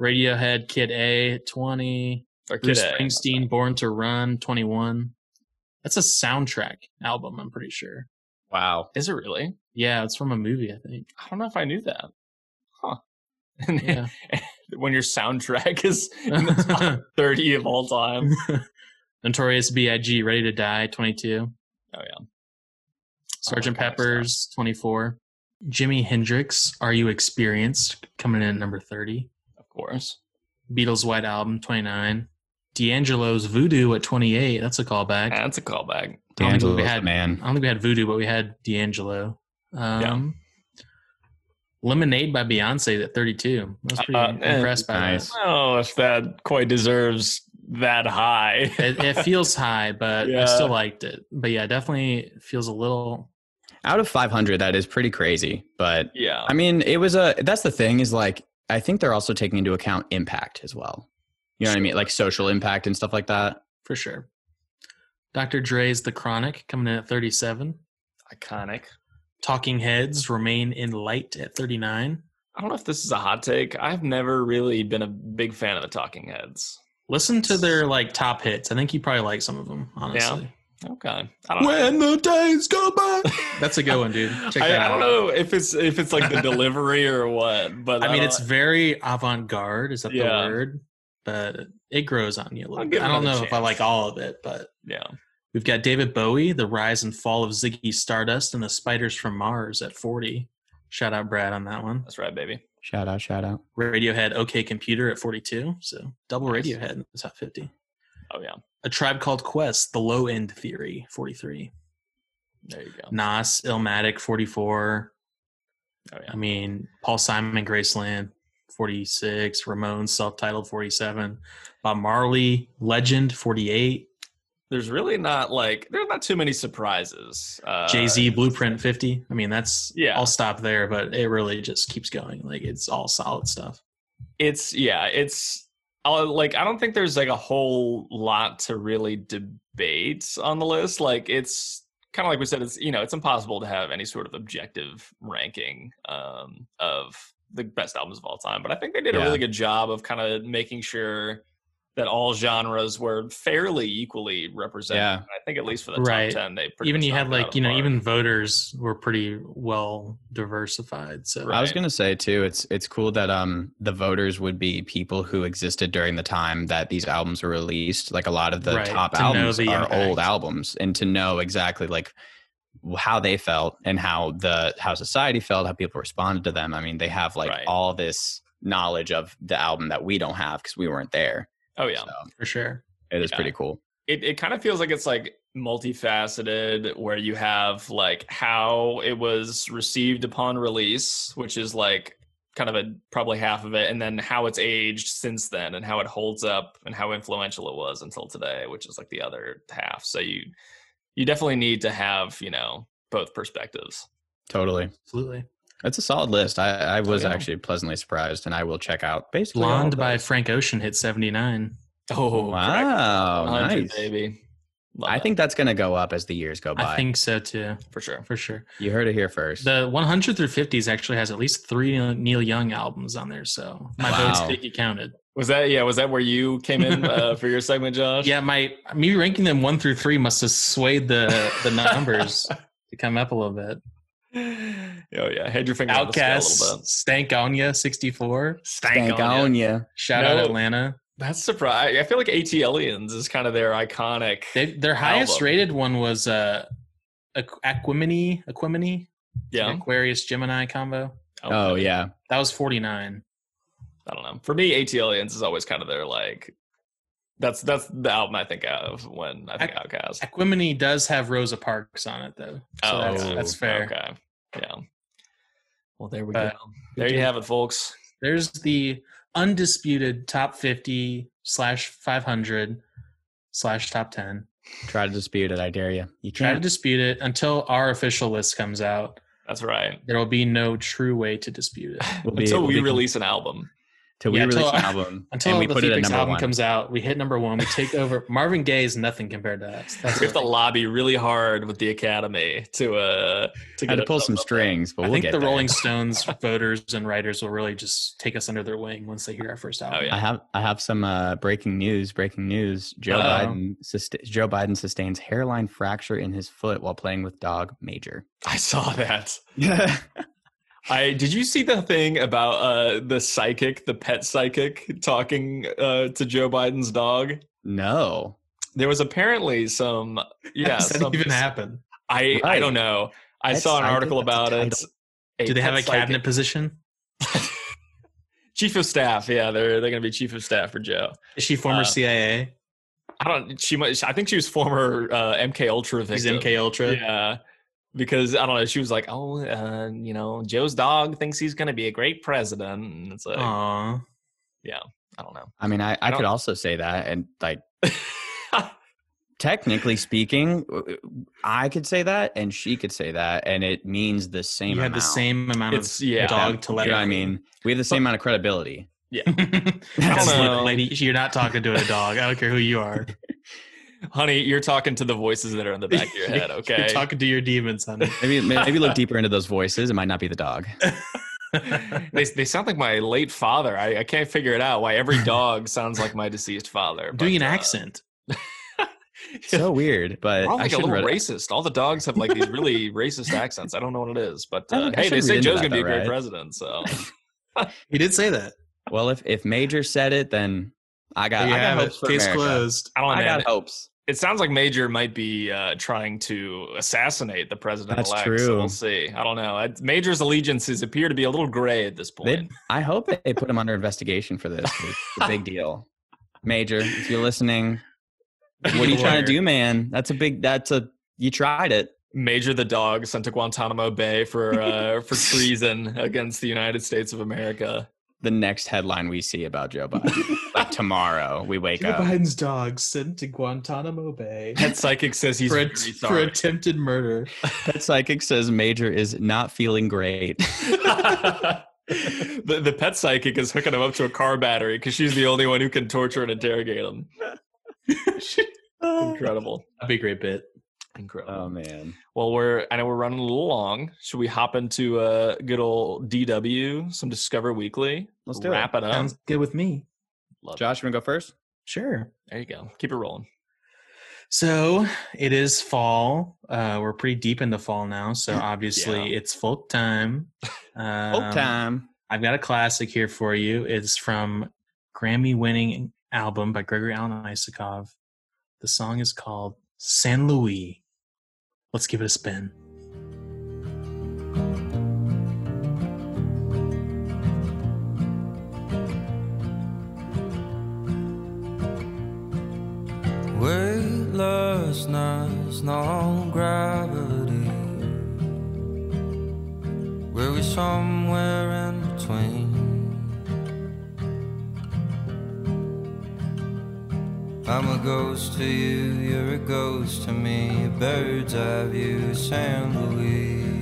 [SPEAKER 4] Radiohead, Kid A at 20.
[SPEAKER 1] Or
[SPEAKER 4] Bruce
[SPEAKER 1] Kid A.
[SPEAKER 4] Springsteen, Born to Run, 21. That's a soundtrack album, I'm pretty sure.
[SPEAKER 2] Wow.
[SPEAKER 1] Is it really?
[SPEAKER 4] Yeah, it's from a movie, I think.
[SPEAKER 1] I don't know if I knew that. Huh. And
[SPEAKER 4] Yeah.
[SPEAKER 1] when your soundtrack is in the top 30 of all time.
[SPEAKER 4] Notorious B.I.G. Ready to Die, 22.
[SPEAKER 1] Oh, yeah.
[SPEAKER 4] Sergeant
[SPEAKER 1] Oh, my God,
[SPEAKER 4] Pepper's, 24. Jimi Hendrix, Are You Experienced, coming in at number 30.
[SPEAKER 7] Mm-hmm.
[SPEAKER 1] Of course.
[SPEAKER 4] Beatles' White Album, 29. D'Angelo's Voodoo at 28. That's a callback.
[SPEAKER 1] That's a callback.
[SPEAKER 4] I don't think
[SPEAKER 2] D'Angelo's
[SPEAKER 4] we
[SPEAKER 2] the
[SPEAKER 4] had- um, I
[SPEAKER 2] man.
[SPEAKER 4] don't think we had Voodoo, but we had D'Angelo. Um, Lemonade by Beyonce at 32. I was pretty
[SPEAKER 1] Uh, eh,
[SPEAKER 4] impressed by
[SPEAKER 2] nice.
[SPEAKER 4] that.
[SPEAKER 1] Oh, if that quite deserves that high.
[SPEAKER 4] It, it feels high, but I
[SPEAKER 1] Yeah.
[SPEAKER 4] still liked it. But yeah, definitely feels a little.
[SPEAKER 2] Out of 500, that is pretty crazy. But
[SPEAKER 1] yeah.
[SPEAKER 4] Oh.
[SPEAKER 2] I mean, it was a, that's the thing is like, I think they're also taking into account impact as well. You know what I mean? Like social impact and stuff like that.
[SPEAKER 4] for sure. Dr. Dre's The Chronic coming in at 37.
[SPEAKER 1] Iconic.
[SPEAKER 4] Talking Heads remain in light at 39.
[SPEAKER 1] I don't know if this is a hot take. I've never really been a big fan of the Talking Heads.
[SPEAKER 4] Listen to their like top hits. I think you probably like some of them, honestly.
[SPEAKER 1] Okay. I don't
[SPEAKER 7] the days go by, that's a good one, dude. Check that
[SPEAKER 1] I,
[SPEAKER 7] out.
[SPEAKER 1] I don't know if it's if it's like the delivery or what, but
[SPEAKER 4] I mean,
[SPEAKER 1] don't-
[SPEAKER 4] it's very avant-garde. Is that
[SPEAKER 1] Yeah.
[SPEAKER 4] the word? But it grows on you a little
[SPEAKER 1] I'll
[SPEAKER 4] bit.
[SPEAKER 1] give
[SPEAKER 4] I
[SPEAKER 1] it
[SPEAKER 4] don't know
[SPEAKER 1] another
[SPEAKER 4] if I
[SPEAKER 1] chance.
[SPEAKER 4] like all of it, but
[SPEAKER 1] yeah.
[SPEAKER 4] we've got David Bowie, "The Rise and Fall of Ziggy Stardust," and "The Spiders from Mars" at forty. Shout out Brad on that one.
[SPEAKER 1] That's right, baby.
[SPEAKER 2] Shout out, shout out.
[SPEAKER 4] Radiohead, "OK Computer" at forty-two. So double
[SPEAKER 1] Nice.
[SPEAKER 4] Radiohead in the top fifty.
[SPEAKER 1] Oh yeah.
[SPEAKER 4] A Tribe Called Quest, "The Low End Theory," forty-three.
[SPEAKER 1] There you go.
[SPEAKER 4] Nas, Illmatic, forty-four.
[SPEAKER 1] Oh yeah.
[SPEAKER 4] I mean, Paul Simon, Graceland, 46, Ramones, self titled, 47, Bob Marley, Legend, 48,
[SPEAKER 1] There's really not like there's not too many surprises. Uh,
[SPEAKER 4] Jay Z, Blueprint, 50. I mean, that's,
[SPEAKER 1] Yeah.
[SPEAKER 4] I'll stop there, but it really just keeps going. Like, it's all solid stuff.
[SPEAKER 1] It's yeah. It's i like I don't think there's like a whole lot to really debate on the list. Like it's kind of like we said. It's you know it's impossible to have any sort of objective ranking um, of the best albums of all time. But I think they did a
[SPEAKER 2] Yeah.
[SPEAKER 1] really good job of kind of making sure that all genres were fairly equally represented.
[SPEAKER 2] Yeah.
[SPEAKER 1] I think at least for the top
[SPEAKER 4] Right.
[SPEAKER 1] ten, they pretty
[SPEAKER 4] even
[SPEAKER 1] much
[SPEAKER 4] you had,
[SPEAKER 1] knocked it out
[SPEAKER 4] like,
[SPEAKER 1] of
[SPEAKER 4] you
[SPEAKER 1] the
[SPEAKER 4] know,
[SPEAKER 1] park.
[SPEAKER 4] even voters were pretty well diversified. So,
[SPEAKER 2] I was
[SPEAKER 1] Right.
[SPEAKER 2] gonna say too, it's it's cool that um the voters would be people who existed during the time that these albums were released. Like a lot of the
[SPEAKER 4] Right,
[SPEAKER 2] top
[SPEAKER 4] to know
[SPEAKER 2] albums
[SPEAKER 4] the
[SPEAKER 2] are
[SPEAKER 4] impact.
[SPEAKER 2] old albums, and to know exactly like how they felt and how the how society felt, how people responded to them. I mean, they have like
[SPEAKER 1] Right.
[SPEAKER 2] all this knowledge of the album that we don't have because we weren't there.
[SPEAKER 1] oh yeah.
[SPEAKER 2] So
[SPEAKER 4] for sure.
[SPEAKER 2] it is
[SPEAKER 1] Yeah.
[SPEAKER 2] pretty cool.
[SPEAKER 1] it, it kind of feels like it's like multifaceted where you have like how it was received upon release which is like kind of a probably half of it and then how it's aged since then and how it holds up and how influential it was until today which is like the other half so you you definitely need to have you know both perspectives
[SPEAKER 2] Totally.
[SPEAKER 4] Absolutely.
[SPEAKER 2] It's a solid list. I, I was
[SPEAKER 1] yeah.
[SPEAKER 2] actually pleasantly surprised and I will check out basically. all
[SPEAKER 4] Oh, Blonde
[SPEAKER 2] of
[SPEAKER 4] by
[SPEAKER 2] those.
[SPEAKER 4] Frank Ocean hit 79.
[SPEAKER 1] oh
[SPEAKER 2] Wow.
[SPEAKER 1] 100,
[SPEAKER 2] Nice.
[SPEAKER 1] baby Love
[SPEAKER 2] I
[SPEAKER 1] it,
[SPEAKER 2] think that's gonna go up as the years go by.
[SPEAKER 4] I think so too,
[SPEAKER 1] for sure
[SPEAKER 4] for sure.
[SPEAKER 2] You heard it here first.
[SPEAKER 4] The 100 through 50s actually has at least three Neil Young albums on there, so my
[SPEAKER 2] Wow.
[SPEAKER 4] votes think it counted.
[SPEAKER 1] was that yeah was that where you came in uh, for your segment josh
[SPEAKER 4] Yeah, my me ranking them one through three must have swayed the the numbers to come up a little bit.
[SPEAKER 1] oh yeah had your finger on the scale a
[SPEAKER 4] Outcast,
[SPEAKER 1] little bit
[SPEAKER 4] Stank on Ya, 64.
[SPEAKER 2] Stank on ya.
[SPEAKER 4] Shout
[SPEAKER 1] No.
[SPEAKER 4] out Atlanta.
[SPEAKER 1] That's surprising. I feel like AT Aliens is kind of their iconic.
[SPEAKER 4] They, their highest
[SPEAKER 1] Album.
[SPEAKER 4] rated one was uh, Aqu- Aquimini, Aquimini,
[SPEAKER 1] yeah.
[SPEAKER 4] Aquarius Gemini combo.
[SPEAKER 2] Oh yeah.
[SPEAKER 4] That was 49.
[SPEAKER 1] I don't know. For me, AT Aliens is always kind of their like. That's that's the album I think of when I think
[SPEAKER 4] Ac-
[SPEAKER 1] Outcast.
[SPEAKER 4] Aquimini does have Rosa Parks on it though, so
[SPEAKER 1] Oh,
[SPEAKER 4] that's,
[SPEAKER 1] okay.
[SPEAKER 4] that's fair.
[SPEAKER 1] Okay. Yeah. Well, there we
[SPEAKER 4] But-
[SPEAKER 1] go. There you have it, folks.
[SPEAKER 4] There's the undisputed top 50 slash 500 slash top 10.
[SPEAKER 2] Try to dispute it, I dare you. You
[SPEAKER 4] Try to
[SPEAKER 2] can't.
[SPEAKER 4] dispute it until our official list comes out.
[SPEAKER 1] That's right.
[SPEAKER 4] There will be no true way to dispute it.
[SPEAKER 2] We'll be-
[SPEAKER 1] Until
[SPEAKER 2] we'll
[SPEAKER 1] we
[SPEAKER 2] be-
[SPEAKER 1] release an album.
[SPEAKER 2] till we
[SPEAKER 4] Yeah,
[SPEAKER 2] release
[SPEAKER 4] till-
[SPEAKER 2] an album
[SPEAKER 4] Until
[SPEAKER 2] and we
[SPEAKER 4] the
[SPEAKER 2] put it at
[SPEAKER 4] Phoenix
[SPEAKER 2] number
[SPEAKER 4] album
[SPEAKER 2] one.
[SPEAKER 4] comes out, we hit number one. We take over. Marvin Gaye is nothing compared to us. That's
[SPEAKER 1] We have to
[SPEAKER 4] what-
[SPEAKER 1] lobby really hard with the academy to uh to
[SPEAKER 2] Had
[SPEAKER 1] get
[SPEAKER 2] to
[SPEAKER 1] it
[SPEAKER 2] pull
[SPEAKER 1] up-
[SPEAKER 2] some
[SPEAKER 1] up there.
[SPEAKER 2] strings, but
[SPEAKER 4] I
[SPEAKER 2] we'll
[SPEAKER 4] think
[SPEAKER 2] get
[SPEAKER 4] the
[SPEAKER 2] there.
[SPEAKER 4] Rolling Stones voters and writers will really just take us under their wing once they hear our first album.
[SPEAKER 1] Oh, yeah.
[SPEAKER 2] I have I have some uh, breaking news. Breaking news: Joe
[SPEAKER 4] Uh-oh.
[SPEAKER 2] Biden susta- Joe Biden sustains hairline fracture in his foot while playing with dog Major.
[SPEAKER 1] I saw that.
[SPEAKER 2] yeah,
[SPEAKER 1] I did you see the thing about uh the psychic, the pet psychic talking uh to Joe Biden's dog?
[SPEAKER 2] no,
[SPEAKER 1] There was apparently some yeah,
[SPEAKER 4] Does that
[SPEAKER 1] some-
[SPEAKER 4] even happen?
[SPEAKER 1] I I
[SPEAKER 2] Right.
[SPEAKER 1] don't know. I
[SPEAKER 2] Pet
[SPEAKER 1] saw an
[SPEAKER 2] psychic,
[SPEAKER 1] article
[SPEAKER 2] that's a
[SPEAKER 1] about it.
[SPEAKER 2] title.
[SPEAKER 4] Do they have a
[SPEAKER 1] pet
[SPEAKER 4] cabinet
[SPEAKER 1] psychic-
[SPEAKER 4] position?
[SPEAKER 1] chief of staff? Yeah, they're they're gonna be chief of staff for Joe.
[SPEAKER 4] Is she former
[SPEAKER 1] Uh,
[SPEAKER 4] CIA?
[SPEAKER 1] I don't. She might. I think she was former uh, MK Ultra
[SPEAKER 4] She's
[SPEAKER 1] victim.
[SPEAKER 4] MK Ultra.
[SPEAKER 1] Yeah. Because I don't know, she was like, "Oh, uh, you know, Joe's dog thinks he's going to be a great president." And it's like,
[SPEAKER 4] Aw.
[SPEAKER 1] I don't know.
[SPEAKER 2] I mean I, I
[SPEAKER 1] don't-
[SPEAKER 2] could also say that, and like technically speaking, I could say that, and she could say that, and it means the same.
[SPEAKER 4] You had the
[SPEAKER 2] amount.
[SPEAKER 4] same amount
[SPEAKER 1] It's-
[SPEAKER 4] of
[SPEAKER 1] yeah.
[SPEAKER 4] dog to
[SPEAKER 2] You know what I mean? We have the same amount of credibility.
[SPEAKER 4] Yes,
[SPEAKER 1] don't
[SPEAKER 4] look,
[SPEAKER 1] know.
[SPEAKER 4] lady, you're not talking to a dog. I don't care who you are.
[SPEAKER 1] Honey, you're talking to the voices that are in the back of your head, okay?
[SPEAKER 4] You're talking to your demons, honey.
[SPEAKER 2] Maybe maybe look deeper into those voices. It might not be the dog.
[SPEAKER 1] they, they sound like my late father. I, I can't figure it out why every dog sounds like my deceased father. but,
[SPEAKER 4] Doing an
[SPEAKER 1] uh,
[SPEAKER 4] accent.
[SPEAKER 2] So weird, but
[SPEAKER 1] We're all
[SPEAKER 2] I
[SPEAKER 1] like a
[SPEAKER 2] should read.
[SPEAKER 1] little racist. All the dogs have like these really racist accents. I don't know what it is, but
[SPEAKER 2] I
[SPEAKER 1] uh,
[SPEAKER 2] think I
[SPEAKER 1] hey, they
[SPEAKER 2] should read
[SPEAKER 1] say
[SPEAKER 2] into
[SPEAKER 1] Joe's
[SPEAKER 2] that,
[SPEAKER 1] going to be a
[SPEAKER 2] though,
[SPEAKER 1] great
[SPEAKER 2] right?
[SPEAKER 1] president. So
[SPEAKER 4] He did say that.
[SPEAKER 2] Well, if if Major said it, then I got
[SPEAKER 4] There you
[SPEAKER 2] I got
[SPEAKER 4] have it.
[SPEAKER 2] hopes for
[SPEAKER 4] Case
[SPEAKER 2] America.
[SPEAKER 4] closed.
[SPEAKER 1] I don't know.
[SPEAKER 2] I
[SPEAKER 1] man.
[SPEAKER 2] got hopes.
[SPEAKER 1] It sounds like Major might be uh, trying to assassinate the president
[SPEAKER 2] That's
[SPEAKER 1] elect. So
[SPEAKER 2] true.
[SPEAKER 1] we'll see. I don't know. I- Major's allegiances appear to be a little gray at this
[SPEAKER 2] They,
[SPEAKER 1] point.
[SPEAKER 2] I hope they put him under investigation for this. 'cause It's a big deal. Major, if you're listening, what are you trying to do, man? That's a big. That's a. You tried it.
[SPEAKER 1] Major the dog sent to Guantanamo Bay for uh, for treason against the United States of America.
[SPEAKER 2] The next headline we see about Joe Biden, like tomorrow, we wake
[SPEAKER 4] Joe
[SPEAKER 2] up.
[SPEAKER 4] Biden's dog sent to Guantanamo Bay
[SPEAKER 1] Pet psychic says he's
[SPEAKER 4] for,
[SPEAKER 1] very
[SPEAKER 4] att- for
[SPEAKER 1] sorry.
[SPEAKER 4] attempted murder.
[SPEAKER 2] Pet psychic says Major is not feeling great.
[SPEAKER 1] the, the pet psychic is hooking him up to a car battery because she's the only one who can torture and interrogate him.
[SPEAKER 2] oh
[SPEAKER 1] Incredible.
[SPEAKER 4] That'd be a great bit.
[SPEAKER 1] Incredible.
[SPEAKER 2] man,
[SPEAKER 1] Well, we're I know we're running a little long. Should we hop into uh, good old DW, some Discover Weekly?
[SPEAKER 2] Let's do it.
[SPEAKER 1] Wrap it, up.
[SPEAKER 4] Sounds good with me.
[SPEAKER 1] Love
[SPEAKER 2] Josh, you wanna go first?
[SPEAKER 4] Sure.
[SPEAKER 1] it. There you go. Keep it rolling.
[SPEAKER 4] So it is fall. Uh, we're pretty deep into fall now. So obviously it's folk time. Um,
[SPEAKER 2] Hope time.
[SPEAKER 4] I've got a classic here for you. It's from Grammy winning album by Gregory Alan Isakov. The song is called San Luis. Let's give it a spin.
[SPEAKER 8] Weightlessness, no gravity. Were we somewhere in between? I'm a ghost to you, you're a ghost to me. A bird's eye view, San Luis.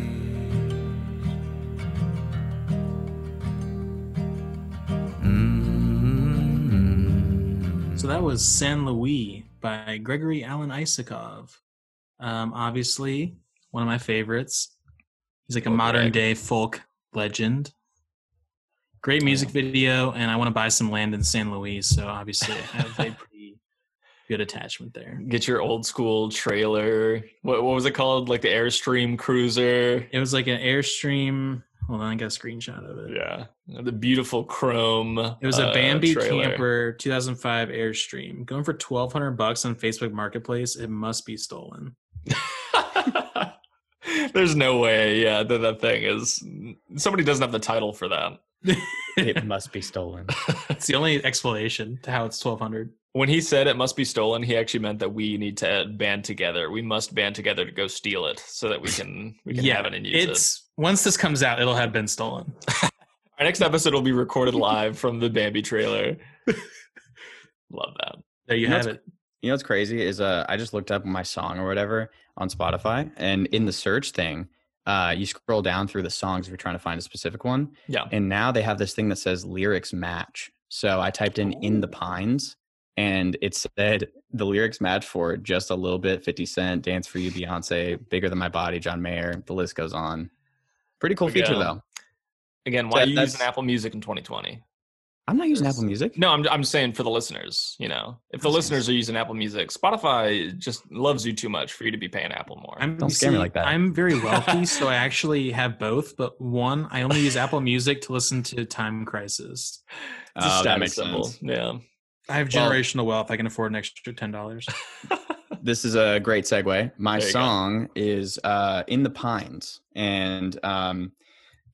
[SPEAKER 8] mm
[SPEAKER 4] So that was San Luis by Gregory Alan Isakov. Um, obviously, one of my favorites. He's like a
[SPEAKER 1] Love
[SPEAKER 4] modern
[SPEAKER 1] Greg.
[SPEAKER 4] day folk legend. Great music video, and I want to buy some land in San Luis. So obviously, I have a pretty good attachment there.
[SPEAKER 1] Get your old school trailer. What what was it called? Like the Airstream Cruiser.
[SPEAKER 4] It was like an Airstream. Hold on, I got a screenshot of it.
[SPEAKER 1] Yeah. The beautiful chrome.
[SPEAKER 4] It was a
[SPEAKER 1] uh,
[SPEAKER 4] Bambi
[SPEAKER 1] trailer.
[SPEAKER 4] camper 2005 Airstream going for 1200 bucks on Facebook Marketplace. It must be stolen.
[SPEAKER 1] There's no way, yeah, that that thing is somebody doesn't have the title for that.
[SPEAKER 2] It must be stolen.
[SPEAKER 4] It's the only explanation to how it's 1200.
[SPEAKER 1] When he said it must be stolen, he actually meant that we need to band together. We must band together to go steal it so that we can we can have it and use it.
[SPEAKER 4] it's once this comes out, it'll have been stolen.
[SPEAKER 1] Our next episode will be recorded live from the Bambi trailer. Love that.
[SPEAKER 4] There you
[SPEAKER 2] And
[SPEAKER 4] have
[SPEAKER 2] that's-
[SPEAKER 4] it.
[SPEAKER 2] You know what's crazy is uh, I just looked up my song or whatever on Spotify, and in the search thing, uh, you scroll down through the songs if you're trying to find a specific one.
[SPEAKER 1] Yeah.
[SPEAKER 2] And now they have this thing that says lyrics match. So I typed in "In the Pines" and it said the lyrics match for "Just a Little Bit," Fifty Cent, "Dance for You," Beyonce, "Bigger Than My Body," John Mayer. The list goes on. Pretty cool
[SPEAKER 1] We
[SPEAKER 2] feature
[SPEAKER 1] go.
[SPEAKER 2] though.
[SPEAKER 1] Again, why
[SPEAKER 2] That-
[SPEAKER 1] are you using
[SPEAKER 2] that's-
[SPEAKER 1] Apple Music in 2020?
[SPEAKER 2] I'm not using Apple Music.
[SPEAKER 1] No, I'm I'm saying for the listeners, you know, if the
[SPEAKER 2] Okay.
[SPEAKER 1] listeners are using Apple Music, Spotify just loves you too much for you to be paying Apple more.
[SPEAKER 4] I'm,
[SPEAKER 2] Don't
[SPEAKER 4] you
[SPEAKER 2] scare me like that.
[SPEAKER 4] I'm very wealthy, so I actually have both. But one, I only use Apple Music to listen to Time Crisis.
[SPEAKER 1] It's a
[SPEAKER 2] Oh, that
[SPEAKER 1] status
[SPEAKER 2] makes
[SPEAKER 1] symbol.
[SPEAKER 2] sense.
[SPEAKER 1] Yeah.
[SPEAKER 4] I have
[SPEAKER 2] Well-
[SPEAKER 4] generational wealth. I can afford an extra ten dollars.
[SPEAKER 2] this is a great segue. My
[SPEAKER 1] There you go.
[SPEAKER 2] song is uh, "In the Pines," and um,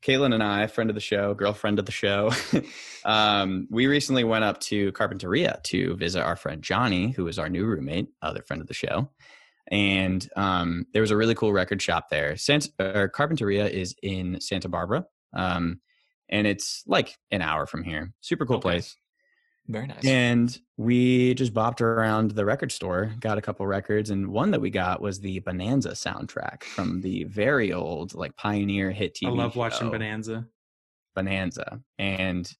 [SPEAKER 2] Caitlin and I, friend of the show, girlfriend of the show, um, we recently went up to Carpinteria to visit our friend Johnny, who is our new roommate, other friend of the show. And um, there was a really cool record shop there. Santa, or Carpinteria is in Santa Barbara, um, and it's like an hour from here. Super cool
[SPEAKER 1] Okay.
[SPEAKER 2] place.
[SPEAKER 1] Very nice.
[SPEAKER 2] And we just bopped around the record store, got a couple records, and one that we got was the Bonanza soundtrack from the very old, like pioneer hit TV.
[SPEAKER 4] I love watching
[SPEAKER 2] show,
[SPEAKER 4] Bonanza.
[SPEAKER 2] Bonanza. And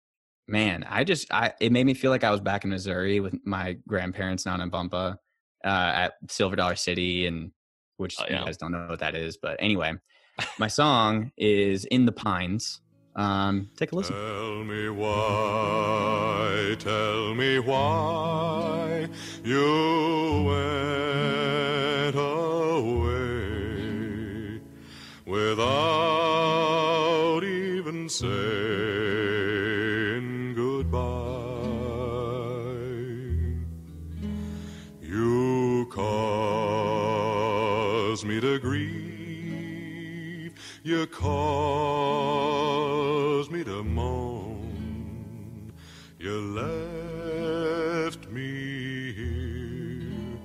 [SPEAKER 2] man, I just I it made me feel like I was back in Missouri with my grandparents down in Bumpa, uh, at Silver Dollar City, and which
[SPEAKER 1] Oh, yeah.
[SPEAKER 2] you guys don't know what that is, but anyway, my song is "In the Pines." Um, take a listen.
[SPEAKER 9] Tell me why, tell me why you went away without even saying goodbye. You cause me to grieve. You cause me to moan. You left me here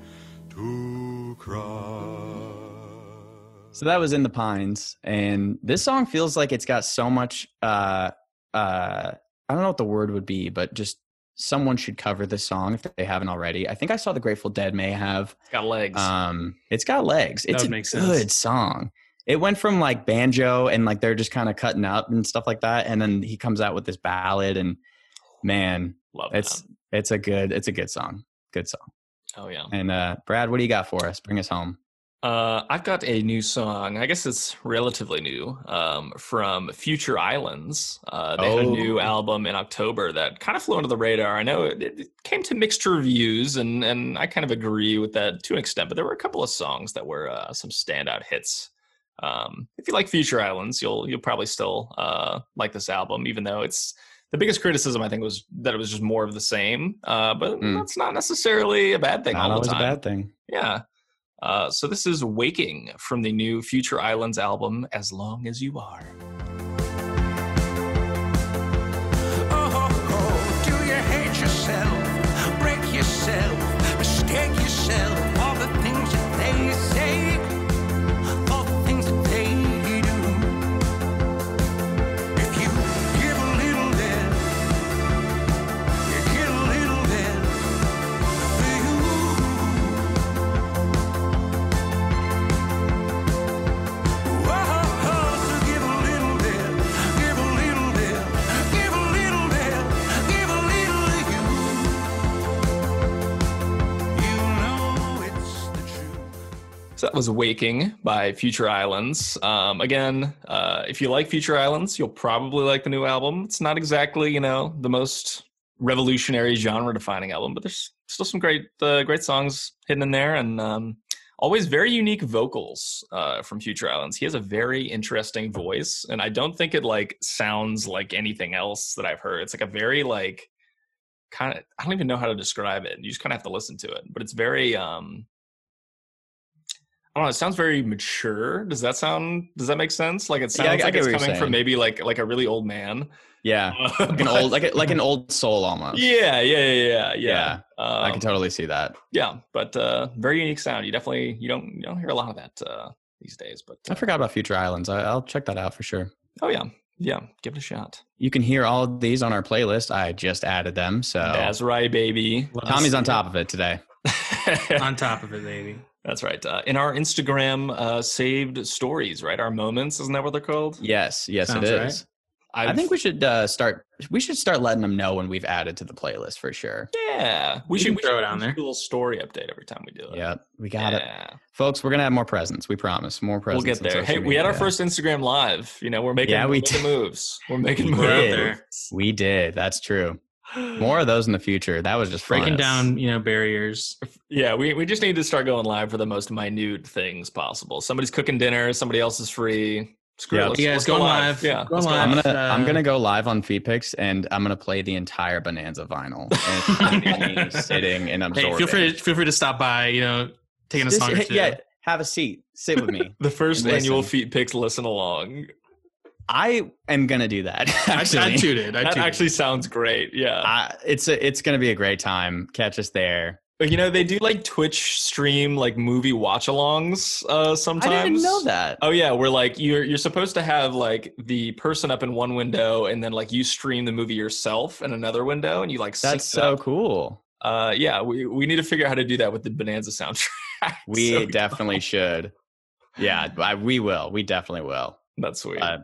[SPEAKER 9] to cry.
[SPEAKER 2] So that was in the pines, and this song feels like it's got so much. Uh, uh, I don't know what the word would be, but just someone should cover this song if they haven't already. I think I saw the Grateful Dead may have.
[SPEAKER 1] it's got legs.
[SPEAKER 2] Um, it's got legs. It's
[SPEAKER 4] would
[SPEAKER 2] a
[SPEAKER 4] make sense.
[SPEAKER 2] good song. It went from like banjo and like they're just kind of cutting up and stuff like that, and then he comes out with this ballad, and man,
[SPEAKER 1] Love
[SPEAKER 2] it's
[SPEAKER 1] that.
[SPEAKER 2] it's a good it's a good song, good song.
[SPEAKER 1] Oh yeah.
[SPEAKER 2] And uh, Brad, what do you got for us? Bring us home.
[SPEAKER 1] Uh, I've got a new song. I guess it's relatively new um, from Future Islands. Uh, they had a
[SPEAKER 2] Oh.
[SPEAKER 1] new album in October that kind of flew under the radar. I know it, it came to mixed reviews, and and I kind of agree with that to an extent. But there were a couple of songs that were uh, some standout hits. Um, if you like Future Islands, you'll you'll probably still uh, like this album, even though it's the biggest criticism I think was that it was just more of the same. Uh, but
[SPEAKER 2] Mm.
[SPEAKER 1] that's not necessarily a bad thing.
[SPEAKER 2] Not
[SPEAKER 1] all the
[SPEAKER 2] always
[SPEAKER 1] time.
[SPEAKER 2] a bad thing.
[SPEAKER 1] Yeah. Uh, so this is Waking from the new Future Islands album, As Long as You Are.
[SPEAKER 10] Oh, oh, do you hate yourself? Break yourself? Mistake yourself? All the things that they say, all the things that they do. If you give a little bit, you get a little bit for you. Oh, oh, so give a little bit, give a little bit, give a little bit, give a little of you. You know it's the truth.
[SPEAKER 1] So that was Waking by Future Islands. Um, again, uh, if you like Future Islands, you'll probably like the new album. It's not exactly, you know, the most revolutionary genre-defining album, but there's still some great, uh, great songs hidden in there, and um, always very unique vocals uh, from Future Islands. He has a very interesting voice, and I don't think it like sounds like anything else that I've heard. It's like a very like kind of I don't even know how to describe it. You just kind of have to listen to it, but it's very. Um, I don't know. It sounds very mature. Does that sound? Does that make sense? Like it
[SPEAKER 2] Yeah, I-
[SPEAKER 1] sounds
[SPEAKER 2] I
[SPEAKER 1] like
[SPEAKER 2] get
[SPEAKER 1] it's
[SPEAKER 2] what you're
[SPEAKER 1] coming from
[SPEAKER 2] saying.
[SPEAKER 1] maybe like like a really old man,
[SPEAKER 2] Yeah.
[SPEAKER 1] Uh,
[SPEAKER 2] like an
[SPEAKER 1] but-
[SPEAKER 2] old like a, like an old soul almost.
[SPEAKER 1] Yeah, yeah, yeah, yeah, yeah. Um,
[SPEAKER 2] I can totally see that.
[SPEAKER 1] yeah, but uh, very unique sound. You definitely you don't you don't hear a lot of that uh, these days. But
[SPEAKER 2] I
[SPEAKER 1] uh,
[SPEAKER 2] forgot about Future Islands. I, I'll check that out for sure.
[SPEAKER 1] oh yeah, yeah. Give it a shot.
[SPEAKER 2] You can hear all of these on our playlist. I just added them, so
[SPEAKER 1] That's right, baby.
[SPEAKER 2] Tommy's on top of it today.
[SPEAKER 4] on top of it, baby.
[SPEAKER 1] That's right. Uh, in our Instagram uh, saved stories, right? Our moments, isn't that what they're called?
[SPEAKER 2] Yes, yes,
[SPEAKER 1] Sounds
[SPEAKER 2] it
[SPEAKER 1] right.
[SPEAKER 2] is. I think we should uh, start. We should start letting them know when we've added to the playlist for sure.
[SPEAKER 1] Yeah, we,
[SPEAKER 2] We
[SPEAKER 1] should
[SPEAKER 2] can
[SPEAKER 1] we
[SPEAKER 2] throw
[SPEAKER 1] should
[SPEAKER 2] it on
[SPEAKER 1] do
[SPEAKER 2] there.
[SPEAKER 1] A little story update every time we do it.
[SPEAKER 2] Yep, we got
[SPEAKER 1] Yeah.
[SPEAKER 2] it, folks. We're gonna have more presents. We promise. More
[SPEAKER 1] We'll
[SPEAKER 2] presents.
[SPEAKER 1] get
[SPEAKER 2] on
[SPEAKER 1] there.
[SPEAKER 2] social
[SPEAKER 1] Hey, we had our
[SPEAKER 2] media.
[SPEAKER 1] first Instagram live. You know, we're making,
[SPEAKER 2] Yeah,
[SPEAKER 1] we're
[SPEAKER 2] we
[SPEAKER 1] making moves. We're making
[SPEAKER 2] We
[SPEAKER 1] moves.
[SPEAKER 2] did. We did. That's true. More of those in the future. That was just fun.
[SPEAKER 4] breaking down you know barriers
[SPEAKER 1] Yeah, we, we just need to start going live for the most minute things possible. Somebody's cooking dinner, somebody else is free. Screw
[SPEAKER 2] Yeah.
[SPEAKER 1] it. Let's,
[SPEAKER 4] You guys
[SPEAKER 1] let's
[SPEAKER 4] go
[SPEAKER 1] go
[SPEAKER 4] live.
[SPEAKER 1] Yeah.
[SPEAKER 4] Go
[SPEAKER 1] let's
[SPEAKER 2] I'm
[SPEAKER 4] live.
[SPEAKER 2] gonna I'm
[SPEAKER 4] Uh,
[SPEAKER 2] gonna go live on FeedPix and I'm gonna play the entire Bonanza vinyl. And it's gonna be me sitting and
[SPEAKER 4] hey
[SPEAKER 2] absorbing.
[SPEAKER 4] feel free to, feel free to stop by you know taking a
[SPEAKER 2] Just-
[SPEAKER 4] song or
[SPEAKER 2] hey,
[SPEAKER 4] two.
[SPEAKER 2] yeah, have a seat. Sit with me.
[SPEAKER 1] The first
[SPEAKER 2] and listen.
[SPEAKER 1] annual Feet Picks listen along.
[SPEAKER 2] I am gonna do that.
[SPEAKER 4] I, I
[SPEAKER 2] Actually,
[SPEAKER 4] tooted I
[SPEAKER 1] that
[SPEAKER 4] tooted.
[SPEAKER 1] actually sounds great. Yeah.
[SPEAKER 2] I- it's a, it's gonna be a great time. Catch us there.
[SPEAKER 1] you know, they do like Twitch stream like movie watch alongs uh sometimes.
[SPEAKER 2] I didn't know that.
[SPEAKER 1] Oh yeah, where like you're you're supposed to have like the person up in one window and then like you stream the movie yourself in another window and you like sync
[SPEAKER 2] That's
[SPEAKER 1] it up.
[SPEAKER 2] so cool.
[SPEAKER 1] uh yeah we, we need to figure out how to do that with the bonanza soundtrack
[SPEAKER 2] We
[SPEAKER 1] So
[SPEAKER 2] definitely should. Yeah, I, we will. We definitely will.
[SPEAKER 1] that's sweet
[SPEAKER 2] Uh,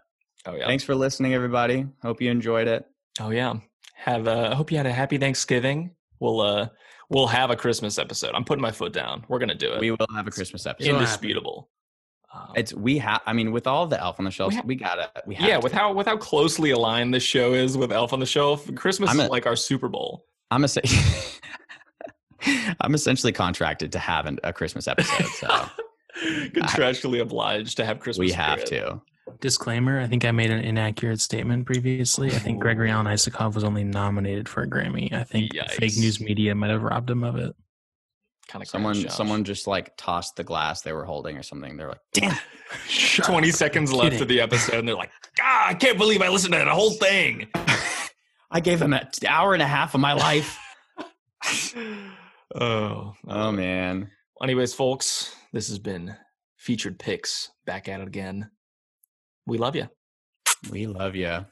[SPEAKER 1] oh yeah
[SPEAKER 2] Thanks for listening, everybody. Hope you enjoyed it.
[SPEAKER 1] oh yeah have uh I hope you had a happy thanksgiving we'll uh we'll have a christmas episode i'm putting my foot down we're gonna do it
[SPEAKER 2] We will have a Christmas episode.
[SPEAKER 1] indisputable Um,
[SPEAKER 2] It's we have. I mean, with all the Elf on the Shelf,
[SPEAKER 1] We
[SPEAKER 2] we,
[SPEAKER 1] ha-
[SPEAKER 2] gotta. We have
[SPEAKER 1] yeah
[SPEAKER 2] to.
[SPEAKER 1] with how with how closely aligned this show is with elf on the shelf christmas
[SPEAKER 2] I'm
[SPEAKER 1] is
[SPEAKER 2] a-
[SPEAKER 1] like our super bowl
[SPEAKER 2] I'm a. se- I'm essentially contracted to have an, a Christmas episode, so
[SPEAKER 1] contractually obliged to have christmas
[SPEAKER 2] we have
[SPEAKER 1] spirit.
[SPEAKER 2] to.
[SPEAKER 11] Disclaimer: I think I made an inaccurate statement previously. I think Gregorian Isakov was only nominated for a Grammy. I think fake
[SPEAKER 1] Yikes.
[SPEAKER 11] news media might have robbed him of it.
[SPEAKER 1] kind of
[SPEAKER 2] Someone, someone just like tossed the glass they were holding or something. They're like, "Damn,
[SPEAKER 1] 20 seconds left of
[SPEAKER 11] kidding.
[SPEAKER 1] the episode and they're like ah i can't believe i listened to that whole thing
[SPEAKER 2] I gave him an hour and a half of my life."
[SPEAKER 1] oh
[SPEAKER 2] oh man,
[SPEAKER 1] Anyways, folks, this has been Featured Picks. Back at it again. We love you.
[SPEAKER 2] we love you.